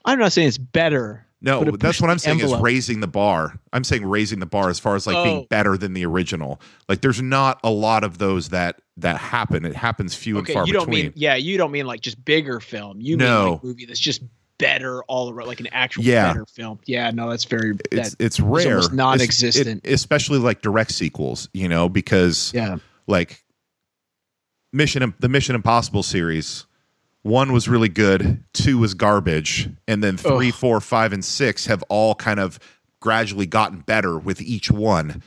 S4: I'm not saying it's better.
S1: no,
S4: but it
S1: that's
S4: pushed
S1: what I'm
S4: the
S1: saying is
S4: envelope.
S1: raising the bar. I'm saying raising the bar as far as like being
S4: Oh.
S1: better than the original. Like, there's not a lot of those that that happen. It happens few
S4: okay,
S1: and far
S4: you don't
S1: between.
S4: mean yeah, you don't mean like just bigger film. You mean
S1: No.
S4: like movie that's just better all around, like an actual
S1: Yeah.
S4: better film. Yeah, no, that's very
S1: it's
S4: that,
S1: it's rare,
S4: almost
S1: It's- it-
S4: non-existent.
S1: especially like direct sequels. You know, because
S4: yeah.
S1: like Mission the Mission Impossible series. One was really good, two was garbage, and then three,
S4: Ugh.
S1: four, five, and six have all kind of gradually gotten better with each one.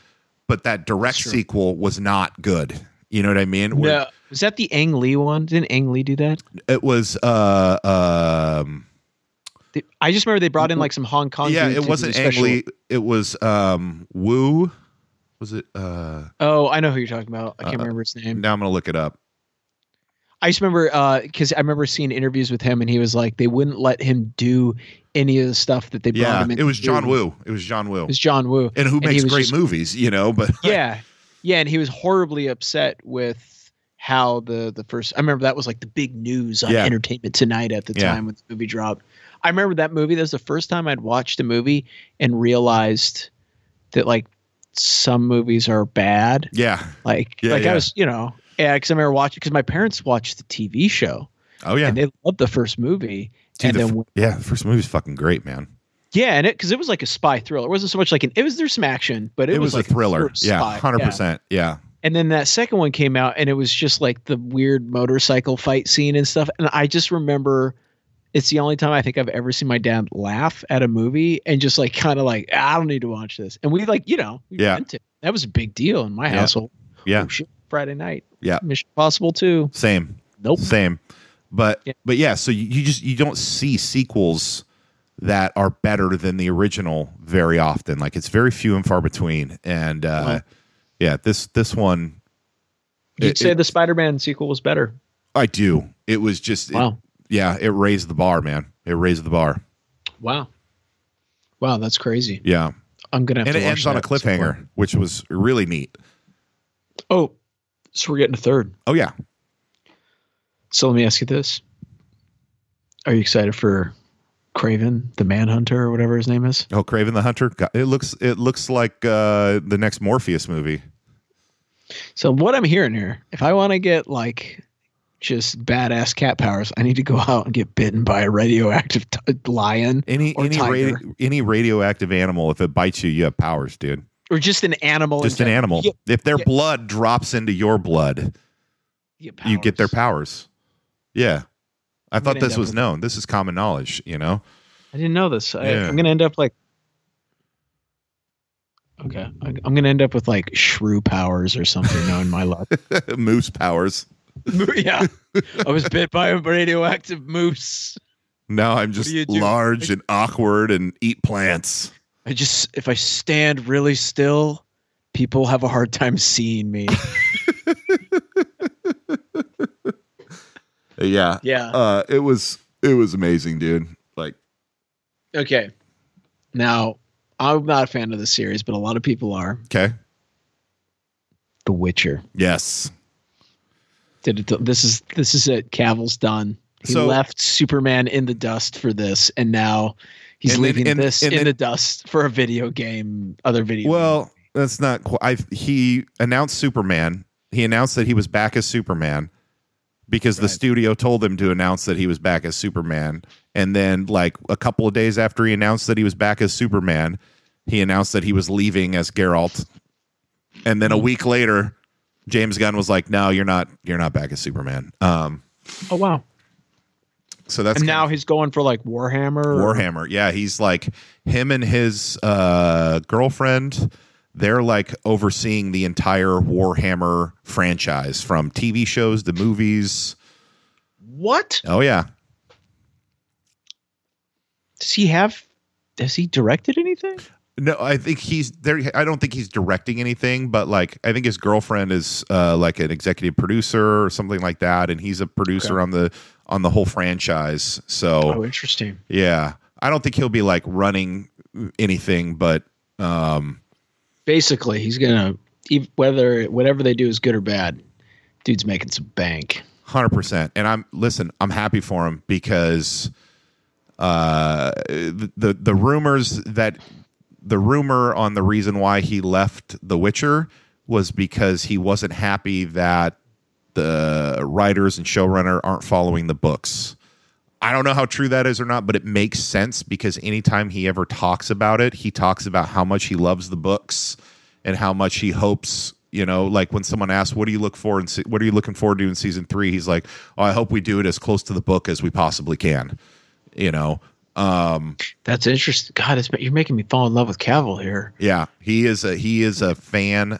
S1: But that direct
S4: That's true.
S1: sequel was not good. You know what I mean? Where-
S4: No, was that the Ang Lee one? Didn't Ang Lee do that?
S1: It was uh um
S4: They- I just remember they brought in like some Hong Kong.
S1: Mm-hmm. yeah,
S4: dude to
S1: it
S4: do
S1: wasn't
S4: the special-
S1: Angley, it was um Wu. Was it uh
S4: Oh, I know who you're talking about. I can't
S1: Uh,
S4: remember his name.
S1: now I'm gonna look it up.
S4: I just remember because I remember seeing interviews with him, and he was like, they wouldn't let him do any of the stuff that they brought
S1: Yeah,
S4: him in.
S1: it
S4: to
S1: was
S4: do.
S1: John Woo. It was John Woo.
S4: It was John Woo.
S1: and who
S4: and he
S1: makes
S4: was
S1: great
S4: just-
S1: movies, you know, but
S4: yeah, yeah, and he was horribly upset with how the the first. I remember that was like the big news on
S1: Yeah.
S4: Entertainment Tonight at the
S1: Yeah.
S4: time when the movie dropped. I remember that movie. That was the first time I'd watched a movie and realized that like some movies are bad.
S1: yeah.
S4: Like
S1: Yeah,
S4: like
S1: yeah.
S4: I was you know yeah because I remember watching because my parents watched the TV show
S1: Oh yeah.
S4: and they loved the first movie.
S1: Dude,
S4: and
S1: the
S4: then
S1: f- yeah, the first movie's fucking great, man.
S4: Yeah, and it because it was like a spy thriller. It wasn't so much like an it was there's some action, but it,
S1: It, was,
S4: like
S1: a thriller.
S4: sort of
S1: Yeah,
S4: spy.
S1: hundred
S4: Yeah.
S1: percent. Yeah,
S4: And then that second one came out, and it was just like the weird motorcycle fight scene and stuff. And I just remember it's the only time I think I've ever seen my dad laugh at a movie and just like kind of like "Ah, I don't need to watch this. And we like you know we
S1: Yeah.
S4: rented. That was a big deal in my
S1: Yeah.
S4: household.
S1: yeah,
S4: Oh, shit, Friday night.
S1: Yeah.
S4: Mission Possible too.
S1: same,
S4: Nope.
S1: same. But
S4: Yeah.
S1: but yeah, so you, you just you don't see sequels that are better than the original very often. Like it's very few and far between. And uh,
S4: Well-
S1: yeah, this this one
S4: You'd
S1: It-
S4: say
S1: it-
S4: the Spider-Man sequel was better.
S1: I do. It was just it-
S4: Wow.
S1: yeah, it raised the bar, man. It raised the bar.
S4: Wow. Wow, that's crazy.
S1: Yeah,
S4: I'm gonna have
S1: and
S4: to
S1: it
S4: watch
S1: ends on a
S4: that at some point.
S1: cliffhanger, which was really neat.
S4: Oh, so we're getting a third.
S1: Oh yeah,
S4: So let me ask you this: Are you excited for Craven the Manhunter or whatever his name is?
S1: oh Craven the Hunter. God, It looks it looks like uh, the next Morpheus movie.
S4: So what I'm hearing here, if I want to get like just badass cat powers, I need to go out and get bitten by a radioactive t- lion
S1: Any
S4: Or
S1: any
S4: tiger.
S1: radi- any radioactive animal, if it bites you, you have powers, dude.
S4: or just an animal. in
S1: Just an
S4: general.
S1: animal.
S4: You
S1: If their
S4: yeah.
S1: blood drops into your blood,
S4: get,
S1: you get their
S4: powers.
S1: powers. Yeah. I
S4: I'm
S1: thought
S4: gonna
S1: this
S4: end up
S1: was
S4: with-
S1: known. This is common knowledge, you know?
S4: I didn't know this. I,
S1: Yeah.
S4: I'm gonna end up like. Okay, I- I'm gonna end up with like shrew powers or something. knowing my luck.
S1: moose powers.
S4: yeah, I was bit by a radioactive moose.
S1: Now I'm just
S4: do you do?
S1: large and awkward and eat plants.
S4: I just if I stand really still, people have a hard time seeing me.
S1: Yeah.
S4: yeah.
S1: Uh, it was it was amazing, dude. Like
S4: Okay. Now, I'm not a fan of the series, but a lot of people are.
S1: okay.
S4: The Witcher.
S1: Yes.
S4: Did it, this is this is it. Cavill's done. He
S1: So-
S4: left Superman in the dust for this, and now he's
S1: And then-
S4: leaving
S1: and-
S4: this
S1: and
S4: in
S1: then-
S4: the dust for a video game, other video.
S1: Well, that's not quite. He announced Superman. He announced that he was back as Superman. because the studio told him to announce that he was back as Superman. And then, like a couple of days after he announced that he was back as Superman, he announced that he was leaving as Geralt. And then a
S4: Hmm.
S1: week later, James Gunn was like, "No, you're not. You're not back as Superman." Um,
S4: Oh wow!
S1: so that's
S4: And
S1: kinda
S4: now he's going for like Warhammer. or-
S1: Warhammer. Yeah, he's like him and his uh, girlfriend. They're like overseeing the entire Warhammer franchise from TV shows, the movies.
S4: What
S1: Oh yeah,
S4: does he have? Has he directed anything?
S1: no, I think he's there. I don't think he's directing anything, but like I think his girlfriend is uh, like an executive producer or something like that, and he's a producer on the on the whole franchise. So
S4: Oh, interesting.
S1: yeah, I don't think he'll be like running anything, but um,
S4: Basically, he's gonna ev- whether whatever they do is good or bad. Dude's making some bank.
S1: Hundred percent, and I'm listen. I'm happy for him because uh, the, the the rumors that the rumor on the reason why he left The Witcher was because he wasn't happy that the writers and showrunner aren't following the books. I don't know how true that is or not, but it makes sense because anytime he ever talks about it, he talks about how much he loves the books and how much he hopes, you know, like when someone asks, "What do you look for and what are you looking forward to in season 3?" he's like, "Oh, I hope we do it as close to the book as we possibly can." You know. Um
S4: That's interesting. God, it's, you're making me fall in love with Cavill here.
S1: yeah, he is a he is a fan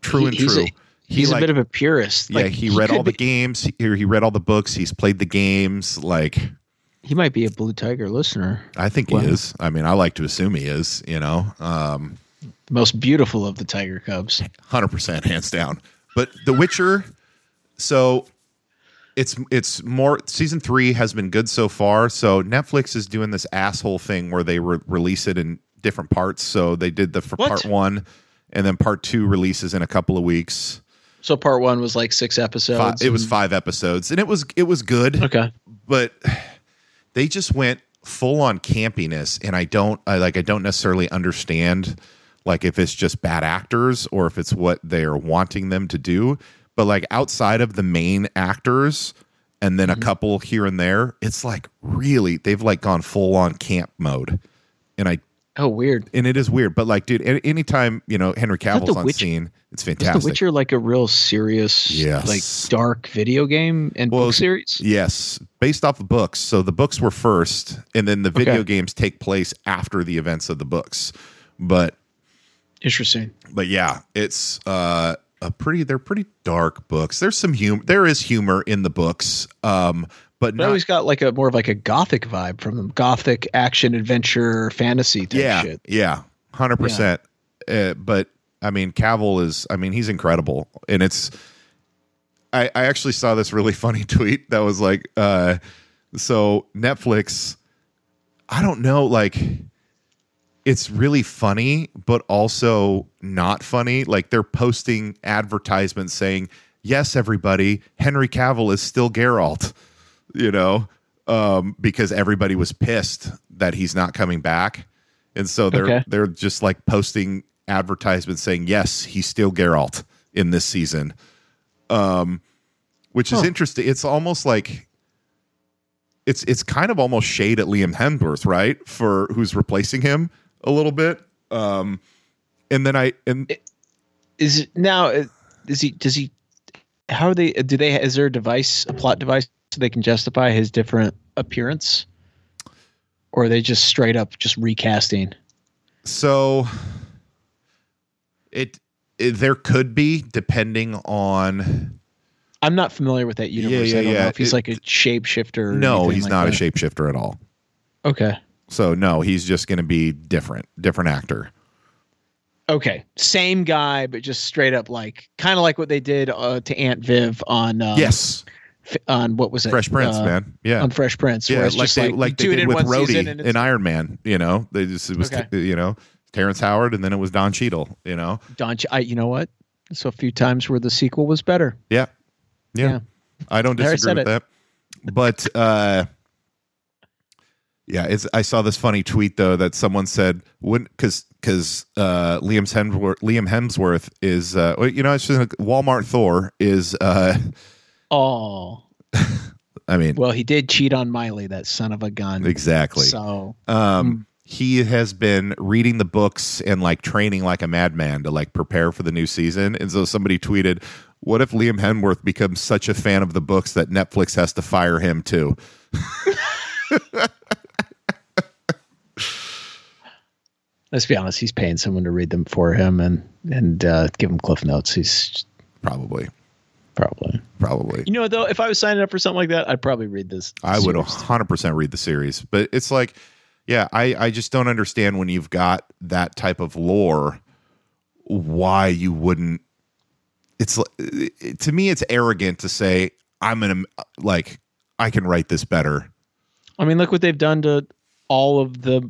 S1: true
S4: He-
S1: and
S4: he's
S1: true.
S4: a- He's
S1: like-
S4: a bit of a purist.
S1: yeah,
S4: Like,
S1: he read
S4: could
S1: all the
S4: be-
S1: games. He, he read all the books. He's played the games. Like
S4: He might be a Blue Tiger listener,
S1: I think
S4: Wow.
S1: he is. I mean, I like to assume he is. You know, um,
S4: the most beautiful of the Tiger Cubs.
S1: hundred percent, hands down. But The Witcher, so it's it's more season three has been good so far. So Netflix is doing this asshole thing where they re- release it in different parts. So they did the for
S4: What?
S1: part one, and then part two releases in a couple of weeks.
S4: So part one was like six episodes.
S1: Fi- it was
S4: and-
S1: five episodes, and it was it was good.
S4: Okay.
S1: but they just went full on campiness and i don't i like i don't necessarily understand like if it's just bad actors or if it's what they're wanting them to do but like outside of the main actors and then
S4: Mm-hmm.
S1: a couple here and there it's like really they've like gone full on camp mode and i
S4: Oh, weird.
S1: and it is weird but like dude a- anytime you know henry
S4: that
S1: cavill's
S4: The
S1: on
S4: Witch-
S1: scene it's
S4: Is The
S1: fantastic
S4: Witcher like a real serious,
S1: Yes.
S4: like dark video game and
S1: Well,
S4: book series?
S1: Yes, based off the books. So the books were first, and then the video
S4: Okay.
S1: games take place after the events of the books. But
S4: Interesting.
S1: but yeah, it's uh, a pretty. They're pretty dark books. There's some humor. There is humor in the books. Um, but
S4: But I
S1: not,
S4: always got like a more of like a gothic vibe from them. Gothic action adventure fantasy type
S1: yeah,
S4: shit.
S1: yeah, hundred percent. Uh, but I mean, Cavill is. I mean, he's incredible, and it's. I, I actually saw this really funny tweet that was like, uh, so Netflix. I don't know, like. It's really funny, but also not funny. Like they're posting advertisements saying, "Yes, everybody, Henry Cavill is still Geralt," you know, um, because everybody was pissed that he's not coming back. And so they're
S4: Okay.
S1: they're just like posting advertisements saying, "Yes, he's still Geralt in this season," um, which is interesting. It's almost like it's it's kind of almost shade at Liam Hemsworth, right? For who's replacing him a little bit. Um, and then I and
S4: Is it now? uh, Is he? Does he? How are they? Do they? Is there a device, a plot device, so they can justify his different appearance? Or are they just straight up just recasting?
S1: so it, it there could be depending on
S4: I'm not familiar with that universe.
S1: yeah,
S4: I don't
S1: yeah.
S4: know if he's
S1: It-
S4: like a shapeshifter. or
S1: no
S4: anything
S1: he's
S4: like
S1: not
S4: that.
S1: a shapeshifter at all
S4: Okay.
S1: so no he's just going to be different different actor
S4: Okay. Same guy, but just straight up like kind of like what they did uh, to Aunt Viv on um,
S1: yes
S4: f- on what was it?
S1: fresh prince
S4: Uh,
S1: man yeah
S4: On Fresh Prince. where
S1: yeah
S4: it's
S1: like
S4: just
S1: they
S4: you
S1: like, they
S4: do it
S1: did
S4: in
S1: with
S4: one season
S1: Rhodey
S4: and
S1: in
S4: it's
S1: iron man you know they just it was
S4: Okay.
S1: you know terrence howard and then it was don Cheadle. you know
S4: Don. Ch- I, you know what? So a few times where the sequel was better.
S1: yeah yeah,
S4: Yeah.
S1: i don't
S4: There, I
S1: disagree
S4: said
S1: with that but uh Yeah, it's. I saw this funny tweet though that someone said when because because uh, Liam's Hemsworth, Liam Hemsworth is uh, well, you know it's just like Walmart Thor is. Uh,
S4: Oh,
S1: I mean,
S4: well, he did cheat on Miley, that son of a gun.
S1: exactly.
S4: So
S1: Um, he has been reading the books and like training like a madman to like prepare for the new season. And so somebody tweeted, "What if Liam Hemsworth becomes such a fan of the books that Netflix has to fire him too?"
S4: let's be honest, he's paying someone to read them for him and and uh, give him cliff notes. He's
S1: Probably,
S4: probably.
S1: probably.
S4: You know, though, if I was signing up for something like that, I'd probably read this.
S1: I would
S4: series.
S1: 100% read the series, but it's like, yeah, I, I just don't understand when you've got that type of lore, why you wouldn't. It's li- it- to me, it's arrogant to say I'm gonna like I can write this better.
S4: I mean, look what they've done to all of the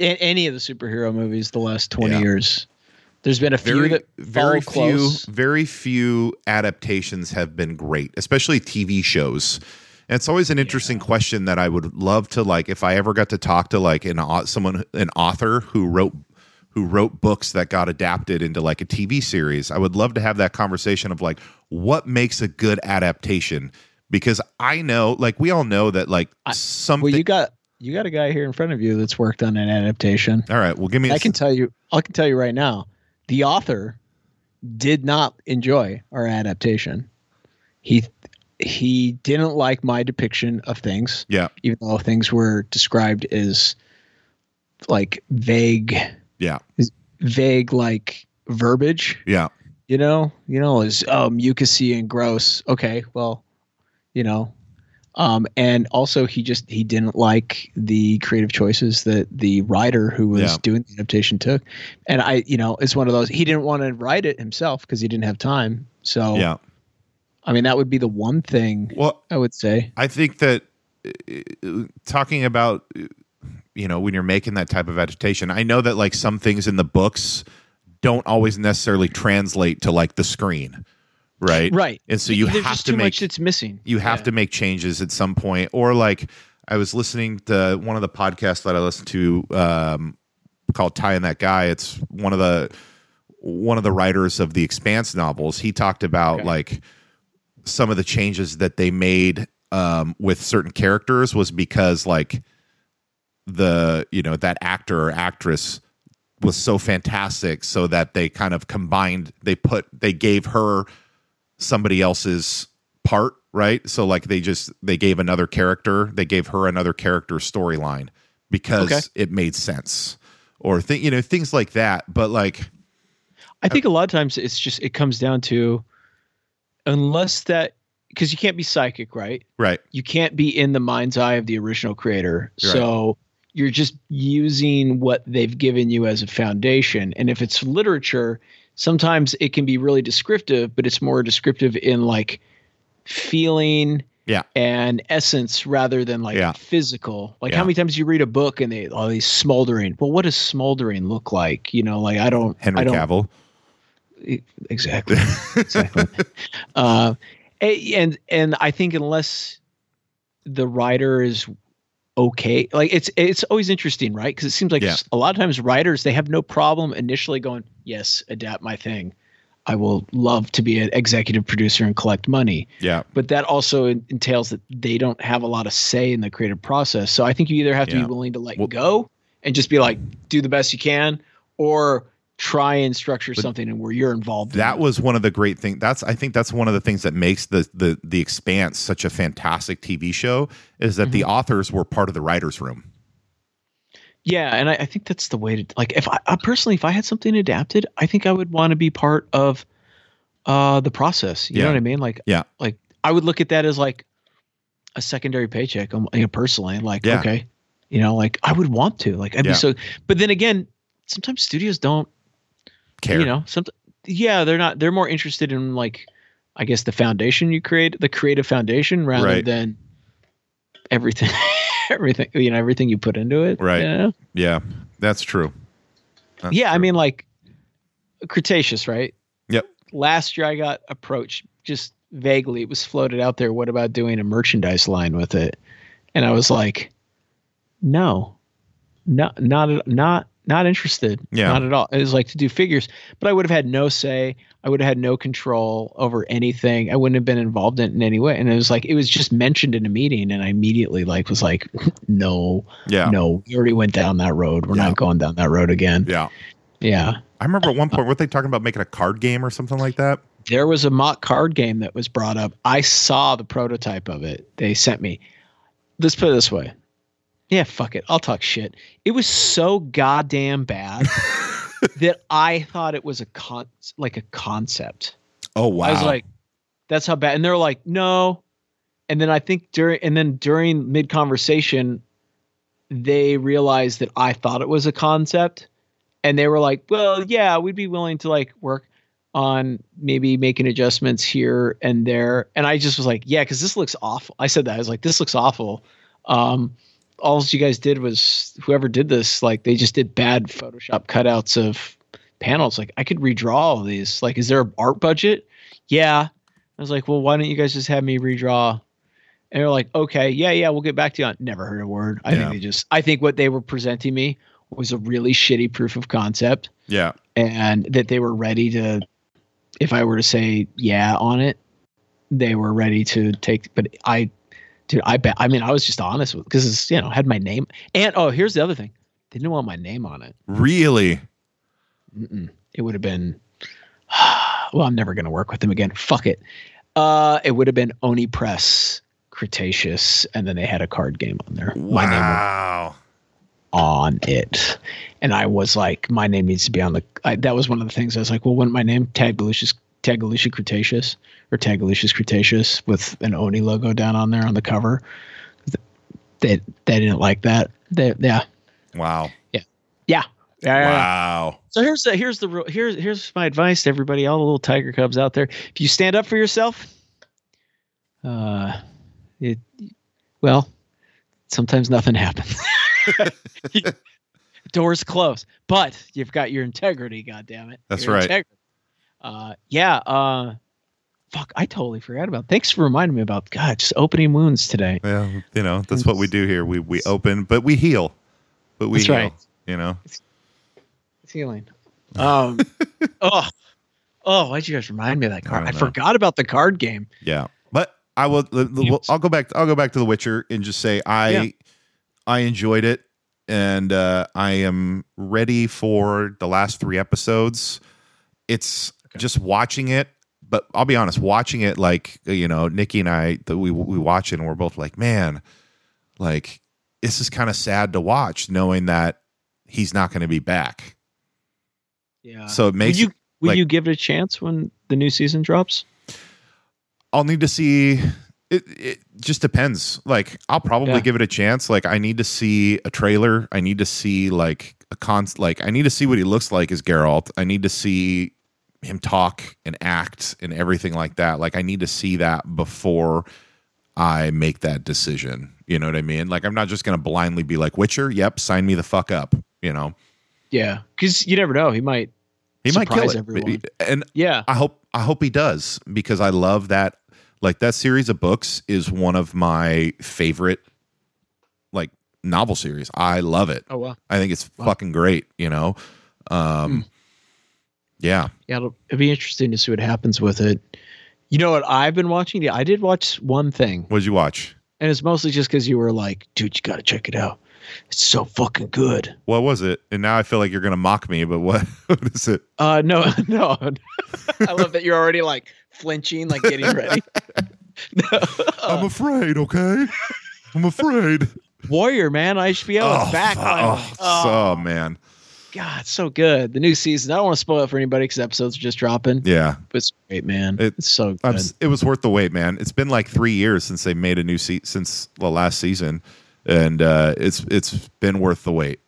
S4: a- any of the superhero movies the last twenty
S1: Yeah.
S4: years. There's been a few
S1: Very,
S4: that
S1: very
S4: fall close.
S1: few, very few adaptations have been great, especially TV shows. And it's always an interesting question that I would love to like if I ever got to talk to like an au- someone an author who wrote who wrote books that got adapted into like a TV series. I would love to have that conversation of like what makes a good adaptation because I know like we all know that like
S4: I-
S1: something
S4: Well, you got you got a guy here in front of you that's worked on an adaptation.
S1: All right, well give me a
S4: I can tell you, I can tell you right now, the author did not enjoy our adaptation. He he didn't like my depiction of things,
S1: Yeah,
S4: even though things were described as like vague,
S1: yeah,
S4: vague like verbiage.
S1: yeah.
S4: You know, you know, is oh mucusy and gross. Okay, well, you know, um, and also he just he didn't like the creative choices that the writer who was
S1: Yeah.
S4: doing the adaptation took, and I, you know, it's one of those he didn't want to write it himself because he didn't have time. So
S1: Yeah.
S4: I mean, that would be the one thing
S1: Well,
S4: I would say.
S1: I think that uh, talking about uh, you know when you're making that type of adaptation, I know that like some things in the books don't always necessarily translate to like the screen, right?
S4: Right.
S1: And so you
S4: There's
S1: have
S4: just
S1: to
S4: too
S1: make
S4: much that's missing.
S1: you have
S4: Yeah.
S1: to make changes at some point or like i was listening to one of the podcasts that i listened to um, called ty and that guy it's one of the one of the writers of the expanse novels he talked about like some of the changes that they made um, with certain characters was because like the you know that actor or actress was so fantastic so that they kind of combined they put they gave her somebody else's part right so like they just they gave another character they gave her another character storyline because
S4: Okay.
S1: it made sense or thi- you know things like that but like
S4: I think a lot of times it's just it comes down to unless that because you can't be psychic, right?
S1: right
S4: You can't be in the mind's eye of the original creator.
S1: Right.
S4: So you're just using what they've given you as a foundation. And if it's literature, sometimes it can be really descriptive, but it's more descriptive in like feeling
S1: Yeah.
S4: and essence rather than like
S1: Yeah.
S4: physical. Like
S1: Yeah.
S4: how many times you read a book and they all these smoldering. Well, what does smoldering look like? You know, like I don't
S1: henry
S4: I don't,
S1: cavill
S4: exactly exactly uh, a- and and i think unless the writer is okay like it's it's always interesting right because it seems like
S1: Yeah.
S4: a lot of times writers they have no problem initially going yes adapt my thing i will love to be an executive producer and collect money
S1: yeah
S4: but that also en- entails that they don't have a lot of say in the creative process. So I think you either have to
S1: Yeah.
S4: be willing to let
S1: Well-
S4: go and just be like, do the best you can, or try and structure something and where you're involved. in
S1: that
S4: it.
S1: was one of the great things that's i think that's one of the things that makes the the the expanse such a fantastic tv show is that
S4: Mm-hmm.
S1: the authors were part of the writers room
S4: yeah, and I, I think that's the way to like. If I, I personally, if I had something adapted, I think I would want to be part of uh the process. You
S1: Yeah.
S4: know what I mean? Like,
S1: Yeah.
S4: like I would look at that as like a secondary paycheck. um, You know, personally, like,
S1: Yeah.
S4: okay, you know, like I would want to, like, I'd
S1: Yeah.
S4: be so. But then again, sometimes studios don't
S1: care
S4: You know, some yeah, they're not they're more interested in like I guess the foundation you create, the creative foundation rather
S1: Right.
S4: than everything everything you know, everything you put into it.
S1: Right.
S4: you know?
S1: yeah that's true That's
S4: yeah, I
S1: true.
S4: mean like Cretaceous, right?
S1: Yep.
S4: Last year I got approached just vaguely. It was floated out there. What about doing a merchandise line with it? And I was like, no, not not not not interested.
S1: Yeah.
S4: not at all. It was like to do figures, but I would have had no say. I would have had no control over anything. I wouldn't have been involved in, it in any way. And it was like it was just mentioned in a meeting, and I immediately like was like, no,
S1: Yeah.
S4: no, we already went down that road. We're
S1: Yeah.
S4: not going down that road again.
S1: Yeah.
S4: yeah.
S1: I remember at one point, weren't they talking about making a card game or something like that?
S4: there was a mock card game that was brought up. I saw the prototype of it. They sent me. Let's put it this way. Yeah, fuck it. I'll talk shit. It was so goddamn bad that I thought it was a con like a concept.
S1: Oh, wow.
S4: I was like, that's how bad. And they're like, no. And then I think during and then during mid conversation, they realized that I thought it was a concept. And they were like, well, yeah, we'd be willing to like work on maybe making adjustments here and there. And I just was like, yeah, because this looks awful. I said that. I was like, this looks awful. Um, all you guys did was whoever did this, like they just did bad Photoshop cutouts of panels. Like I could redraw all these. Like, is there an art budget? yeah. I was like, well, why don't you guys just have me redraw? And they're like, okay, yeah, yeah, we'll get back to you. on Never heard a word. I
S1: Yeah.
S4: think they just, I think what they were presenting me was a really shitty proof of concept
S1: yeah.
S4: and that they were ready to, if I were to say yeah on it, they were ready to take, but I, dude, I bet, I mean, I was just honest with, cause it's, you know, had my name and, oh, here's the other thing. They didn't want my name on it.
S1: Really?
S4: Mm-mm. It would have been, well, I'm never going to work with them again. Fuck it. Uh, it would have been Oni Press, Cretaceous, and then they had a card game on there. My name was
S1: Wow.
S4: on it, and I was like, my name needs to be on the. I, that was one of the things I was like, well, wouldn't my name Tagalucius Tagalucia Cretaceous or Tagalucius Cretaceous with an Oni logo down on there on the cover? They they didn't like that. They, yeah,
S1: Wow.
S4: yeah, yeah. yeah.
S1: Wow.
S4: So here's the here's the rule. Here's here's my advice to everybody, all the little tiger cubs out there. If you stand up for yourself, uh, it well, sometimes nothing happens. Doors close, but you've got your integrity. God damn it,
S1: That's
S4: Your
S1: right.
S4: integrity. Uh, yeah. Uh, fuck, I totally forgot about. Thanks for reminding me about God. Just opening wounds today.
S1: Well, you know, that's what we do here. We we open, but we heal. But we
S4: That's
S1: heal.
S4: right.
S1: You know?
S4: It's healing. Um, oh, oh, why'd you guys remind me of that card?
S1: don't
S4: I
S1: know.
S4: forgot about the card game.
S1: Yeah. But I will the- the-
S4: Yes.
S1: I'll go back I'll go back to The Witcher and just say I
S4: Yeah.
S1: I enjoyed it and uh I am ready for the last 3 episodes. It's just watching it but I'll be honest, watching it like uh, you know, Nikki and I, that we we watch it and we're both like, man, like this is kind of sad to watch, knowing that he's not going to be back.
S4: Yeah.
S1: So it makes
S4: will Uh, you will
S1: like-
S4: you give it a chance when the new season drops?
S1: I'll need to see. It, it just depends. Like I'll probably
S4: Yeah.
S1: give it a chance. Like I need to see a trailer. I need to see like a con. Like I need to see what he looks like as Geralt. I need to see him talk and act and everything like that. Like I need to see that before I make that decision. You know what I mean? Like I'm not just gonna blindly be like Witcher. Yep, sign me the fuck up. You know
S4: Yeah, because you never know. He might.
S1: he might kill
S4: Surprise
S1: it.
S4: everyone.
S1: And
S4: Yeah.
S1: I hope I hope he does because I love that like that series of books is one of my favorite like novel series. I love it.
S4: Oh well.
S1: I think it's
S4: Wow. Hmm.
S1: fucking great, you know. Um yeah.
S4: Yeah, it'll, it'll be interesting to see what happens with it. You know what I've been watching? Yeah, I did watch one thing,
S1: What did you watch?
S4: and it's mostly just because you were like, "Dude, you gotta check it out. It's so fucking good."
S1: What was it? And now I feel like you're going to mock me, but what what is it?
S4: Uh, no, no. I love that you're already like flinching, like getting ready. no.
S1: I'm afraid, okay? I'm afraid.
S4: Warrior man, HBO is back.
S1: fu-
S4: finally.
S1: oh,
S4: Oh,
S1: so, man.
S4: God, so good. The new season. I don't want to spoil it for anybody because episodes are just dropping.
S1: Yeah.
S4: But it's great, man.
S1: It-
S4: it's so
S1: I'm,
S4: good.
S1: s- it was worth the wait, man. It's been like three years since they made a new seat since the last season, and uh, it's it's been worth the wait.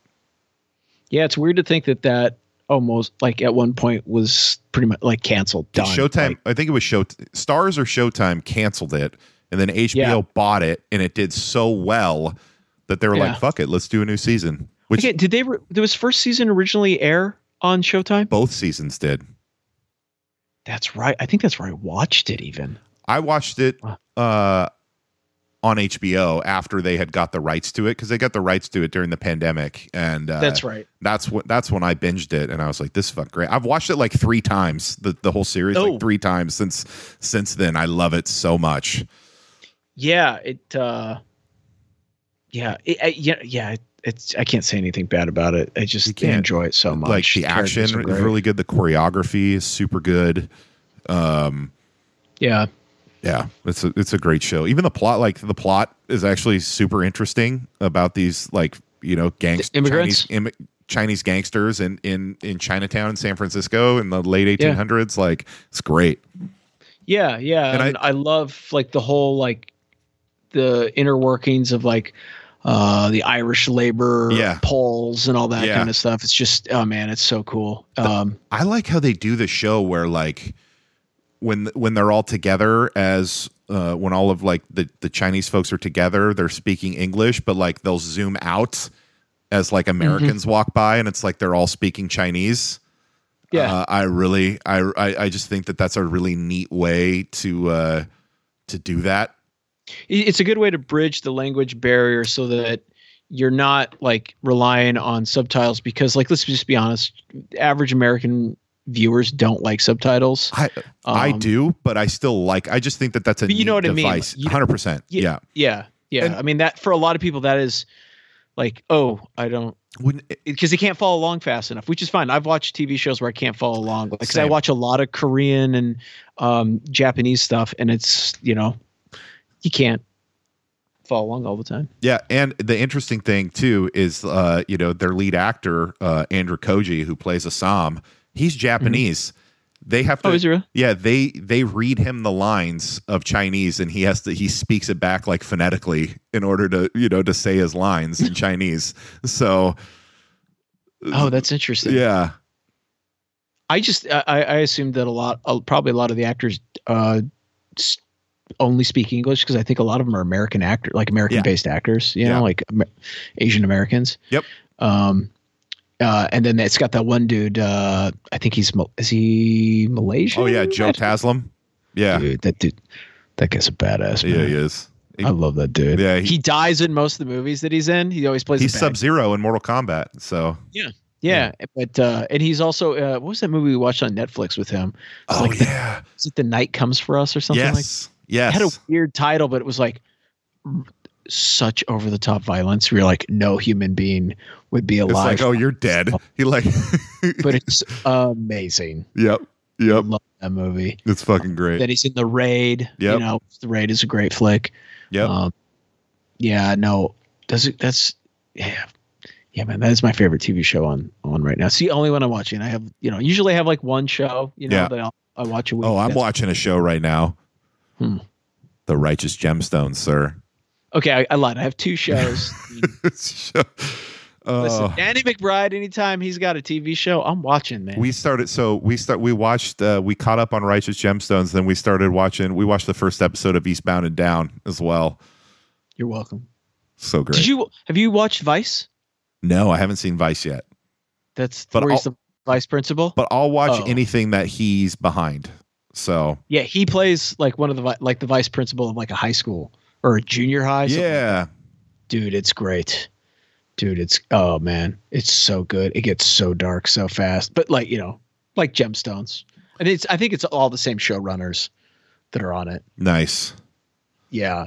S4: yeah, it's weird to think that that almost like at one point was pretty much like canceled. Done.
S1: Showtime,
S4: Like,
S1: I think it was Show Stars or Showtime canceled it, and then HBO
S4: Yeah.
S1: bought it, and it did so well that they were
S4: Yeah.
S1: like, "Fuck it, let's do a new season." Which
S4: okay, did they? Re- there was first season originally air on Showtime.
S1: both seasons did.
S4: That's right. I think that's where I watched it. Even
S1: I watched it.
S4: Wow.
S1: Uh, on HBO after they had got the rights to it because they got the rights to it during the pandemic, and uh,
S4: That's right.
S1: That's what that's when I binged it, and I was like, "This is fuck great." I've watched it like three times the the whole series,
S4: Oh.
S1: like three times since since then. I love it so much.
S4: Yeah, it. uh Yeah, it, I, yeah, yeah. It's. I can't say anything bad about it. I
S1: You
S4: just
S1: can't.
S4: enjoy it so much.
S1: like the
S4: characters
S1: action is
S4: are great.
S1: really good. The choreography is super good.
S4: Yeah.
S1: Yeah, it's a it's a great show. Even the plot, like the plot, is actually super interesting about these like you know gangs
S4: The immigrants?
S1: Chinese, Im- Chinese gangsters in in in Chinatown in San Francisco in the late eighteen hundreds. Like it's great.
S4: Yeah, yeah,
S1: And
S4: and,
S1: I-
S4: I, love like the whole like the inner workings of like uh the Irish labor
S1: Yeah.
S4: polls and all that
S1: Yeah.
S4: kind of stuff. It's just oh man, it's so cool. Um
S1: I like how they do the show where like when when they're all together as uh, when all of like the the Chinese folks are together, they're speaking English, but like they'll zoom out as like
S4: Mm-hmm.
S1: Americans walk by, and it's like they're all speaking Chinese.
S4: yeah.
S1: Uh, I really, I, I, I just think that that's a really neat way to uh, to do that.
S4: It- it's a good way to bridge the language barrier so that you're not like relying on subtitles because like let's just be honest, average American viewers don't like subtitles.
S1: I, I
S4: Um,
S1: do, but I still like. I just think that that's a
S4: But you
S1: neat
S4: know what I mean,
S1: device.
S4: like, you-
S1: Hundred percent.
S4: Yeah.
S1: Yeah.
S4: Yeah. Yeah.
S1: And-
S4: I mean that for a lot of people that is like, oh, I don't
S1: When,
S4: because they can't follow along fast enough, which is fine. I've watched TV shows where I can't follow along. Like, 'cause I
S1: Same.
S4: watch a lot of Korean and um, Japanese stuff, and it's you know, you can't follow along all the time.
S1: yeah, and the interesting thing too is, uh, you know, their lead actor uh, Andrew Koji, who plays Assam, he's Japanese. They have to.
S4: Mm-hmm. Oh, is he really?
S1: Yeah, they they read him the lines of Chinese, and he has to he speaks it back like phonetically in order to you know to say his lines in Chinese. So
S4: Oh, that's interesting.
S1: uh, yeah,
S4: I just I, I I assumed that a lot, uh, probably a lot of the actors uh, s- only speak English because I think a lot of them are American actor, like American based actors, you
S1: Yeah.
S4: know, like Amer- Asian Americans.
S1: Yep.
S4: Um, uh, and then it's got that one dude. Uh, I think he's Mal- is he Malaysian?
S1: Oh yeah,
S4: I
S1: Joe
S4: don't-
S1: Taslim. Yeah,
S4: Dude, that dude, that guy's a badass.
S1: yeah,
S4: Man.
S1: he is. He-
S4: I love that dude.
S1: Yeah,
S4: he,
S1: he-
S4: dies in most of the movies that he's in. He always plays.
S1: He's
S4: the bad
S1: Sub Zero in Mortal Kombat. So
S4: Yeah, but uh, and he's also uh, what was that movie we watched on Netflix with him? It's like the,
S1: Oh, yeah,
S4: is it the night comes for us or Oh, something like?
S1: yes,
S4: It
S1: yes.
S4: had a weird title, but it was like r- such over the top violence. We're like, no human being would be
S1: it's
S4: alive.
S1: like oh, you're dead. He like,
S4: but it's amazing.
S1: yep,
S4: I
S1: yep.
S4: love that movie.
S1: It's fucking
S4: Then
S1: great.
S4: he's in the raid. You
S1: Yep.
S4: know, the raid is a great flick.
S1: Yep.
S4: Um, yeah, no, does it? That's yeah, yeah, man. That is my favorite TV show on on right now. It's the only one I'm watching. I have you know usually I have like one show you know
S1: Yeah.
S4: that I'll, I watch a week.
S1: Oh, I'm
S4: That's-
S1: watching a show right now.
S4: Hmm.
S1: The Righteous Gemstones, sir.
S4: Okay, I, I lied. I have two shows.
S1: Show-
S4: Listen,
S1: Oh.
S4: Danny McBride. Anytime he's got a TV show, I'm watching, man.
S1: we started so we start we watched uh, we caught up on righteous gemstones then we started watching we watched the first episode of eastbound and down as well
S4: You're welcome.
S1: so great
S4: Did you have you watched Vice?
S1: no i haven't seen vice yet
S4: That's
S1: But
S4: where he's the vice principal.
S1: but I'll watch
S4: Oh.
S1: anything that he's behind. So
S4: yeah, he plays like one of the vi- like the vice principal of like a high school or a junior high. something
S1: yeah,
S4: dude it's great dude it's oh man it's so good it gets so dark so fast but like you know like gemstones and it's i think it's all the same showrunners that are on it
S1: nice.
S4: yeah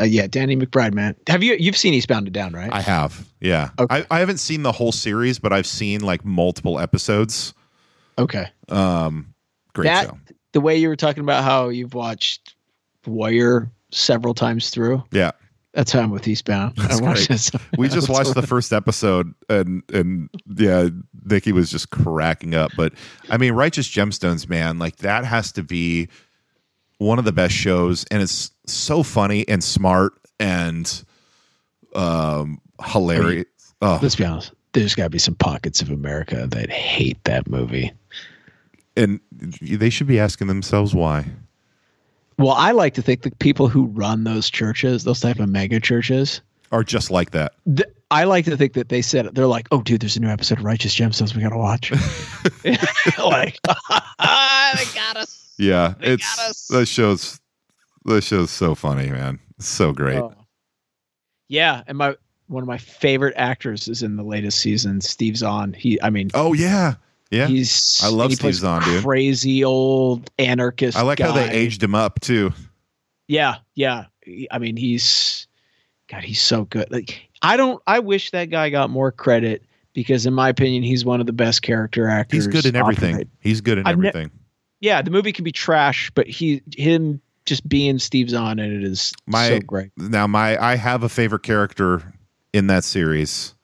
S4: uh, yeah danny mcbride man have you you've seen eastbound and down right
S1: I have. Yeah,
S4: Okay.
S1: I, I haven't seen the whole series, but I've seen like multiple episodes.
S4: okay
S1: Um, great
S4: That-
S1: show.
S4: the way you were talking about how you've watched warrior several times through
S1: Yeah,
S4: that's how i'm with eastbound
S1: That's
S4: i
S1: great.
S4: watched this
S1: we just watched the first episode, and and yeah, Nikki was just cracking up. But I mean, Righteous Gemstones, man, like that has to be one of the best shows, and it's so funny and smart and um hilarious. Oh,
S4: let's be honest there's got to be some pockets of america that hate that movie
S1: and they should be asking themselves why.
S4: Well, I like to think the people who run those churches, those type of mega churches,
S1: Or just like that.
S4: th- I like to think that they said they're like, "Oh, dude, there's a new episode of Righteous Gemstones we gotta watch." like,
S1: Yeah,
S4: They got
S1: it's
S4: us.
S1: that show's that show's so funny, man. So great.
S4: Oh. Yeah, and my one of my favorite actors is in the latest season. Steve Zahn. He, I mean,
S1: Oh yeah, yeah.
S4: he's
S1: I love
S4: he
S1: Steve
S4: plays
S1: Zahn, dude.
S4: Crazy old anarchist.
S1: I like how they
S4: guy.
S1: aged him up too.
S4: Yeah, yeah. He- I mean, he's God. He's so good. Like, I don't. I wish that guy got more credit because, in my opinion, he's one of the best character actors.
S1: He's good in everything.
S4: operating.
S1: He's good in
S4: I've ne-
S1: everything.
S4: Yeah, the movie can be trash, but he him just being Steve Zahn in it is
S1: My-
S4: so great.
S1: now my I have a favorite character in that series,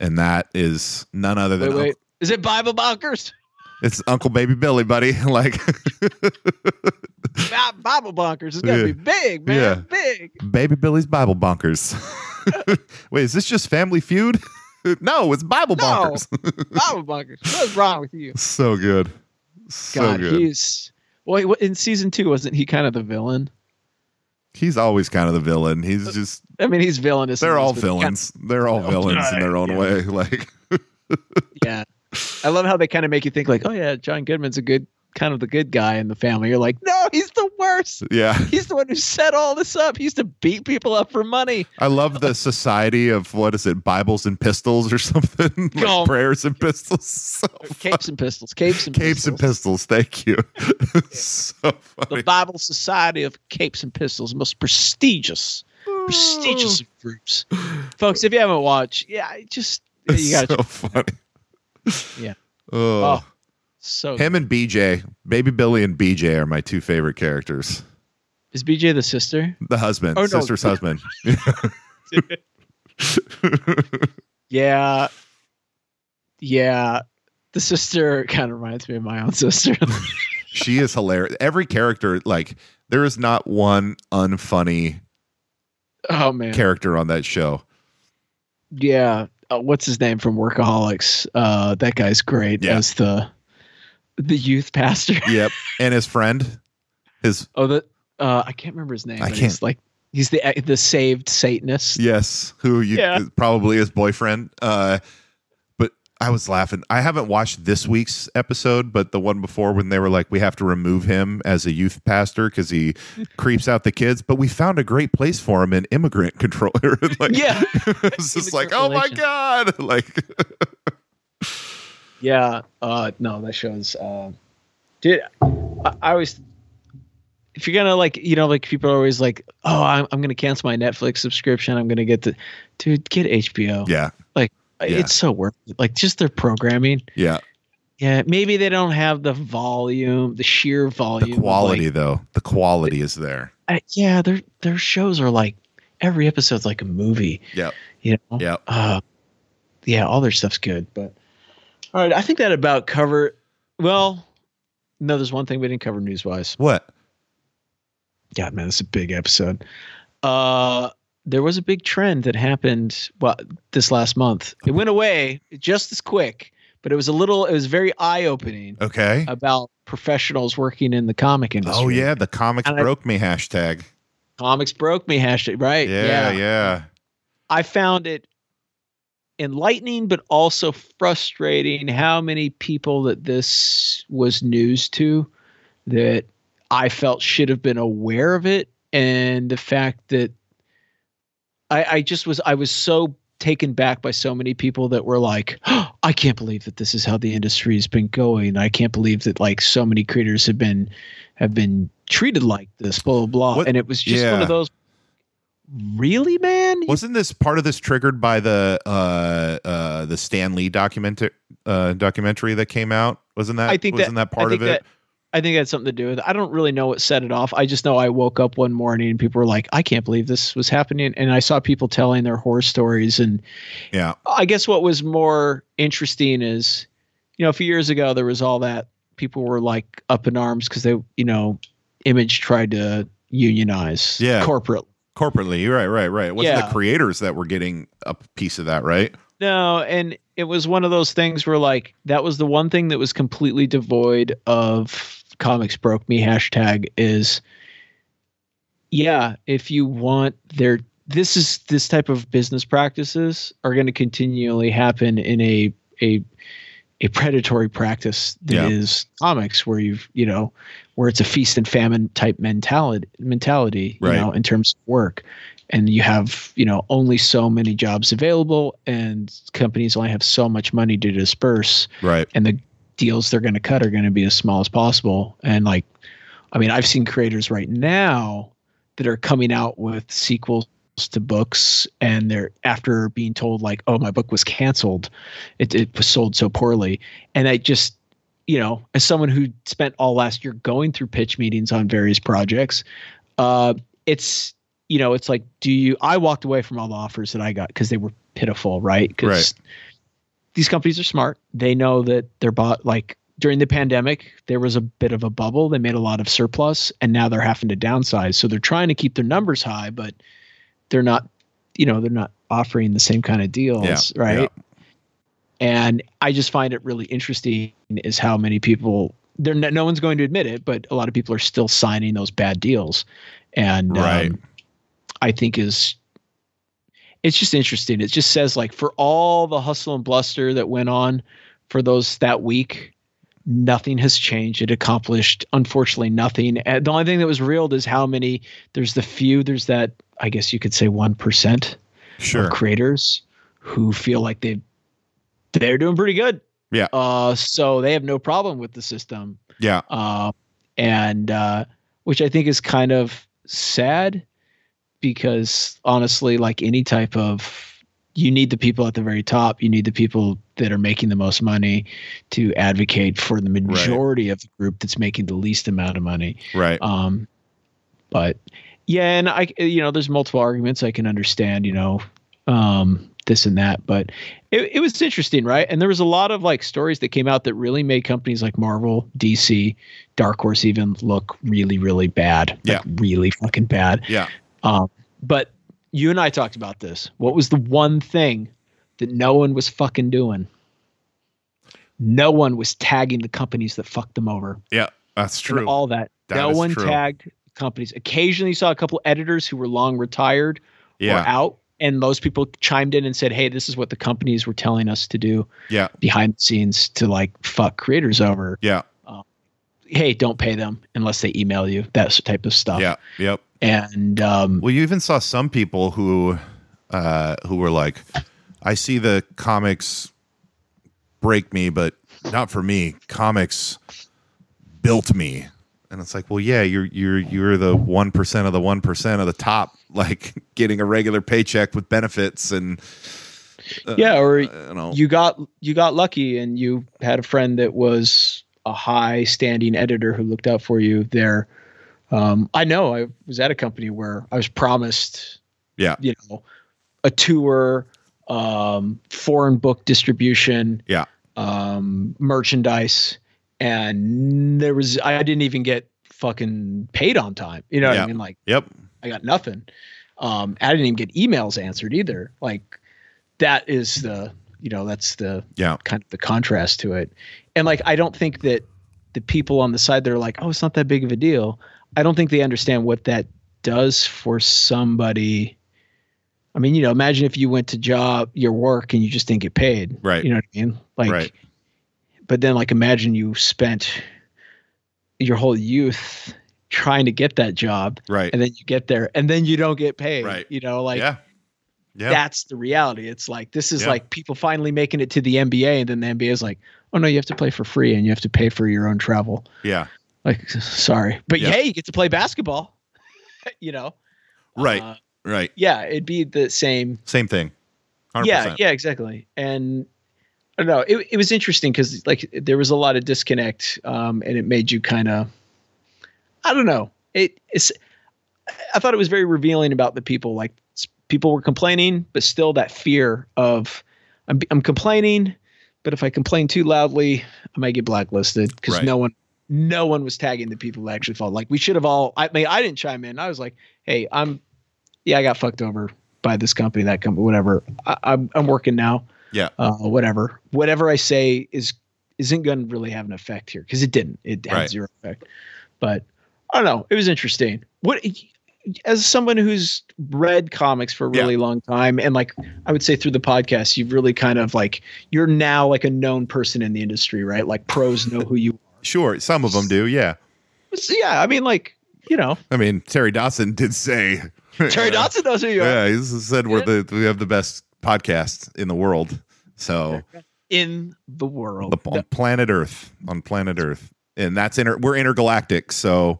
S1: and that is none other than
S4: Wait,
S1: Uncle-
S4: wait. Is it Bible bonkers?
S1: it's Uncle Baby Billy, buddy. Like
S4: Bi- Bible bonkers is gonna
S1: Yeah.
S4: be big, man.
S1: Yeah.
S4: Big.
S1: Baby Billy's Bible Bonkers. wait, is this just Family Feud? no, it's Bible
S4: No.
S1: Bonkers.
S4: Bible bonkers. What's wrong with you?
S1: so good, so
S4: God,
S1: good.
S4: he's well. he- In season two, wasn't he kind of the villain?
S1: He's always kind of the villain. He's just
S4: I mean, he's villainous. in
S1: they're
S4: this,
S1: all
S4: but he kind of-
S1: villains. They're all villains in their own
S4: yeah.
S1: way. Like
S4: yeah. I love how they kind of make you think like, oh yeah, John Goodman's a good kind of the good guy in the family. You're like, no, he's the worst.
S1: yeah.
S4: He's the one who set all this up. He used to beat people up for money.
S1: I love the society of what is it, Bibles and pistols or something? like
S4: Oh.
S1: prayers and pistols. So
S4: Capes and pistols. Capes and
S1: Capes and pistols. Thank you. so
S4: The
S1: funny.
S4: Bible Society of Capes and Pistols, the most prestigious, prestigious of groups. Folks, if you haven't watched, yeah, I just you got
S1: so
S4: to
S1: funny.
S4: Yeah.
S1: Oh.
S4: so
S1: Him and BJ, Baby Billy and BJ are my two favorite characters.
S4: is BJ the sister?
S1: The husband,
S4: Oh, no.
S1: sister's husband.
S4: Yeah, yeah. The sister kind of reminds me of my own sister.
S1: she is hilarious. Every character, like, there is not one unfunny
S4: oh man.
S1: character on that show.
S4: Yeah. Uh, what's his name from Workaholics? Uh, that guy's great
S1: Yeah.
S4: as the the youth pastor.
S1: Yep. And his friend, his
S4: Oh, the uh, I can't remember his name.
S1: I
S4: but
S1: can't-
S4: He's like he's the the saved Satanist.
S1: Yes, who you
S4: Yeah.
S1: probably his boyfriend. Uh, but I was laughing. I haven't watched this week's episode, but the one before when they were like, we have to remove him as a youth pastor because he creeps out the kids. But we found a great place for him in immigrant controller. like,
S4: Yeah.
S1: it's just like,
S4: Immigrant
S1: oh my
S4: relations.
S1: god, like
S4: Yeah. Uh, no, that shows. Uh, dude, I, I always. If you're gonna like, you know, like people are always like, "Oh, I'm, I'm gonna cancel my Netflix subscription. I'm gonna get the, dude, get HBO.
S1: yeah, yeah.
S4: It's so worth it. Like just their programming.
S1: yeah.
S4: Yeah, maybe they don't have the volume, the sheer volume.
S1: The
S4: of,
S1: quality
S4: like-
S1: though, the quality is there.
S4: I- yeah, their their shows are like every episode's like a movie.
S1: Yep.
S4: You know.
S1: Yep.
S4: Uh, yeah, all their stuff's good, but all right, I think that about cover. Well, no, there's one thing we didn't cover news wise.
S1: What?
S4: God, man, this is a big episode. Uh, there was a big trend that happened well this last month. It went away just as quick, but it was a little. It was very eye opening
S1: Okay.
S4: about professionals working in the comic industry.
S1: Oh yeah, the comics
S4: And I-
S1: broke me hashtag.
S4: comics broke me hashtag right.
S1: Yeah, yeah.
S4: I found it enlightening, but also frustrating how many people that this was news to that I felt should have been aware of it. And the fact that I, I just was, I was so taken back by so many people that were like, "Oh, I can't believe that this is how the industry has been going. I can't believe that like so many creators have been, have been treated like this, blah, blah, blah.
S1: What-
S4: And it was just one
S1: Yeah.
S4: of those, really, man?
S1: Wasn't this part of this triggered by the uh, uh, the Stan Lee document uh, documentary that came out? Wasn't that
S4: I think that-
S1: wasn't that, part
S4: I think
S1: of it?
S4: That, I think that's something to do with. It. I don't really know what set it off. I just know I woke up one morning and people were like, "I can't believe this was happening," and I saw people telling their horror stories. And
S1: yeah,
S4: I guess what was more interesting is, you know, a few years ago there was all that people were like up in arms because they, you know, Image tried to unionize,
S1: Yeah.
S4: corporate.
S1: corporately. You're Right, right, right. It wasn't the
S4: Yeah.
S1: creators that were getting a piece of that, right?
S4: No, and it was one of those things where like that was the one thing that was completely devoid of comics broke me hashtag is yeah, if you want their this is this type of business practices are going to continually happen in a a a predatory practice that
S1: Yeah.
S4: is comics where you've you know where it's a feast and famine type mentality mentality you
S1: Right.
S4: know in terms of work and you have you know only so many jobs available and companies only have so much money to disperse
S1: Right.
S4: and the deals they're going to cut are going to be as small as possible and like i mean i've seen creators right now that are coming out with sequels to books and they're after being told like oh my book was canceled it, it was sold so poorly and i just you know as someone who spent all last year going through pitch meetings on various projects uh it's you know it's like do you i walked away from all the offers that i got because they were pitiful right 'Cause
S1: Right.
S4: these companies are smart. They know that they're bought like during the pandemic, there was a bit of a bubble. They made a lot of surplus and now they're having to downsize. So they're trying to keep their numbers high, but they're not, you know, they're not offering the same kind of deals,
S1: Yeah,
S4: right?
S1: yeah.
S4: And I just find it really interesting is how many people they're no, no one's going to admit it, but a lot of people are still signing those bad deals. And um,
S1: Right.
S4: I think is it's just interesting. It just says like for all the hustle and bluster that went on for those that week, nothing has changed. It accomplished unfortunately nothing. And the only thing that was reeled is how many there's the few there's that I guess you could say one percent
S1: Sure.
S4: creators who feel like they they're doing pretty good.
S1: Yeah.
S4: Uh, so they have no problem with the system
S1: Yeah.
S4: uh, and uh, which I think is kind of sad because honestly, like any type of, you need the people at the very top. You need the people that are making the most money to advocate for the majority of the group that's making the least amount of money.
S1: Right.
S4: Um, but yeah, and I, you know, there's multiple arguments I can understand, you know, um, this and that, but it, it was interesting, right? And there was a lot of like stories that came out that really made companies like Marvel, DC, Dark Horse even look really, really bad. Like,
S1: Yeah.
S4: Really fucking bad.
S1: Yeah.
S4: Um, but you and I talked about this. What was the one thing that no one was fucking doing? No one was tagging the companies that fucked them over
S1: Yeah. That's
S4: and
S1: true.
S4: all that.
S1: That
S4: no
S1: is
S4: one
S1: true.
S4: tagged companies. Occasionally, you saw a couple editors who were long retired or
S1: yeah.
S4: out, and those people chimed in and said, "Hey, this is what the companies were telling us to do
S1: Yeah.
S4: behind the scenes to like fuck creators over.
S1: Yeah.
S4: Hey, don't pay them unless they email you. That type of stuff."
S1: Yeah. Yep.
S4: And um,
S1: Well, you even saw some people who uh, who were like, "I see the comics break me, but not for me. Comics built me." And it's like, well, yeah, you're you're you're the one percent of the one percent of the top, like getting a regular paycheck with benefits, and uh,
S4: yeah, or
S1: you know,
S4: you got you got lucky and you had a friend that was a high standing editor who looked out for you there um, i know i was at a company where i was promised
S1: Yeah.
S4: you know a tour um, foreign book distribution
S1: Yeah.
S4: um, merchandise and there was i didn't even get fucking paid on time you know what
S1: Yeah.
S4: i mean like
S1: yep,
S4: I got nothing. Um, I didn't even get emails answered either. Like that is the you know that's the
S1: Yeah.
S4: kind of the contrast to it. And like I don't think that the people on the side that are like, oh, it's not that big of a deal. I don't think they understand what that does for somebody. I mean, you know, imagine if you went to job your work and you just didn't get paid.
S1: Right.
S4: You know what I mean? Like
S1: Right.
S4: but then like imagine you spent your whole youth trying to get that job
S1: right,
S4: and then you get there and then you don't get paid
S1: Right.
S4: you know like
S1: yeah, yeah,
S4: that's the reality it's like this is
S1: Yeah.
S4: like people finally making it to the nba and then the nba is like oh no you have to play for free and you have to pay for your own travel
S1: yeah,
S4: like sorry but
S1: Yeah.
S4: hey you get to play basketball you know
S1: right,
S4: Uh,
S1: right,
S4: yeah it'd be the same
S1: same thing, 100%.
S4: yeah, yeah, exactly. And I don't know. It, it was interesting because like there was a lot of disconnect, um, and it made you kind of, I don't know. It it's, I thought it was very revealing about the people. Like s- people were complaining, but still that fear of, I'm I'm complaining, but if I complain too loudly, I might get blacklisted because
S1: Right.
S4: no one. No one was tagging the people who actually felt like we should have all. I mean, I didn't chime in. I was like, "Hey, I'm, yeah, I got fucked over by this company, that company, whatever. I, I'm I'm working now.
S1: Yeah.
S4: Uh, whatever. Whatever I say is isn't going to really have an effect here because it didn't. It had
S1: Right.
S4: zero effect. But I don't know. It was interesting. What as someone who's read comics for a really long time and like i would say through the podcast you've really kind of like you're now like a known person in the industry right like pros know who you are
S1: Sure, some of them do. Yeah,
S4: So, yeah i mean like you know
S1: I mean Terry Dawson did say
S4: terry
S1: you know,
S4: dodson knows who you are
S1: Yeah, he said we're the we have the best podcast in the world. So
S4: in the world
S1: the, on planet Earth, on planet Earth, and that's inter. We're intergalactic, so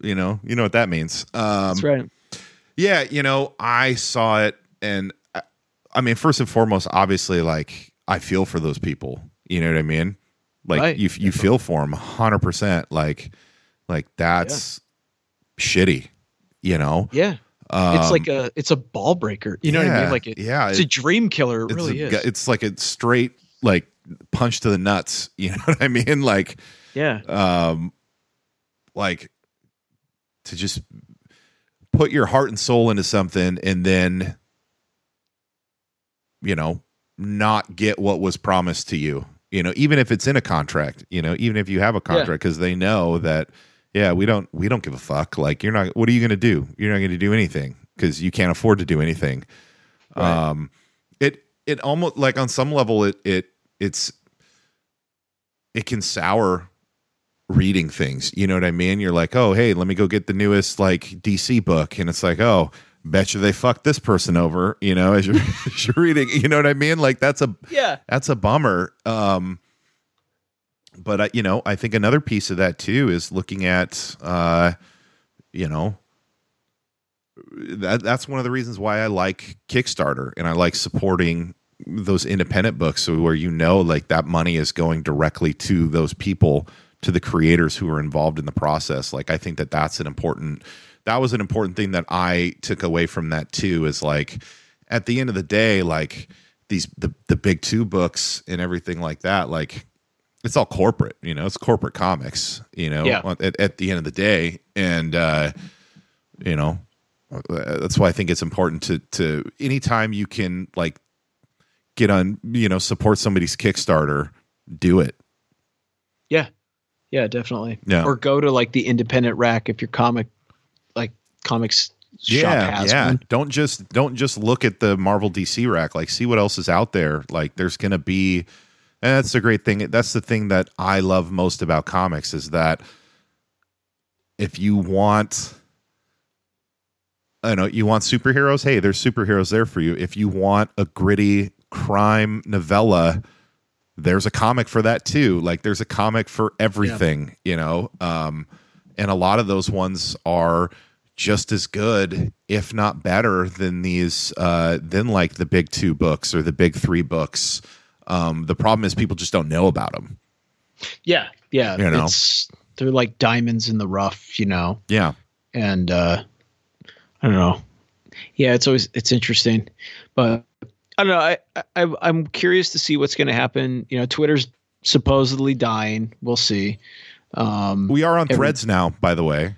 S1: you know you know what that means. Um,
S4: that's right
S1: yeah, you know, I saw it, and I, I mean, first and foremost, obviously, like I feel for those people. You know what I mean? Like
S4: Right.
S1: you, you feel for them, hundred percent. Like, like that's shitty. You know,
S4: yeah it's
S1: Um,
S4: like a it's a ball breaker you know what i
S1: yeah,
S4: mean like it,
S1: yeah,
S4: it's a dream killer it
S1: it's
S4: really
S1: a
S4: is
S1: gu- It's like a straight like punch to the nuts. You know what I mean? Like,
S4: yeah
S1: um, like to just put your heart and soul into something and then, you know, not get what was promised to you. You know, even if it's in a contract. You know, even if you have a contract, because they know that. Yeah, we don't we don't give a fuck. Like you're not. What are you going to do? You're not going to do anything because you can't afford to do anything um it it almost like on some level it it it's it can sour reading things you know what i mean you're like oh hey let me go get the newest like dc book and it's like oh bet you they fucked this person over you know as you're, as you're reading you know what i mean like that's a
S4: yeah
S1: that's a bummer um but I, you know i think another piece of that too is looking at uh you know that that's one of the reasons why i like kickstarter and i like supporting those independent books so where you know like that money is going directly to those people to the creators who are involved in the process like i think that that's an important that was an important thing that i took away from that too is like at the end of the day like these the, the big two books and everything like that like it's all corporate you know it's corporate comics you know
S4: Yeah.
S1: at, at the end of the day and uh you know uh, that's why i think it's important to to anytime you can like get on you know support somebody's kickstarter do it
S4: Yeah. Yeah, definitely.
S1: Yeah.
S4: Or go to like the independent rack if your comic like comics shop has one.
S1: don't just don't just look at the marvel dc rack like see what else is out there like there's gonna be and that's the great thing that's the thing that i love most about comics is that if you want I know you want superheroes. Hey, there's superheroes there for you. If you want a gritty crime novella, there's a comic for that too. Like there's a comic for everything, you know. Um, and a lot of those ones are just as good, if not better, than these uh, than like the big two books or the big three books. Um, the problem is people just don't know about them.
S4: Yeah. Yeah.
S1: You know.
S4: It's they're like diamonds in the rough, you know.
S1: Yeah,
S4: And uh I don't know. Yeah, it's always it's interesting. But I don't know. I, I I'm curious to see what's gonna happen. You know, Twitter's supposedly dying. We'll see. Um
S1: we are on
S4: Every-
S1: Threads now, by the way.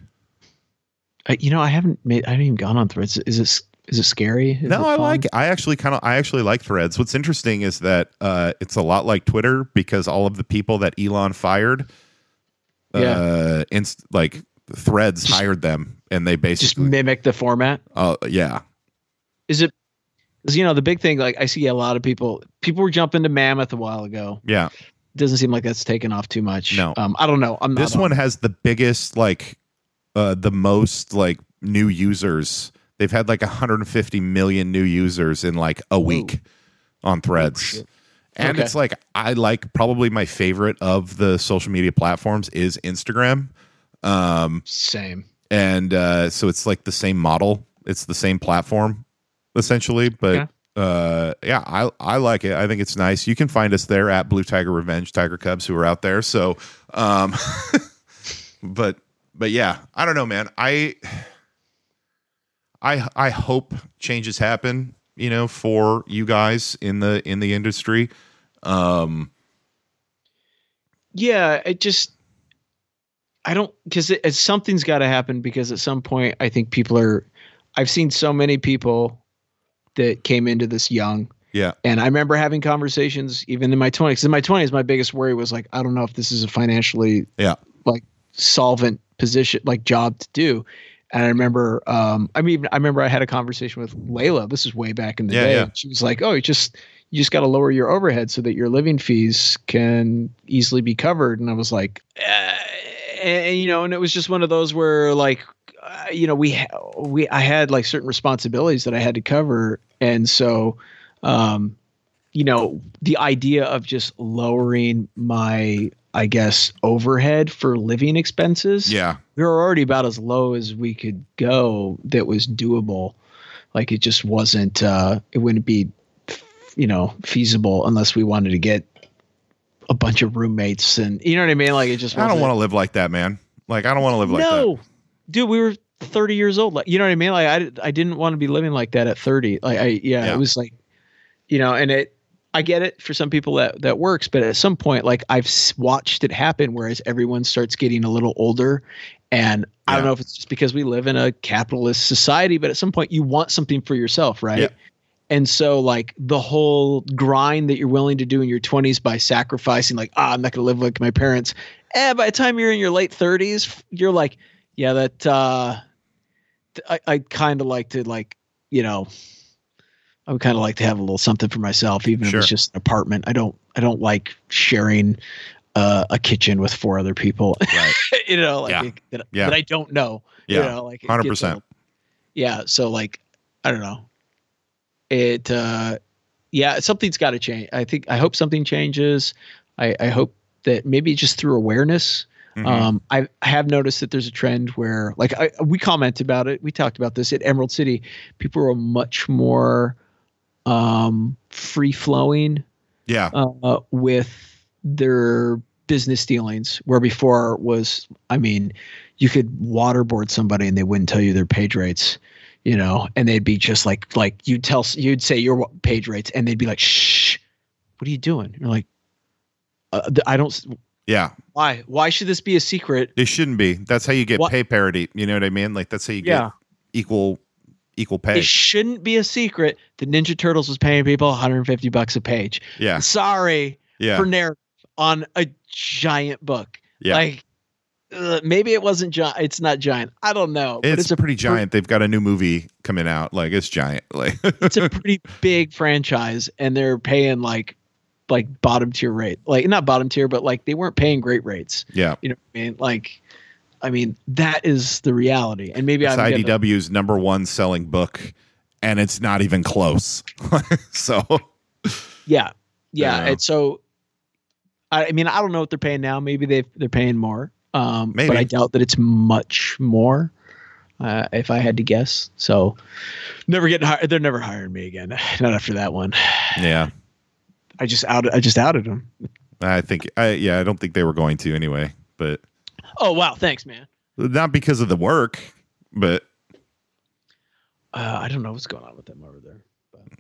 S4: I, you know, I haven't made I haven't even gone on threads. Is it is it scary? Is
S1: No, I
S4: fun?
S1: like. It. I actually kind of. I actually like Threads. What's interesting is that uh, it's a lot like Twitter because all of the people that Elon fired, uh, inst- like Threads hired them, and they
S4: just
S1: basically,
S4: mimic the format.
S1: uh, yeah,
S4: Is it? Because you know the big thing, like I see a lot of people. People were jumping to Mammoth a while ago.
S1: yeah.
S4: Doesn't seem like that's taken off too much.
S1: No.
S4: um, I don't know. I'm not
S1: This one has the biggest, like, uh, the most like new users. They've had like 150 million new users in like a week on Threads. and
S4: Okay.
S1: it's like I like probably my favorite of the social media platforms is Instagram. Um,
S4: same.
S1: and uh, so it's like the same model. It's the same platform, essentially. But
S4: Yeah.
S1: uh, yeah, I I like it. I think it's nice. You can find us there at Blue Tiger Revenge Tiger Cubs who are out there. So, um, but but yeah, I don't know, man. I I I hope changes happen. You know, for you guys in the in the industry. Um,
S4: Yeah, it just. I don't because it, it's something's got to happen because at some point I think people are. I've seen so many people that came into this young
S1: yeah,
S4: And I remember having conversations even in my 20s. In my 20s, my biggest worry was like, I don't know if this is a financially
S1: Yeah.
S4: like solvent position, like job to do. And I remember, um, I mean, I remember I had a conversation with Layla. This is way back in the
S1: Yeah,
S4: day.
S1: yeah.
S4: She was like, "Oh, you just you just got to lower your overhead so that your living fees can easily be covered." And I was like, uh, and, you know, and it was just one of those where like, uh, you know, we ha- we I had like certain responsibilities that I had to cover, and so, um, you know, the idea of just lowering my, I guess, overhead for living expenses
S1: Yeah.
S4: we were already about as low as we could go that was doable like it just wasn't uh it wouldn't be you know feasible unless we wanted to get a bunch of roommates and you know what i mean like it just
S1: I don't
S4: wasn't-
S1: want to live like that, man. Like I don't want to live like that.
S4: no Uh, dude we were 30 years old like you know what i mean like i, I didn't want to be living like that at 30 like i yeah,
S1: Yeah.
S4: it was like you know and it i get it for some people that that works but at some point like i've s- watched it happen whereas everyone starts getting a little older and i don't
S1: Yeah.
S4: know if it's just because we live in a capitalist society but at some point you want something for yourself right
S1: Yeah.
S4: and so like the whole grind that you're willing to do in your 20s by sacrificing like ah i'm not going to live like my parents eh, by the time you're in your late 30s f- you're like yeah that uh th- i, I kind of like to like you know i would kind of like to have a little something for myself even if
S1: Sure.
S4: it's just an apartment i don't i don't like sharing uh, a kitchen with four other people
S1: Right.
S4: you know like
S1: Yeah.
S4: it- that,
S1: Yeah.
S4: that i don't know
S1: Yeah.
S4: you know, like it
S1: 100%.
S4: gets old. yeah so like i don't know it uh yeah something's got to change i think i hope something changes i i hope that maybe just through awareness
S1: Mhm.
S4: um I, I have noticed that there's a trend where like I, we comment about it we talked about this at emerald city people are much more um free flowing
S1: yeah.
S4: uh, with their business dealings, where before was, I mean, you could waterboard somebody and they wouldn't tell you their page rates, you know, and they'd be just like, like you'd tell, you'd say your wa- page rates, and they'd be like, shh, what are you doing? You're like, uh, th- I don't. s-
S1: yeah.
S4: Why? Why should this be a secret?
S1: It shouldn't be. That's how you get
S4: What-
S1: pay parity. You know what I mean? Like that's how you
S4: Yeah.
S1: get equal equal pay.
S4: It shouldn't be a secret that Ninja Turtles was paying people 150 bucks a page.
S1: yeah.
S4: Sorry,
S1: Yeah.
S4: for narrative on a giant book.
S1: Yeah.
S4: Like ugh, maybe it wasn't giant. It's not giant. I don't know. but
S1: it's,
S4: it's a
S1: pretty giant. They've got a new movie coming out. Like it's giant. Like
S4: it's a pretty big franchise, and they're paying like like bottom tier rate. Like not bottom tier, but like they weren't paying great rates.
S1: yeah.
S4: You know what I mean? Like. I mean, that is the reality, and maybe
S1: It's
S4: I'm gonna-
S1: IDW's number one selling book, and it's not even close. so
S4: yeah, yeah.
S1: Yeah.
S4: And so, I, I mean, I don't know what they're paying now. Maybe they they're paying more, um,
S1: Maybe.
S4: but I doubt that it's much more. Uh, if I had to guess, so never getting hired. They're never hiring me again. Not after that one.
S1: yeah,
S4: I just outed. I just outed them.
S1: I think I yeah I don't think they were going to anyway, but
S4: Oh wow, thanks, man.
S1: not because of the work, but
S4: Uh, I don't know what's going on with them over there.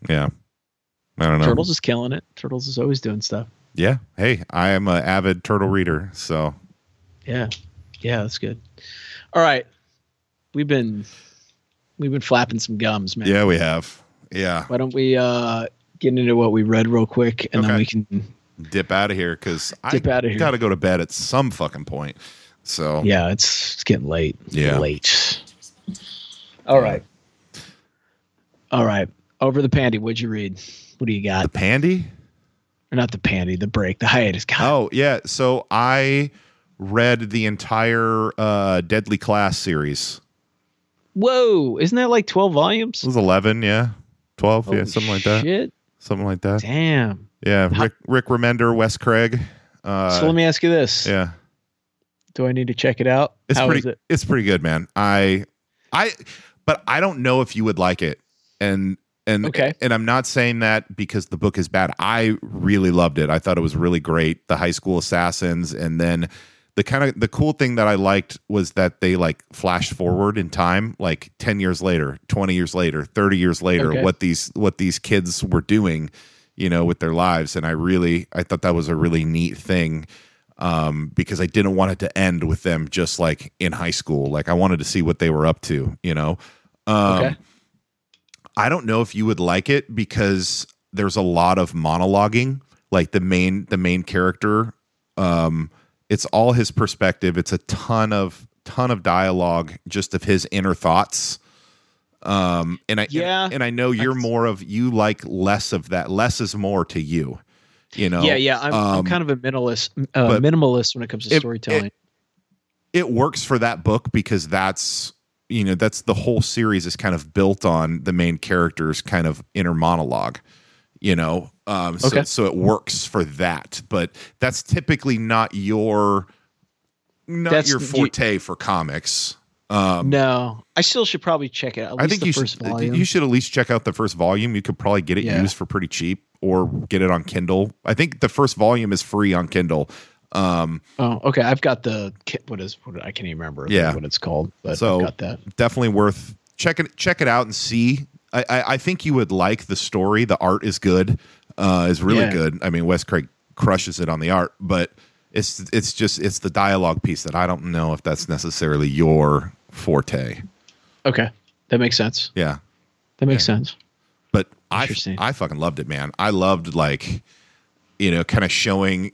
S1: yeah, I don't know.
S4: Turtles is killing it. Turtles is always doing stuff.
S1: Yeah, hey, I am an avid turtle reader, so
S4: Yeah, yeah, that's good. All right, we've been we've been flapping some gums, man.
S1: yeah, we have yeah.
S4: why don't we uh get into what we read real quick and
S1: Okay.
S4: then we can
S1: Dip out of here because I
S4: Dip outta here.
S1: got to go to bed at some fucking point. So
S4: yeah it's it's getting late
S1: Yeah.
S4: late all right all right over the panty what'd you read what do you
S1: the
S4: got
S1: pandy.
S4: or not the panty the break the hiatus God,
S1: Oh yeah, so I read the entire uh, Deadly Class series.
S4: whoa isn't that like 12 volumes
S1: It was eleven, yeah, twelve, yeah,
S4: Holy
S1: something like that,
S4: shit.
S1: something like that.
S4: damn
S1: Yeah,
S4: How-
S1: Rick Rick Remender, Wes Craig. Uh,
S4: so let me ask you this
S1: yeah,
S4: do i need to check it out
S1: it's
S4: How is
S1: pretty.
S4: it
S1: It's pretty good, man. I, I, but I don't know if you would like it, and and
S4: Okay.
S1: and I'm not saying that because the book is bad. I really loved it. I thought it was really great. The high school assassins, and then the kind of the cool thing that I liked was that they like flash forward in time, like ten years later, twenty years later, thirty years later,
S4: Okay.
S1: what these what these kids were doing, you know, with their lives. And I really I thought that was a really neat thing um, because I didn't want it to end with them just like in high school. Like I wanted to see what they were up to, you know. Um,
S4: okay
S1: I don't know if you would like it because there's a lot of monologuing. Like the main the main character, um, it's all his perspective. It's a ton of ton of dialogue just of his inner thoughts. Um, and I
S4: Yeah.
S1: and, and I know you're more of you like less of that. Less is more to you. You know.
S4: yeah, yeah. I'm, I'm
S1: um,
S4: kind of a minimalist, uh,
S1: but
S4: minimalist when it comes to
S1: it-
S4: storytelling.
S1: it works for that book because that's you know that's the whole series is kind of built on the main character's kind of inner monologue you know um so,
S4: Okay.
S1: so it works for that but that's typically not your not
S4: That's-
S1: your
S4: you-
S1: forte for comics um
S4: no, I still should probably check it. At least
S1: i think
S4: the
S1: you
S4: first
S1: should
S4: volume.
S1: you should at least check out the first volume you could probably get it
S4: Yeah.
S1: used for pretty cheap or get it on kindle i think the first volume is free on kindle um
S4: oh, okay. I've got the ki- what is what I can't even remember.
S1: Yeah.
S4: what it's called, but
S1: So-
S4: I've got that.
S1: definitely worth check it check it out and see. I, I, I think you would like the story. The art is good, uh, is really
S4: Yeah.
S1: good. I mean, Wes Craig crushes it on the art, but it's it's just it's the dialogue piece that I don't know if that's necessarily your forte.
S4: Okay, that makes sense.
S1: Yeah,
S4: That makes sense.
S1: but I
S4: Interesting.
S1: I fucking loved it, man. I loved like you know, kind of showing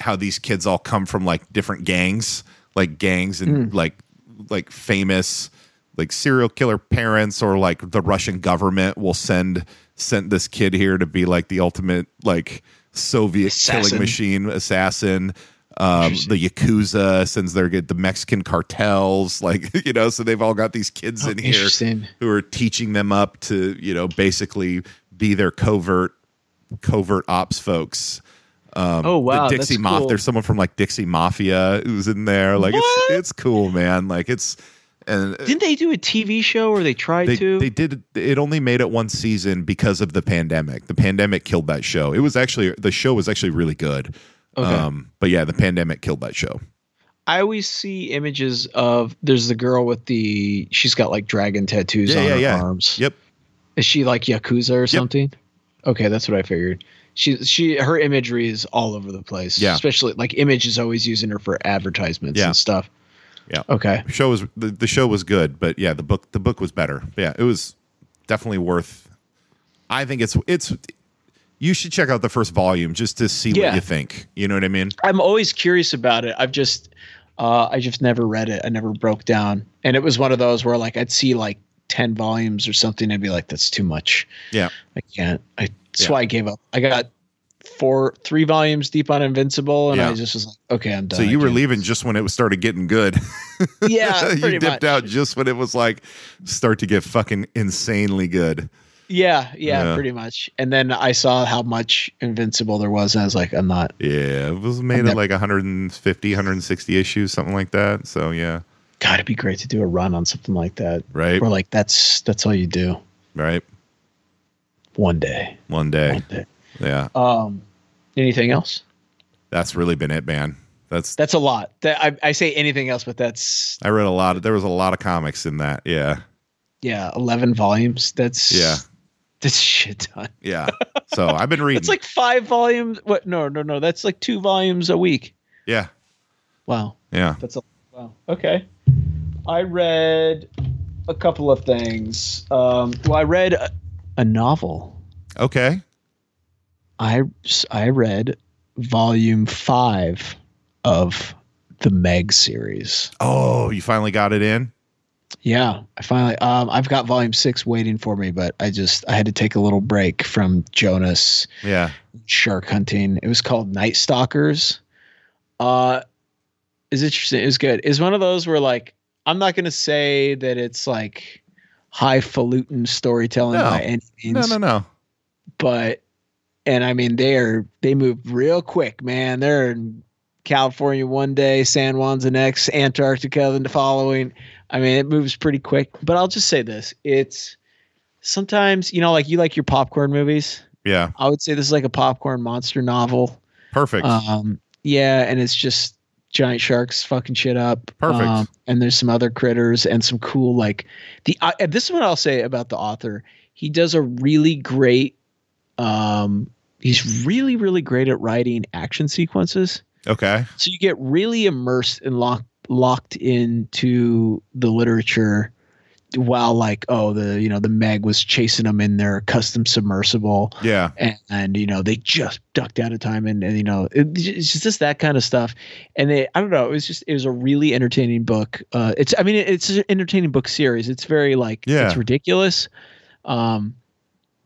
S1: how these kids all come from like different gangs, like gangs and
S4: Hmm.
S1: like like famous like serial killer parents or like the Russian government will send sent this kid here to be like the ultimate like Soviet
S4: Assassin.
S1: killing machine assassin. Um, the Yakuza sends their the Mexican cartels, like you know, so they've all got these kids in here
S4: Interesting.
S1: who are teaching them up to you know basically be their covert covert ops folks.
S4: oh wow,
S1: Um, the Dixie
S4: that's
S1: Mafia.
S4: cool.
S1: There's someone from like Dixie Mafia who's in there. Like
S4: What?
S1: it's it's cool, man. Like it's and
S4: Didn't they do a TV show or they tried
S1: they
S4: to?
S1: they did it only made it one season because of the pandemic. The pandemic killed that show. It was actually the show was actually really good.
S4: Okay.
S1: Um, but yeah, the pandemic killed that show.
S4: I always see images of there's the girl with the she's got like dragon tattoos
S1: Yeah,
S4: on
S1: yeah,
S4: her
S1: yeah.
S4: arms.
S1: Yep.
S4: Is she like yakuza or something? Okay, that's what I figured. She she her imagery is all over the place.
S1: Yeah.
S4: Especially like Image is always using her for advertisements
S1: Yeah.
S4: and stuff.
S1: Yeah.
S4: Okay.
S1: show was the, the show was good, but yeah, the book the book was better. Yeah, it was definitely worth. I think it's it's. You should check out the first volume just to see
S4: Yeah.
S1: what you think. You know what I mean?
S4: I'm always curious about it. I've just uh I just never read it. I never broke down. And it was one of those where like I'd see like 10 volumes or something and be like that's too much.
S1: Yeah,
S4: I can't. I, that's
S1: Yeah.
S4: why I gave up. I got four, three volumes deep on Invincible, and I
S1: Yeah.
S4: just was like, okay, I'm done.
S1: so
S4: I
S1: you were
S4: can't.
S1: leaving just when it was started getting good.
S4: Yeah,
S1: you
S4: pretty
S1: dipped
S4: much.
S1: out just when it was like start to get fucking insanely good.
S4: Yeah, yeah,
S1: Yeah.
S4: pretty much. And then I saw how much Invincible there was, and I was like, I'm not.
S1: Yeah, it was made
S4: never-
S1: at like 150, 160 issues, something like that. So yeah,
S4: God, it'd be great to do a run on something like that.
S1: right,
S4: Or like that's that's all you do
S1: right.
S4: one day.
S1: One day,
S4: One day.
S1: yeah,
S4: Um, anything else?
S1: that's really been it, man. That's
S4: That's a lot. That I, I say anything else, but that's
S1: I read a lot. Of, there was a lot of comics in that. Yeah.
S4: yeah, eleven volumes. That's
S1: Yeah.
S4: that's shit ton.
S1: Yeah. So I've been reading.
S4: That's like five volumes. What? No, no, no. That's like two volumes a week.
S1: yeah.
S4: Wow.
S1: Yeah.
S4: That's a wow. Okay. I read a couple of things. Um, well, I read a, a novel.
S1: Okay.
S4: I I read volume five of the Meg series.
S1: Oh, you finally got it in.
S4: Yeah, I finally. Um, I've got volume six waiting for me, but I just I had to take a little break from Jonas
S1: Yeah.
S4: shark hunting. It was called Night Stalkers. Uh is interesting. It was good. It's one of those where like I'm not gonna say that it's like highfalutin storytelling
S1: No.
S4: by any means,
S1: No, no, no.
S4: but and I mean they're they move real quick, man. They're in California one day, San Juan's the next, Antarctica the following. I mean it moves pretty quick. But I'll just say this. It's sometimes, you know, like you like your popcorn movies.
S1: Yeah.
S4: I would say this is like a popcorn monster novel.
S1: Perfect.
S4: Um, yeah, and it's just giant sharks fucking shit up.
S1: Perfect.
S4: Um, and there's some other critters and some cool like the. I and this is what I'll say about the author. He does a really great. Um, he's really really great at writing action sequences.
S1: okay.
S4: So you get really immersed and locked locked into the literature while like oh the you know the Meg was chasing them in their custom submersible
S1: Yeah.
S4: and, and you know they just ducked out of time and, and you know it, it's just this, that kind of stuff and they i don't know it was just it was a really entertaining book uh it's i mean it, it's an entertaining book series it's very like
S1: Yeah.
S4: it's ridiculous um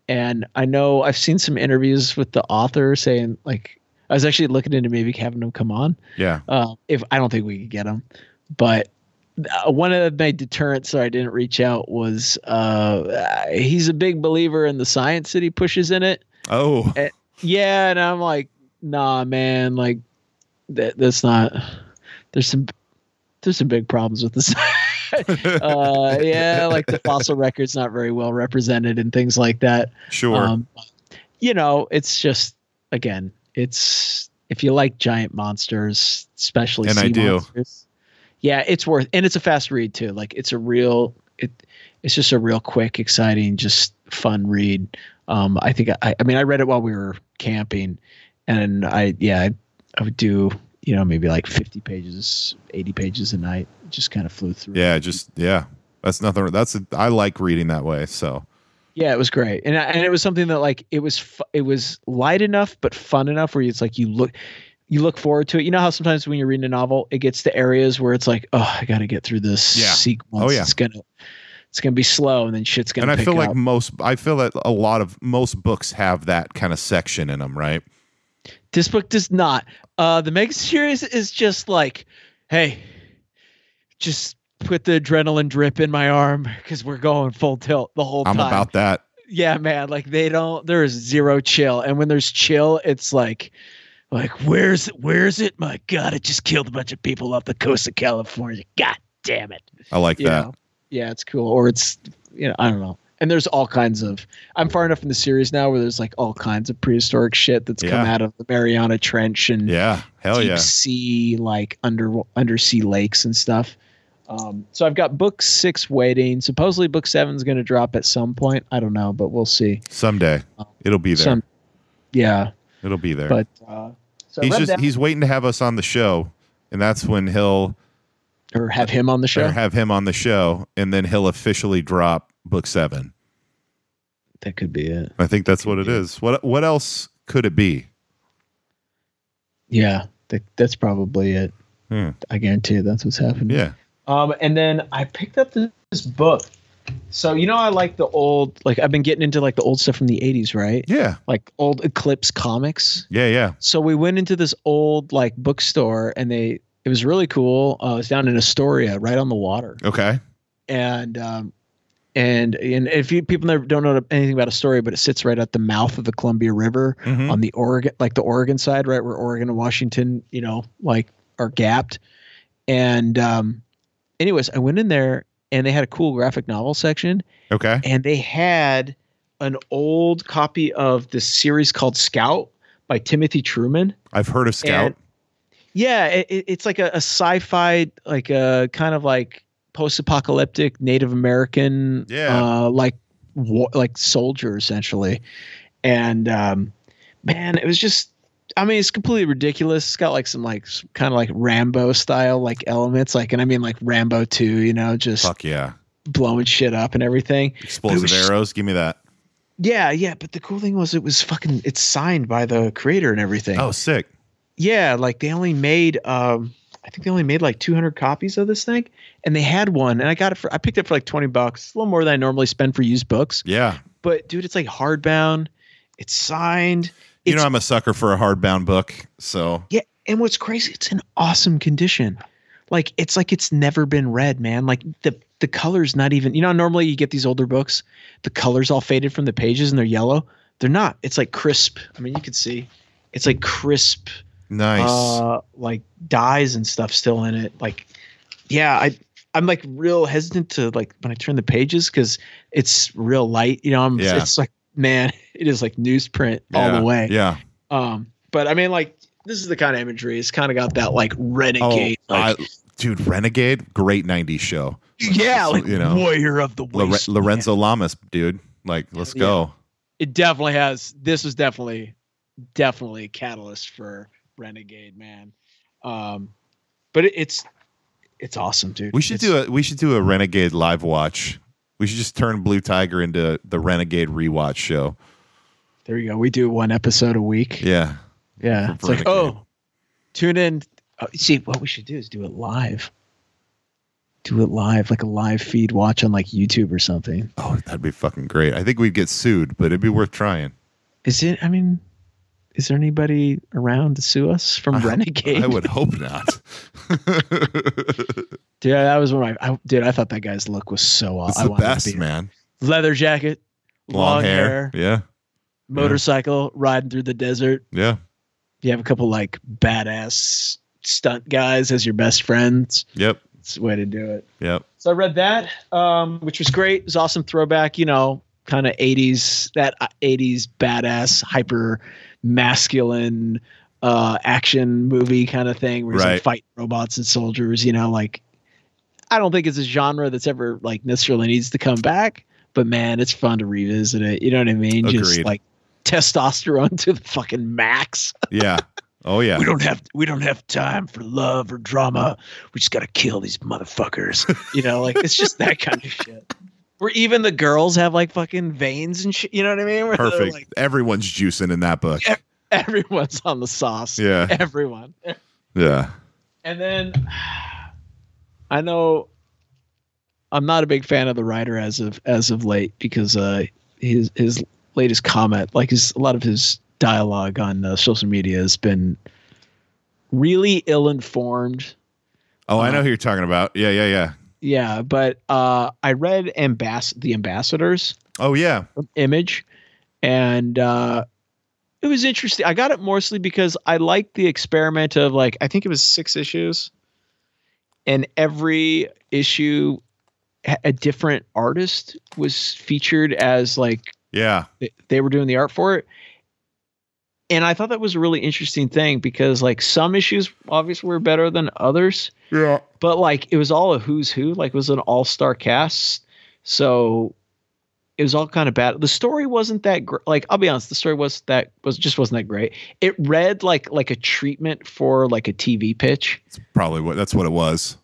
S4: and i know i've seen some interviews with the author saying like i was actually looking into maybe having him come on
S1: Yeah.
S4: uh, if I don't think we could get him, but uh, one of my deterrents so I didn't reach out was uh, uh, he's a big believer in the science that he pushes in it.
S1: Oh.
S4: Yeah, and I'm like, nah, man, like that that's not. There's some there's some big problems with this. uh, yeah, like the fossil record's not very well represented and things like that.
S1: Sure.
S4: Um, you know, it's just again, it's if you like giant monsters, especially
S1: And
S4: sea
S1: I do.
S4: monsters, yeah, it's worth and it's a fast read too. Like it's a real it it's just a real quick, exciting, just fun read. Um, I think I I mean I read it while we were camping, and I yeah I, I would do you know maybe like fifty pages, eighty pages a night. Just kind of flew through.
S1: yeah. Just yeah. That's nothing. That's a, I like reading that way. So
S4: Yeah, it was great, and I- and it was something that like it was fu- it was light enough but fun enough where it's like you look you look forward to it. You know how sometimes when you're reading a novel, it gets to areas where it's like, oh, I got to get through this
S1: Yeah.
S4: sequence.
S1: Oh, yeah.
S4: it's gonna it's gonna be slow, and then shit's gonna.
S1: and I
S4: pick
S1: feel like
S4: up.
S1: most I feel that a lot of most books have that kind of section in them, right?
S4: this book does not. Uh, the mega series is just like, hey, just put the adrenaline drip in my arm because we're going full tilt the whole
S1: I'm
S4: time.
S1: about that.
S4: yeah man like they don't there is zero chill and when there's chill it's like like where's where's it my god it just killed a bunch of people off the coast of california god damn it
S1: I like
S4: you
S1: that.
S4: know? yeah it's cool or it's you know i don't know and there's all kinds of i'm far enough in the series now where there's like all kinds of prehistoric shit that's come
S1: Yeah.
S4: out of the mariana trench and
S1: Yeah. Hell
S4: deep
S1: yeah.
S4: sea like under undersea lakes and stuff. Um, so I've got book six waiting. Supposedly book seven's going to drop at some point. I don't know, but we'll see.
S1: Someday it'll be there.
S4: Some, yeah,
S1: it'll be there.
S4: but uh, so I
S1: he's
S4: read
S1: just
S4: that,
S1: he's waiting to have us on the show, and that's when he'll
S4: or have him on the show.
S1: or have him on the show, and then he'll officially drop book seven.
S4: that could be it.
S1: I think that's what it is. What what else could it be?
S4: Yeah, that, that's probably it.
S1: Hmm.
S4: I guarantee you that's what's happening.
S1: Yeah.
S4: Um, and then I picked up this, this book. So you know I like the old like I've been getting into like the old stuff from the 80s, right?
S1: Yeah.
S4: Like old Eclipse comics.
S1: Yeah. Yeah.
S4: so we went into this old like bookstore and they it was really cool uh, it was down in astoria right on the water
S1: Okay.
S4: and um and and if you people never, don't know anything about astoria but it sits right at the mouth of the columbia river
S1: Mhm.
S4: on the oregon like the oregon side right where oregon and washington you know like are gapped and um anyways i went in there and they had a cool graphic novel section
S1: Okay.
S4: and they had an old copy of this series called scout by timothy truman
S1: I've heard of Scout.
S4: and- yeah, it, it- it's like a, a sci-fi, like a kind of like post-apocalyptic Native American,
S1: Yeah.
S4: uh, like war, like soldier essentially. And um, man, it was just. I mean, it's completely ridiculous. It's got like some like kind of like Rambo style like elements, like and I mean like Rambo two, you know, just
S1: Fuck yeah.
S4: blowing shit up and everything. It
S1: Explosive
S4: was just-
S1: arrows. Give me that.
S4: Yeah, yeah. But the cool thing was, it was fucking. It's signed by the creator and everything.
S1: Oh, sick.
S4: yeah like they only made um i think they only made like 200 copies of this thing and they had one and i got it for i picked it for like 20 bucks It's a little more than i normally spend for used books
S1: Yeah.
S4: but dude it's like hardbound it's signed
S1: You
S4: it's,
S1: know I'm a sucker for a hardbound book, so
S4: yeah and what's crazy it's in awesome condition like it's like it's never been read man like the the colors not even you know normally you get these older books the colors all faded from the pages and they're yellow they're not it's like crisp i mean you can see it's like crisp
S1: nice.
S4: uh, like dyes and stuff still in it. Like, yeah, I I'm like real hesitant to like when I turn the pages because it's real light. You know, I'm
S1: Yeah.
S4: it's like man, it is like newsprint all
S1: Yeah.
S4: the way.
S1: Yeah.
S4: Um, but I mean, like this is the kind of imagery. It's kind of got that like renegade, like
S1: Oh, I- dude, Renegade, great '90s show.
S4: yeah,
S1: so,
S4: like
S1: you know,
S4: warrior of the
S1: Lore-
S4: wasteland.
S1: Lorenzo Lamas, dude. Like, let's
S4: Yeah.
S1: go.
S4: It definitely has. This was definitely, definitely a catalyst for Renegade, man. Um, but it, it's, it's awesome, dude.
S1: We should
S4: It's-
S1: do a we should do a Renegade live watch We should just turn Blue Tiger into the Renegade rewatch show.
S4: There you go. We do one episode a week.
S1: Yeah.
S4: Yeah. It's like,
S1: Renegade.
S4: oh, tune in. Oh, see, what we should do is do it live. Do it live, like a live feed watch on like YouTube or something.
S1: Oh, that'd be fucking great. I think we'd get sued, but it'd be worth trying.
S4: Is it, I mean, is there anybody around to sue us from Renegade?
S1: I would hope not.
S4: Dude, that was one of my, I, dude, I thought that guy's look was so
S1: It's
S4: awesome.
S1: the best, man.
S4: Leather jacket, long,
S1: Long,
S4: hair,
S1: hair. Yeah.
S4: motorcycle, riding through the desert.
S1: Yeah.
S4: You have a couple like badass stunt guys as your best friends.
S1: Yep.
S4: It's the way to do it.
S1: Yep.
S4: So I read that, um, which was great. It was awesome throwback, you know, kind of 80s, that uh, 80s badass, hyper masculine uh, action movie kind of thing where he's like
S1: Right.
S4: fight robots and soldiers, you know, like I don't think it's a genre that's ever like necessarily needs to come back, but man, it's fun to revisit it. You know what I mean? Just
S1: Agreed.
S4: like testosterone to the fucking max.
S1: Yeah. Oh yeah.
S4: We don't have we don't have time for love or drama. We just gotta kill these motherfuckers. You know, like it's just that kind of shit. Where even the girls have like fucking veins and shit. You know what I mean? Where they're,
S1: Perfect.
S4: Like,
S1: Everyone's juicing in that book.
S4: Yeah. everyone's on the sauce.
S1: Yeah.
S4: Everyone.
S1: Yeah.
S4: And then I know I'm not a big fan of the writer as of as of late because uh his his latest comment, like his a lot of his dialogue on uh, social media has been really ill informed.
S1: Oh, I know who you're talking about. Yeah. Yeah. Yeah.
S4: Yeah, but uh, I read Ambass- the ambassadors
S1: Oh yeah.
S4: image, and uh, it was interesting. I got it mostly because I liked the experiment of like I think it was six issues, and every issue ha- a different artist was featured as like
S1: Yeah.
S4: th- they were doing the art for it. And I thought that was a really interesting thing because like some issues obviously were better than others
S1: Yeah.
S4: but like it was all a who's who like it was an all-star cast so it was all kind of bad the story wasn't that great like i'll be honest the story was that was just wasn't that great it read like like a treatment for like a tv pitch
S1: Probably what. That's what it was.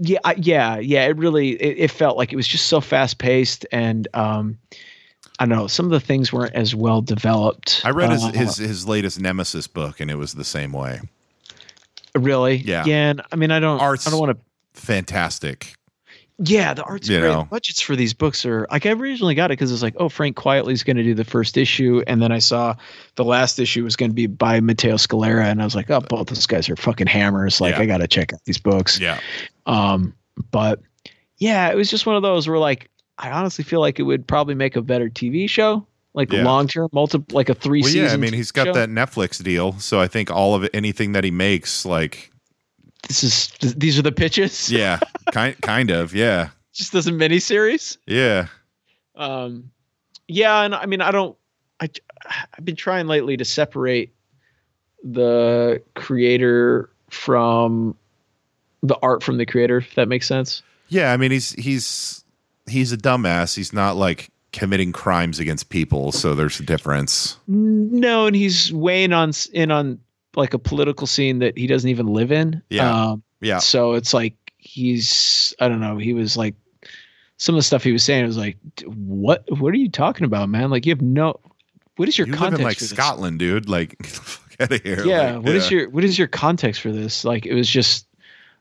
S4: yeah I, yeah yeah it really it, it felt like it was just so fast-paced and um i don't know some of the things weren't as well developed
S1: I read his,
S4: Uh,
S1: his his latest Nemesis book, and it was the same way.
S4: really
S1: Yeah.
S4: yeah and, i mean i don't
S1: Art's-
S4: i don't want to
S1: Fantastic.
S4: Yeah, the art's
S1: You
S4: great.
S1: know.
S4: Budgets for these books are like I originally got it because it's like, oh, Frank Quietly's going to do the first issue, and then I saw the last issue was going to be by Matteo Scalera, and I was like, oh, both those guys are fucking hammers. Like
S1: Yeah.
S4: I got to check out these books.
S1: Yeah.
S4: Um, but yeah, it was just one of those where like I honestly feel like it would probably make a better TV show, like
S1: Yeah.
S4: long term, multiple, like a three
S1: Well,
S4: season.
S1: yeah. I mean, he's got
S4: show.
S1: that Netflix deal, so I think all of it, anything that he makes, like,
S4: This is th- these are the pitches.
S1: yeah, kind kind of, yeah,
S4: just as a mini series.
S1: yeah.
S4: um yeah and i mean i don't i i've been trying lately to separate the creator from the art from the creator if that makes sense
S1: Yeah, I mean he's he's he's a dumbass. He's not like committing crimes against people, so there's a difference.
S4: no and he's weighing on in on like a political scene that he doesn't even live in
S1: Yeah.
S4: um,
S1: Yeah.
S4: so it's like he's i don't know he was like some of the stuff he was saying it was like "D- what what are you talking about man like you have no what is your
S1: you live
S4: context
S1: in like
S4: for this?
S1: Scotland, dude. Like get the fuck out of here.
S4: yeah
S1: Like,
S4: what is your what is your context for this like it was just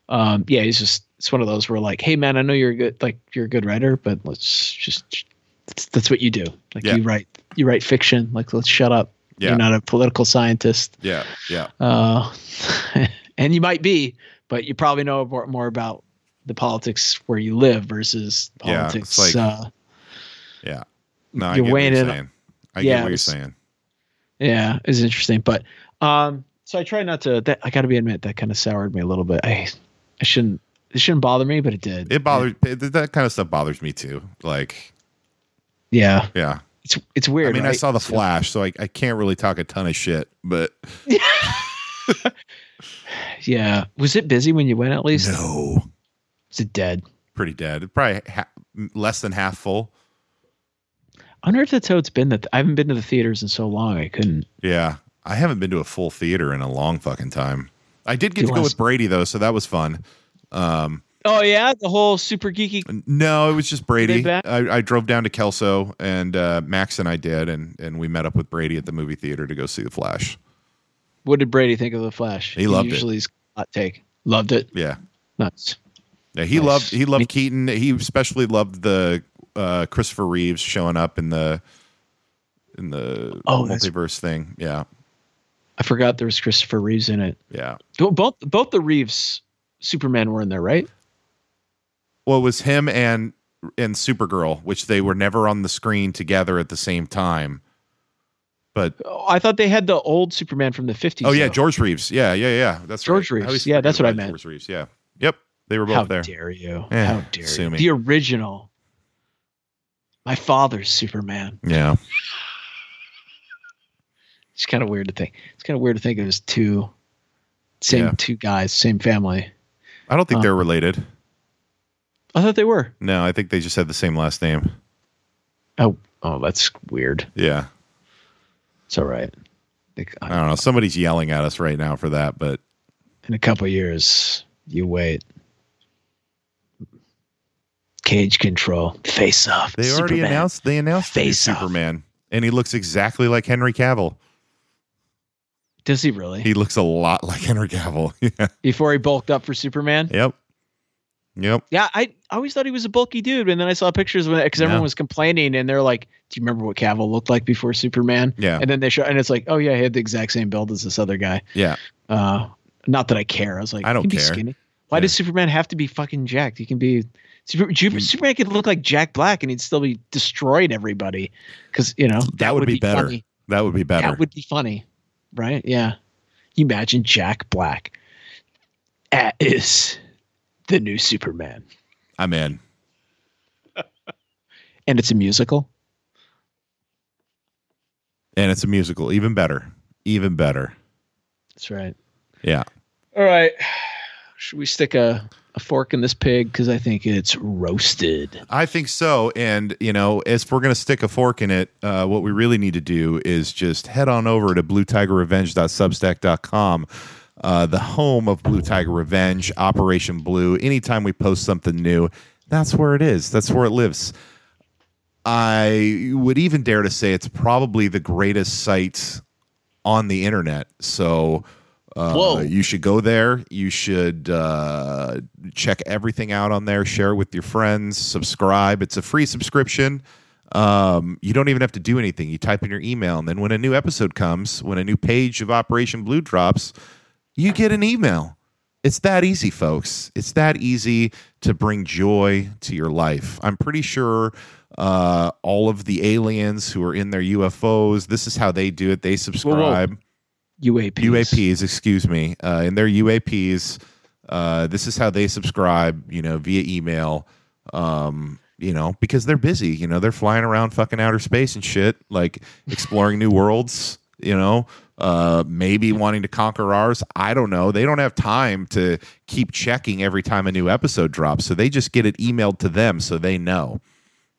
S4: um yeah it's just it's one of those where like hey man i know you're a good like you're a good writer but let's just that's, that's what you do like
S1: Yeah.
S4: you write you write fiction like let's shut up
S1: Yeah.
S4: you're not a political scientist
S1: Yeah, yeah.
S4: uh and you might be but you probably know more, more about the politics where you live versus
S1: Yeah, it's like-
S4: politics uh
S1: No, I
S4: You're
S1: get what
S4: weighing
S1: you're
S4: in-
S1: saying. I
S4: Yeah,
S1: get what you're
S4: it's-
S1: saying.
S4: Yeah, it's interesting. But um, so I try not to. That I got to be admit that kind of soured me a little bit. I, I shouldn't. It shouldn't bother me, but it did.
S1: It bothers it- that kind of stuff bothers me too. Like,
S4: Yeah,
S1: yeah.
S4: it's it's weird.
S1: I mean, I
S4: right?
S1: saw the Flash, so I, I can't really talk a ton of shit. But
S4: Yeah, was it busy when you went? At least
S1: no,
S4: is it dead?
S1: pretty dead. Probably ha- less than half full.
S4: I wonder if that's how it's been. That I haven't been to the theaters in so long. I couldn't.
S1: Yeah. I haven't been to a full theater in a long fucking time. I did get to
S4: You
S1: go
S4: wanna-
S1: with Brady though, so that was fun. Um
S4: Oh yeah, the whole super geeky.
S1: No, it was just
S4: They
S1: Brady. I,
S4: back?
S1: I drove down to Kelso and uh, Max and I did, and and we met up with Brady at the movie theater to go see The Flash.
S4: What did Brady think of the Flash?
S1: He loved it.
S4: usually Usually, hot take. Loved it.
S1: Yeah,
S4: Nice.
S1: yeah. He
S4: Nice.
S1: loved he loved
S4: Me-
S1: Keaton. He especially loved the uh, Christopher Reeves showing up in the in the
S4: Oh, that's-
S1: multiverse thing. Yeah,
S4: I forgot there was Christopher Reeves in it.
S1: yeah.
S4: Bo- Both both the Reeves Superman were in there, right?
S1: Well, it was him and and Supergirl, which they were never on the screen together at the same time. But
S4: Oh, I thought they had the old Superman from the fifties.
S1: oh yeah, George Reeves. Yeah, yeah, yeah. That's
S4: George
S1: right. I
S4: Reeves.
S1: always
S4: Yeah,
S1: forget
S4: that's what I
S1: about
S4: meant.
S1: George Reeves. Yeah. Yep. They were both
S4: How
S1: there.
S4: dare you?
S1: Yeah,
S4: How dare
S1: sue
S4: you?
S1: me.
S4: The original. My father's Superman.
S1: Yeah.
S4: It's kind of weird to think. It's kind of weird to think it was two, same
S1: Yeah.
S4: two guys, same family.
S1: I don't think
S4: Uh,
S1: they're related.
S4: I thought they were.
S1: No, I think they just had the same last name.
S4: Oh, oh, that's weird.
S1: Yeah.
S4: It's all right. Like, uh,
S1: I don't know. Somebody's yelling at us right now for that, but
S4: in a couple years, you wait. Cage control, face off.
S1: they already
S4: Superman.
S1: announced they announced the new
S4: Face off.
S1: Superman. And he looks exactly like Henry Cavill.
S4: Does he really?
S1: He looks a lot like Henry Cavill. yeah.
S4: Before he bulked up for Superman.
S1: Yep. Yep.
S4: Yeah, I, I always thought he was a bulky dude, and then I saw pictures when because everyone
S1: Yeah.
S4: was complaining, and they're like, "Do you remember what Cavill looked like before Superman?"
S1: Yeah.
S4: And then they show, and it's like, "Oh yeah, he had the exact same build as this other guy."
S1: Yeah.
S4: Uh, not that I care. I was like,
S1: I don't
S4: "You can be
S1: care."
S4: skinny. Why
S1: Yeah.
S4: does Superman have to be fucking jacked? He can be Super, Ju-
S1: Mm.
S4: Superman could look like Jack Black, and he'd still be destroying everybody because you know
S1: That would be better.
S4: funny.
S1: That would be better.
S4: That would be funny, right? Yeah. You imagine Jack Black. That is the new Superman.
S1: I'm in.
S4: and it's a musical.
S1: And it's a musical. Even better. Even better.
S4: That's right.
S1: Yeah.
S4: All right. Should we stick a, a fork in this pig? Because I think it's roasted.
S1: I think so. And, you know, if we're going to stick a fork in it, uh, what we really need to do is just head on over to bluetigerrevenge.substack.com, uh, the home of Blue Tiger Revenge, Operation Blue. Anytime we post something new, that's where it is, that's where it lives. I would even dare to say it's probably the greatest site on the internet. So uh,
S4: Whoa.
S1: you should go there. You should uh, check everything out on there, share it with your friends, subscribe. It's a free subscription. Um, you don't even have to do anything. You type in your email, and then when a new episode comes, when a new page of Operation Blue drops, you get an email. It's that easy, folks. It's that easy to bring joy to your life. I'm pretty sure uh, all of the aliens who are in their UFOs, this is how they do it. They subscribe.
S4: UAPs.
S1: UAPs, excuse me, uh, and their UAPs. Uh, this is how they subscribe, you know, via email. Um, you know, because they're busy. You know, they're flying around fucking outer space and shit, like exploring new worlds. You know, uh, maybe wanting to conquer ours. I don't know. They don't have time to keep checking every time a new episode drops, so they just get it emailed to them, so they know.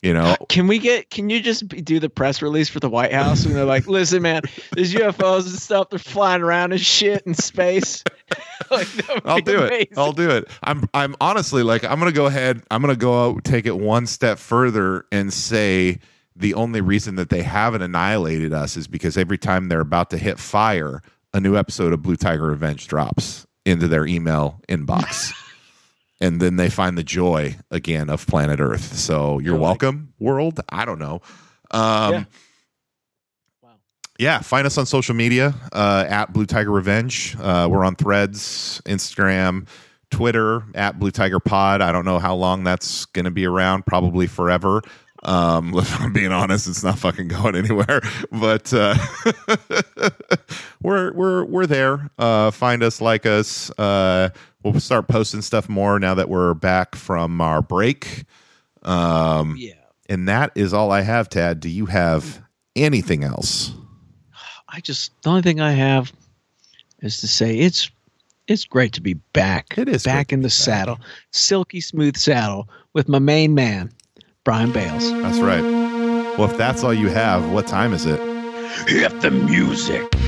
S1: You know,
S4: Can we get? Can you just be- do the press release for the White House when they're like, "Listen, man, there's UFOs and stuff. They're flying around and shit in space." like, that would
S1: I'll
S4: be
S1: do it.
S4: amazing.
S1: I'll do it. I'm I'm honestly like I'm gonna go ahead. I'm gonna go out, take it one step further, and say the only reason that they haven't annihilated us is because every time they're about to hit fire, a new episode of Blue Tiger Revenge drops into their email inbox, and then they find the joy again of planet Earth. So you're
S4: They're like-
S1: welcome, world. I don't know. Um,
S4: Yeah. Wow.
S1: yeah, find us on social media uh, at Blue Tiger Revenge. Uh, we're on Threads, Instagram, Twitter at Blue Tiger Pod. I don't know how long that's going to be around. Probably forever. Um, if I'm being honest, it's not fucking going anywhere. But uh, we're we're we're there. Uh, find us, like us. Uh, we'll start posting stuff more now that we're back from our break. Um,
S4: Yeah.
S1: and that is all I have, Tad. Do you have anything else?
S4: I just the only thing I have is to say it's it's great to be back.
S1: It is great
S4: back
S1: to
S4: in
S1: be
S4: the
S1: back.
S4: saddle, silky smooth saddle with my main man, Brian Bales.
S1: That's right. Well, if that's all you have, what time is it?
S2: Hit the music.